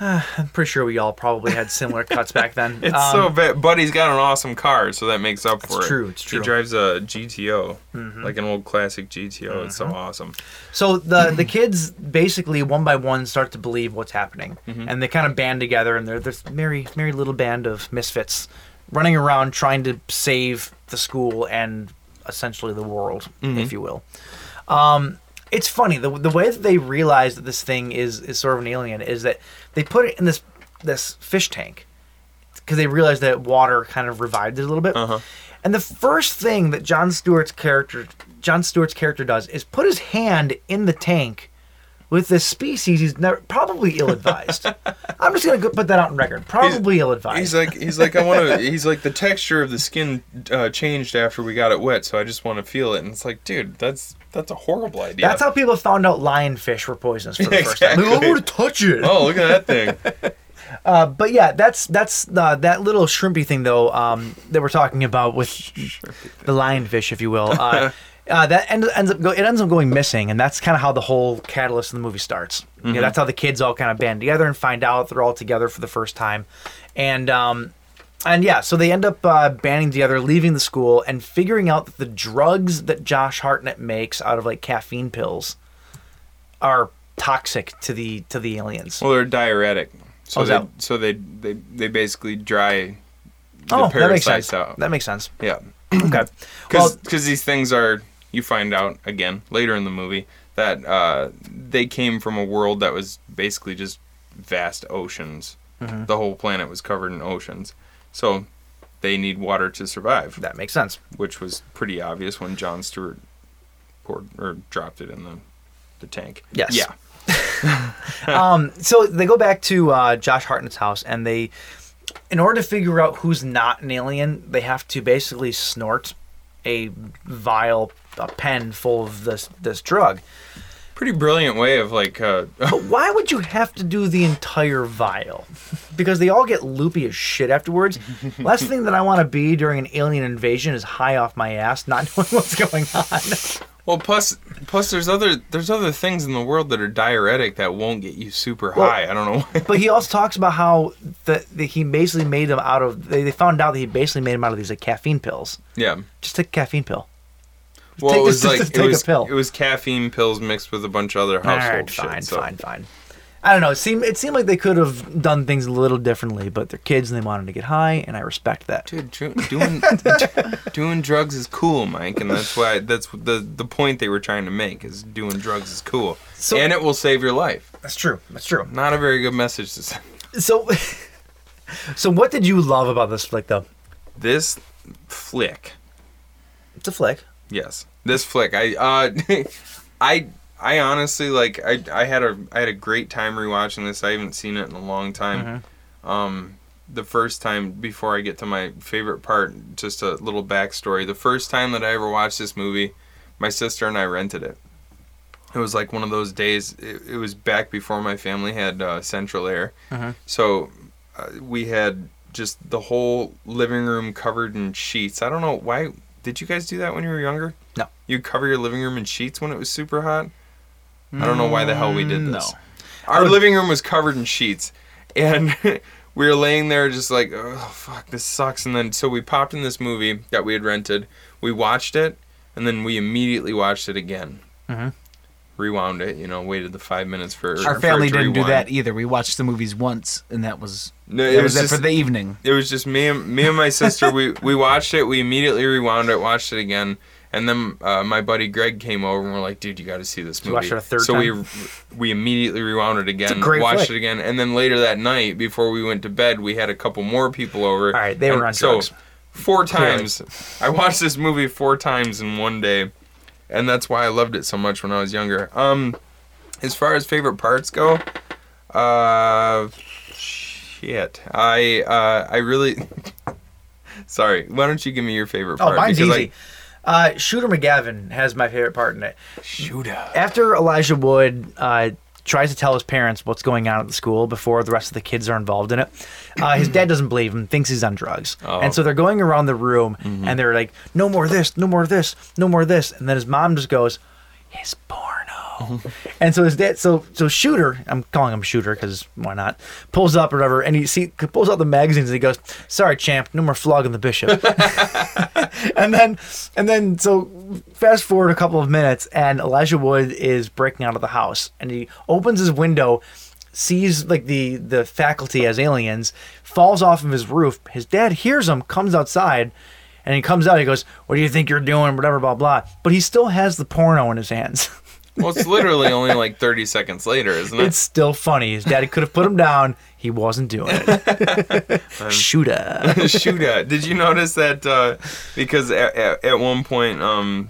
I'm pretty sure we all probably had similar cuts back then. It's Um, so bad. Buddy's got an awesome car, so that makes up for it. true, it's true. He drives a GTO, like an old classic GTO. It's so awesome. So the the kids basically one by one start to believe what's happening, and they kind of band together, and they're this merry merry little band of misfits running around trying to save the school and essentially the world, if you will. Um, it's funny the the way that they realize that this thing is is sort of an alien is that they put it in this this fish tank because they realized that water kind of revived it a little bit. Uh-huh. And the first thing that John Stewart's character John Stewart's character does is put his hand in the tank with this species he's never, probably ill-advised. I'm just gonna go put that out on record. Probably ill-advised. He's like, he's like, I want to. He's like, the texture of the skin uh, changed after we got it wet, so I just want to feel it. And it's like, dude, that's that's a horrible idea. That's how people found out lionfish were poisonous for the Yeah, first time. They exactly. want to touch it. oh, look at that thing. Uh, but yeah, that's that's uh, that little shrimpy thing though um, that we're talking about with the lionfish, if you will. Uh, uh, that end, ends up go, it ends up going missing, and that's kind of how the whole catalyst of the movie starts. You Mm-hmm. know, that's how the kids all kind of band together and find out they're all together for the first time, and um, and yeah, so they end up uh, banding together, leaving the school, and figuring out that the drugs that Josh Hartnett makes out of like caffeine pills are toxic to the to the aliens. Well, they're diuretic, so Oh, is they that- so they, they they basically dry the oh, that makes parasites sense. out. That makes sense. Yeah. okay. Because Well- these things are, you find out again later in the movie that uh, they came from a world that was basically just vast oceans. Mm-hmm. The whole planet was covered in oceans. So they need water to survive, That makes sense. which was pretty obvious when John Stewart poured or dropped it in the, the tank. Yes. Yeah. So they go back to uh, Josh Hartnett's house, and they, in order to figure out who's not an alien, they have to basically snort a vial, a pen full of this this drug. Pretty brilliant way of like, uh, But why would you have to do the entire vial? Because they all get loopy as shit afterwards. Last thing that I want to be during an alien invasion is high off my ass, not knowing what's going on. well, plus, plus there's other, there's other things in the world that are diuretic that won't get you super high. I don't know why. But he also talks about how that that he basically made them out of. They, they found out that he basically made them out of these like caffeine pills. yeah. Just take a caffeine pill. Well, it Take this- was just like to it take a was, pill. It was caffeine pills mixed with a bunch of other household Alright, shit. fine, so. fine, fine. I don't know. It seemed it seemed like they could have done things a little differently, but they're kids and they wanted to get high, and I respect that. Dude, dr- doing doing drugs is cool, Mike, and that's why that's the the point they were trying to make is doing drugs is cool, So- and it will save your life. That's true. That's true. Not a very good message to send. So, so what did you love about this flick, though? This flick, It's a flick. yes, this flick. I uh, I I honestly like I I had a I had a great time rewatching this. I haven't seen it in a long time. Um, the first time before I get to my favorite part, just a little backstory. The first time that I ever watched this movie, my sister and I rented it. It was like one of those days. It, it was back before my family had uh, central air, so uh, we had just the whole living room covered in sheets. I don't know why. Did you guys do that when you were younger? No. You cover your living room in sheets when it was super hot. I don't know why the hell we did Mm, this. no. Our living room was covered in sheets, and we were laying there just like, oh fuck, this sucks. And then so we popped in this movie that we had rented. We watched it, and then we immediately watched it again. Rewound it, you know, waited the five minutes for for Mm-hmm. Our it family to didn't do rewind. that either. We watched the movies once, and that was No, it that was was, it just- for the evening. It was just me and me and my sister. we we watched it. We immediately rewound it, watched it again, and then uh, my buddy Greg came over and we're like, "Dude, you got to see this movie." you watch it a third so time? we we immediately rewound it again, great watched flick. it again, and then later that night, before we went to bed, we had a couple more people over. All right, they and were on so drugs. Four times, I watched this movie four times in one day, and that's why I loved it so much when I was younger. Um, as far as favorite parts go, uh, shit. I uh, I really. Sorry. Why don't you give me your favorite Oh, part? mine's Because easy. Uh, Shooter McGavin has my favorite part in it. Shooter. After Elijah Wood uh, tries to tell his parents what's going on at the school before the rest of the kids are involved in it, uh, his dad doesn't believe him, thinks he's on drugs. Oh. And so they're going around the room Mm-hmm. and they're like, no more this, no more this, no more this. And then his mom just goes, his porno. and so his dad, so so Shooter, I'm calling him Shooter because why not? Pulls up or whatever, and he see pulls out the magazines and he goes, "Sorry, champ, no more flogging the bishop." and then and then so fast forward a couple of minutes and Elijah Wood is breaking out of the house and he opens his window sees like the the faculty as aliens falls off of his roof his dad hears him comes outside and he comes out he goes what do you think you're doing whatever blah blah but he still has the porno in his hands Well, it's literally only like 30 seconds later, isn't it? it's still funny his dad could have put him down he wasn't doing it shooter Shooter. Did you notice that? Uh, because at, at, at one point, um,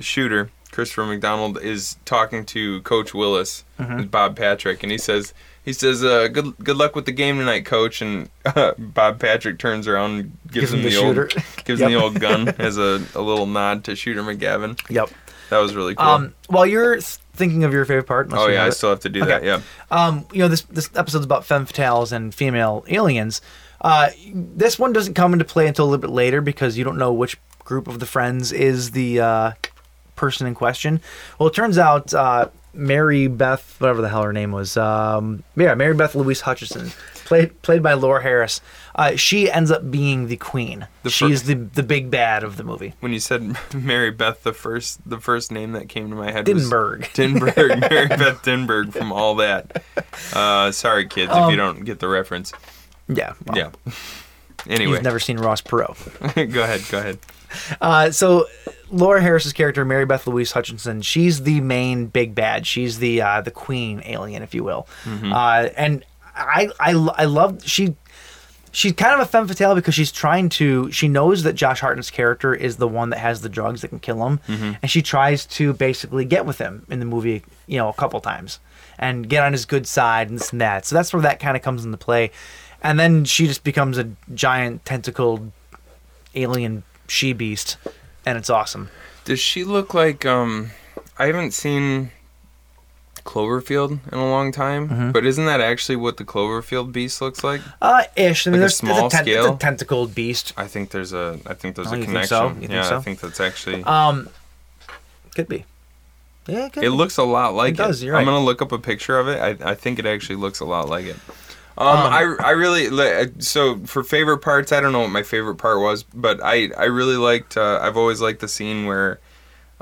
Shooter Christopher McDonald is talking to Coach Willis, Mm-hmm. Bob Patrick, and he says he says, uh, "Good good luck with the game tonight, Coach." And uh, Bob Patrick turns around, and gives, him the, shooter. old gives him Yep. the old gun as a, a little nod to Shooter McGavin. yep That was really cool. um while you're thinking of your favorite part unless oh you yeah, have I it- still have to do that. Okay. Yeah. um, you know, this this episode's about femme fatales and female aliens. Uh, this one doesn't come into play until a little bit later because you don't know which group of the friends is the uh, person in question. Well, it turns out uh, Mary Beth, whatever the hell her name was, um, yeah, Mary Beth Louise Hutchinson, played played by Laura Harris. Uh, she ends up being the queen. The fir- She's the the big bad of the movie. when you said Mary Beth, the first the first name that came to my head Dinberg. was Dinberg, Mary Beth Dinberg from all Um, that. Uh, sorry, kids, if you don't get the reference. Yeah. well, yeah, Anyway, You've never seen Ross Perot. go ahead. Go ahead. Uh, so Laura Harris's character, Mary Beth Louise Hutchinson, she's the main big bad. She's the uh, the queen alien, if you will. Uh, and I, I lo- I love she. She's kind of a femme fatale because she's trying to. She knows that Josh Hartnett's character is the one that has the drugs that can kill him, and she tries to basically get with him in the movie, you know, a couple times, and get on his good side and this and that. So that's where that kind of comes into play, and then she just becomes a giant tentacled alien she beast, and it's awesome. Does she look like um I haven't seen Cloverfield in a long time, but isn't that actually what the Cloverfield beast looks like? Mm-hmm. Uh, ish. I mean, Like a there's, there's small a ten- it's scale? a tentacled beast. I think there's a I think there's Oh, a you think connection. so? You think yeah, so? I think that's actually Um, could be. Yeah, it could. It be. looks a lot like it. does, you're I'm right. gonna look up a picture of it. I, I think it actually looks a lot like it. Um, I I really li- uh, so for favorite parts. I don't know what my favorite part was, but I I really liked. Uh, I've always liked the scene where,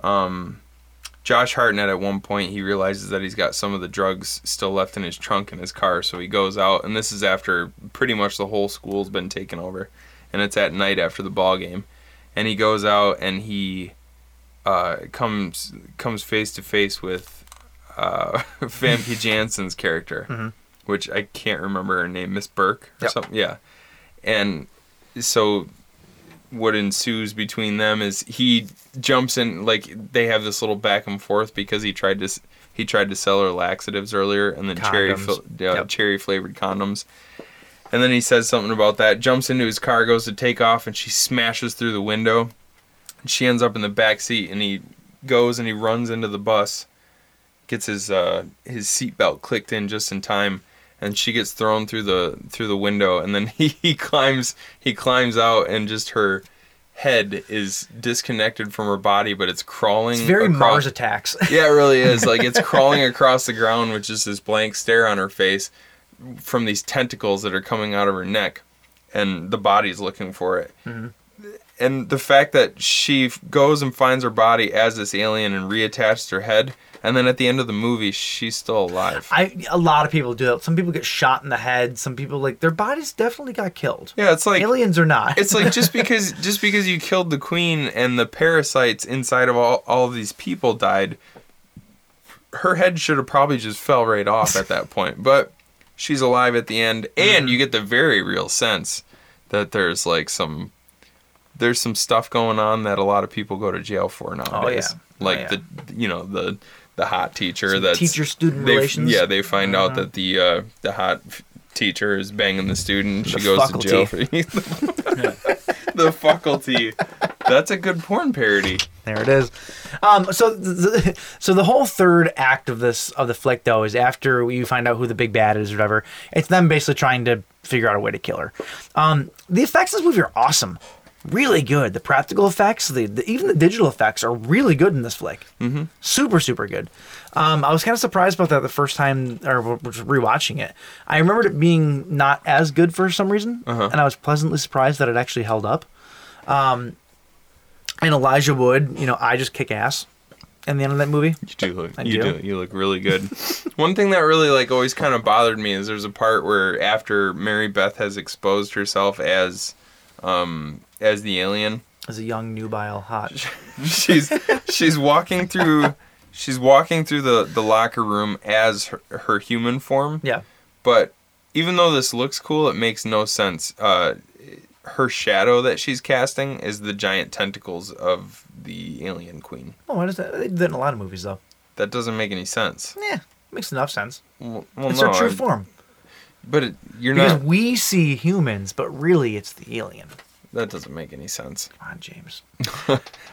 um, Josh Hartnett at one point he realizes that he's got some of the drugs still left in his trunk in his car, so he goes out, and this is after pretty much the whole school's been taken over, and it's at night after the ball game, and he goes out and he uh, comes comes face to face with uh, Famke Janssen's character, which I can't remember her name, Miss Burke or Mm-hmm. Yep. something. Yeah, and so what ensues between them is he jumps in like they have this little back and forth because he tried to s- he tried to sell her laxatives earlier and then cherry Condoms. fil- uh, Yep. cherry flavored condoms. And then he says something about that, jumps into his car, goes to take off, and she smashes through the window. And she ends up in the back seat, and he goes and he runs into the bus, gets his uh, his seatbelt clicked in just in time, and she gets thrown through the through the window, and then he, he climbs he climbs out, and just her head is disconnected from her body, but it's crawling. It's very across- Mars attacks. yeah, it really is. Like it's crawling across the ground with just this blank stare on her face from these tentacles that are coming out of her neck, and the body's looking for it. And the fact that she f- goes and finds her body as this alien and reattaches her head, and then at the end of the movie, she's still alive. I a lot of people do that. Some people get shot in the head. Some people like their bodies definitely got killed. yeah, it's like aliens or not. it's like just because just because you killed the queen and the parasites inside of all all of these people died her head should have probably just fell right off at that point but she's alive at the end Mm-hmm. and you get the very real sense that there's like some there's some stuff going on that a lot of people go to jail for nowadays Oh, yeah. like Oh, the you know the the hot teacher Some that's teacher-student they- relations? yeah they find Uh-huh. out that the uh the hot f- teacher is banging the student she The goes faculty. to jail for the faculty. That's a good porn parody. There it is. Um, so, the, so the whole third act of this of the flick though is after you find out who the big bad is or whatever. It's them basically trying to figure out a way to kill her. Um, the effects in this movie are awesome, really good. The practical effects, the, the even the digital effects are really good in this flick. Mm-hmm. Super, super good. Um, I was kind of surprised about that the first time or w- w- rewatching it. I remembered it being not as good for some reason, and I was pleasantly surprised that it actually held up and Elijah Wood, you know, I just kick ass in the end of that movie. You do look. I you do. do. You look really good. One thing that really like always kind of bothered me is there's a part where after Mary Beth has exposed herself as, um, as the alien, As a young nubile hot. she's she's walking through. She's walking through the, the locker room as her, her human form. Yeah. but even though this looks cool, it makes no sense. Uh, her shadow that she's casting is the giant tentacles of the alien queen. Oh, why does that? They did that in a lot of movies though. That doesn't make any sense. Yeah, makes enough sense. Well, well, it's no, our true I- form But it, you're because not. we see humans, but really it's the alien. That doesn't make any sense. Come on, James.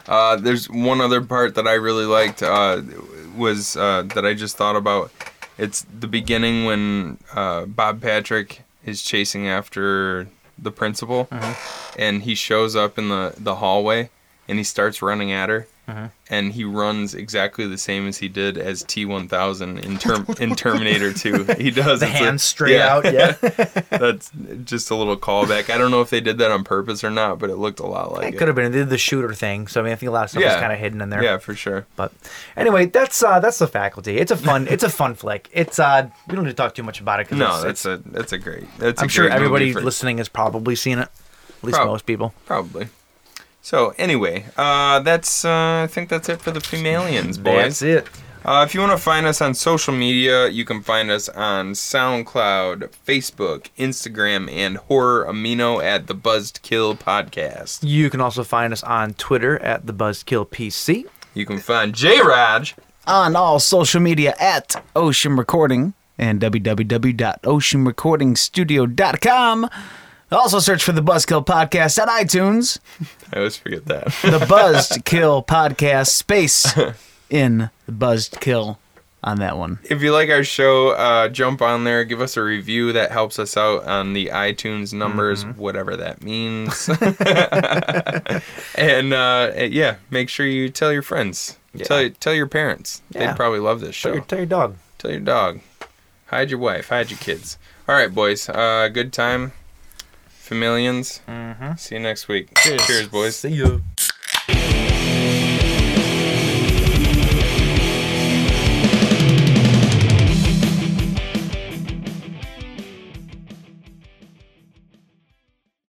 Uh, there's one other part that I really liked uh, was uh, that I just thought about. It's the beginning when uh, Bob Patrick is chasing after the principal, Uh-huh. and he shows up in the, the hallway, and he starts running at her, Uh-huh. and he runs exactly the same as he did as T1000 in, term- in Terminator 2. He does The It's a- hands straight yeah. out. Yeah, it That's just a little callback. I don't know if they did that on purpose or not, but it looked a lot like it. could have been they did the shooter thing. So I mean, I think a lot of stuff was kind of hidden in there. Yeah, for sure. But anyway, that's uh, that's the faculty. It's a fun. it's a fun flick. It's uh, we don't need to talk too much about it. Cause No, it's, that's it's, a that's a great. That's a I'm sure great movie everybody for- listening has probably seen it. At least Prob- most people. Probably. So anyway, uh, that's uh, I think that's it for the Femalians, boys. That's it. Uh, if you want to find us on social media, you can find us on SoundCloud, Facebook, Instagram, and Horror Amino at the Buzzed Kill Podcast. You can also find us on Twitter at the Buzzkill PC. You can find J Raj. on all social media at Ocean Recording and www.oceanrecordingstudio.com. Also search for the Buzzkill Podcast at iTunes. I always forget that. The Buzzkill Podcast space in the Buzzkill on that one. if you like our show, uh, jump on there, give us a review. That helps us out on the iTunes numbers, whatever that means. and uh, yeah, make sure you tell your friends. Tell tell your parents. Yeah. They'd probably love this show. Tell your, tell your dog. Tell your dog. Hide your wife. Hide your kids. All right, boys. Uh, good time. Familians. Mm-hmm. See you next week. Cheers boys. See you.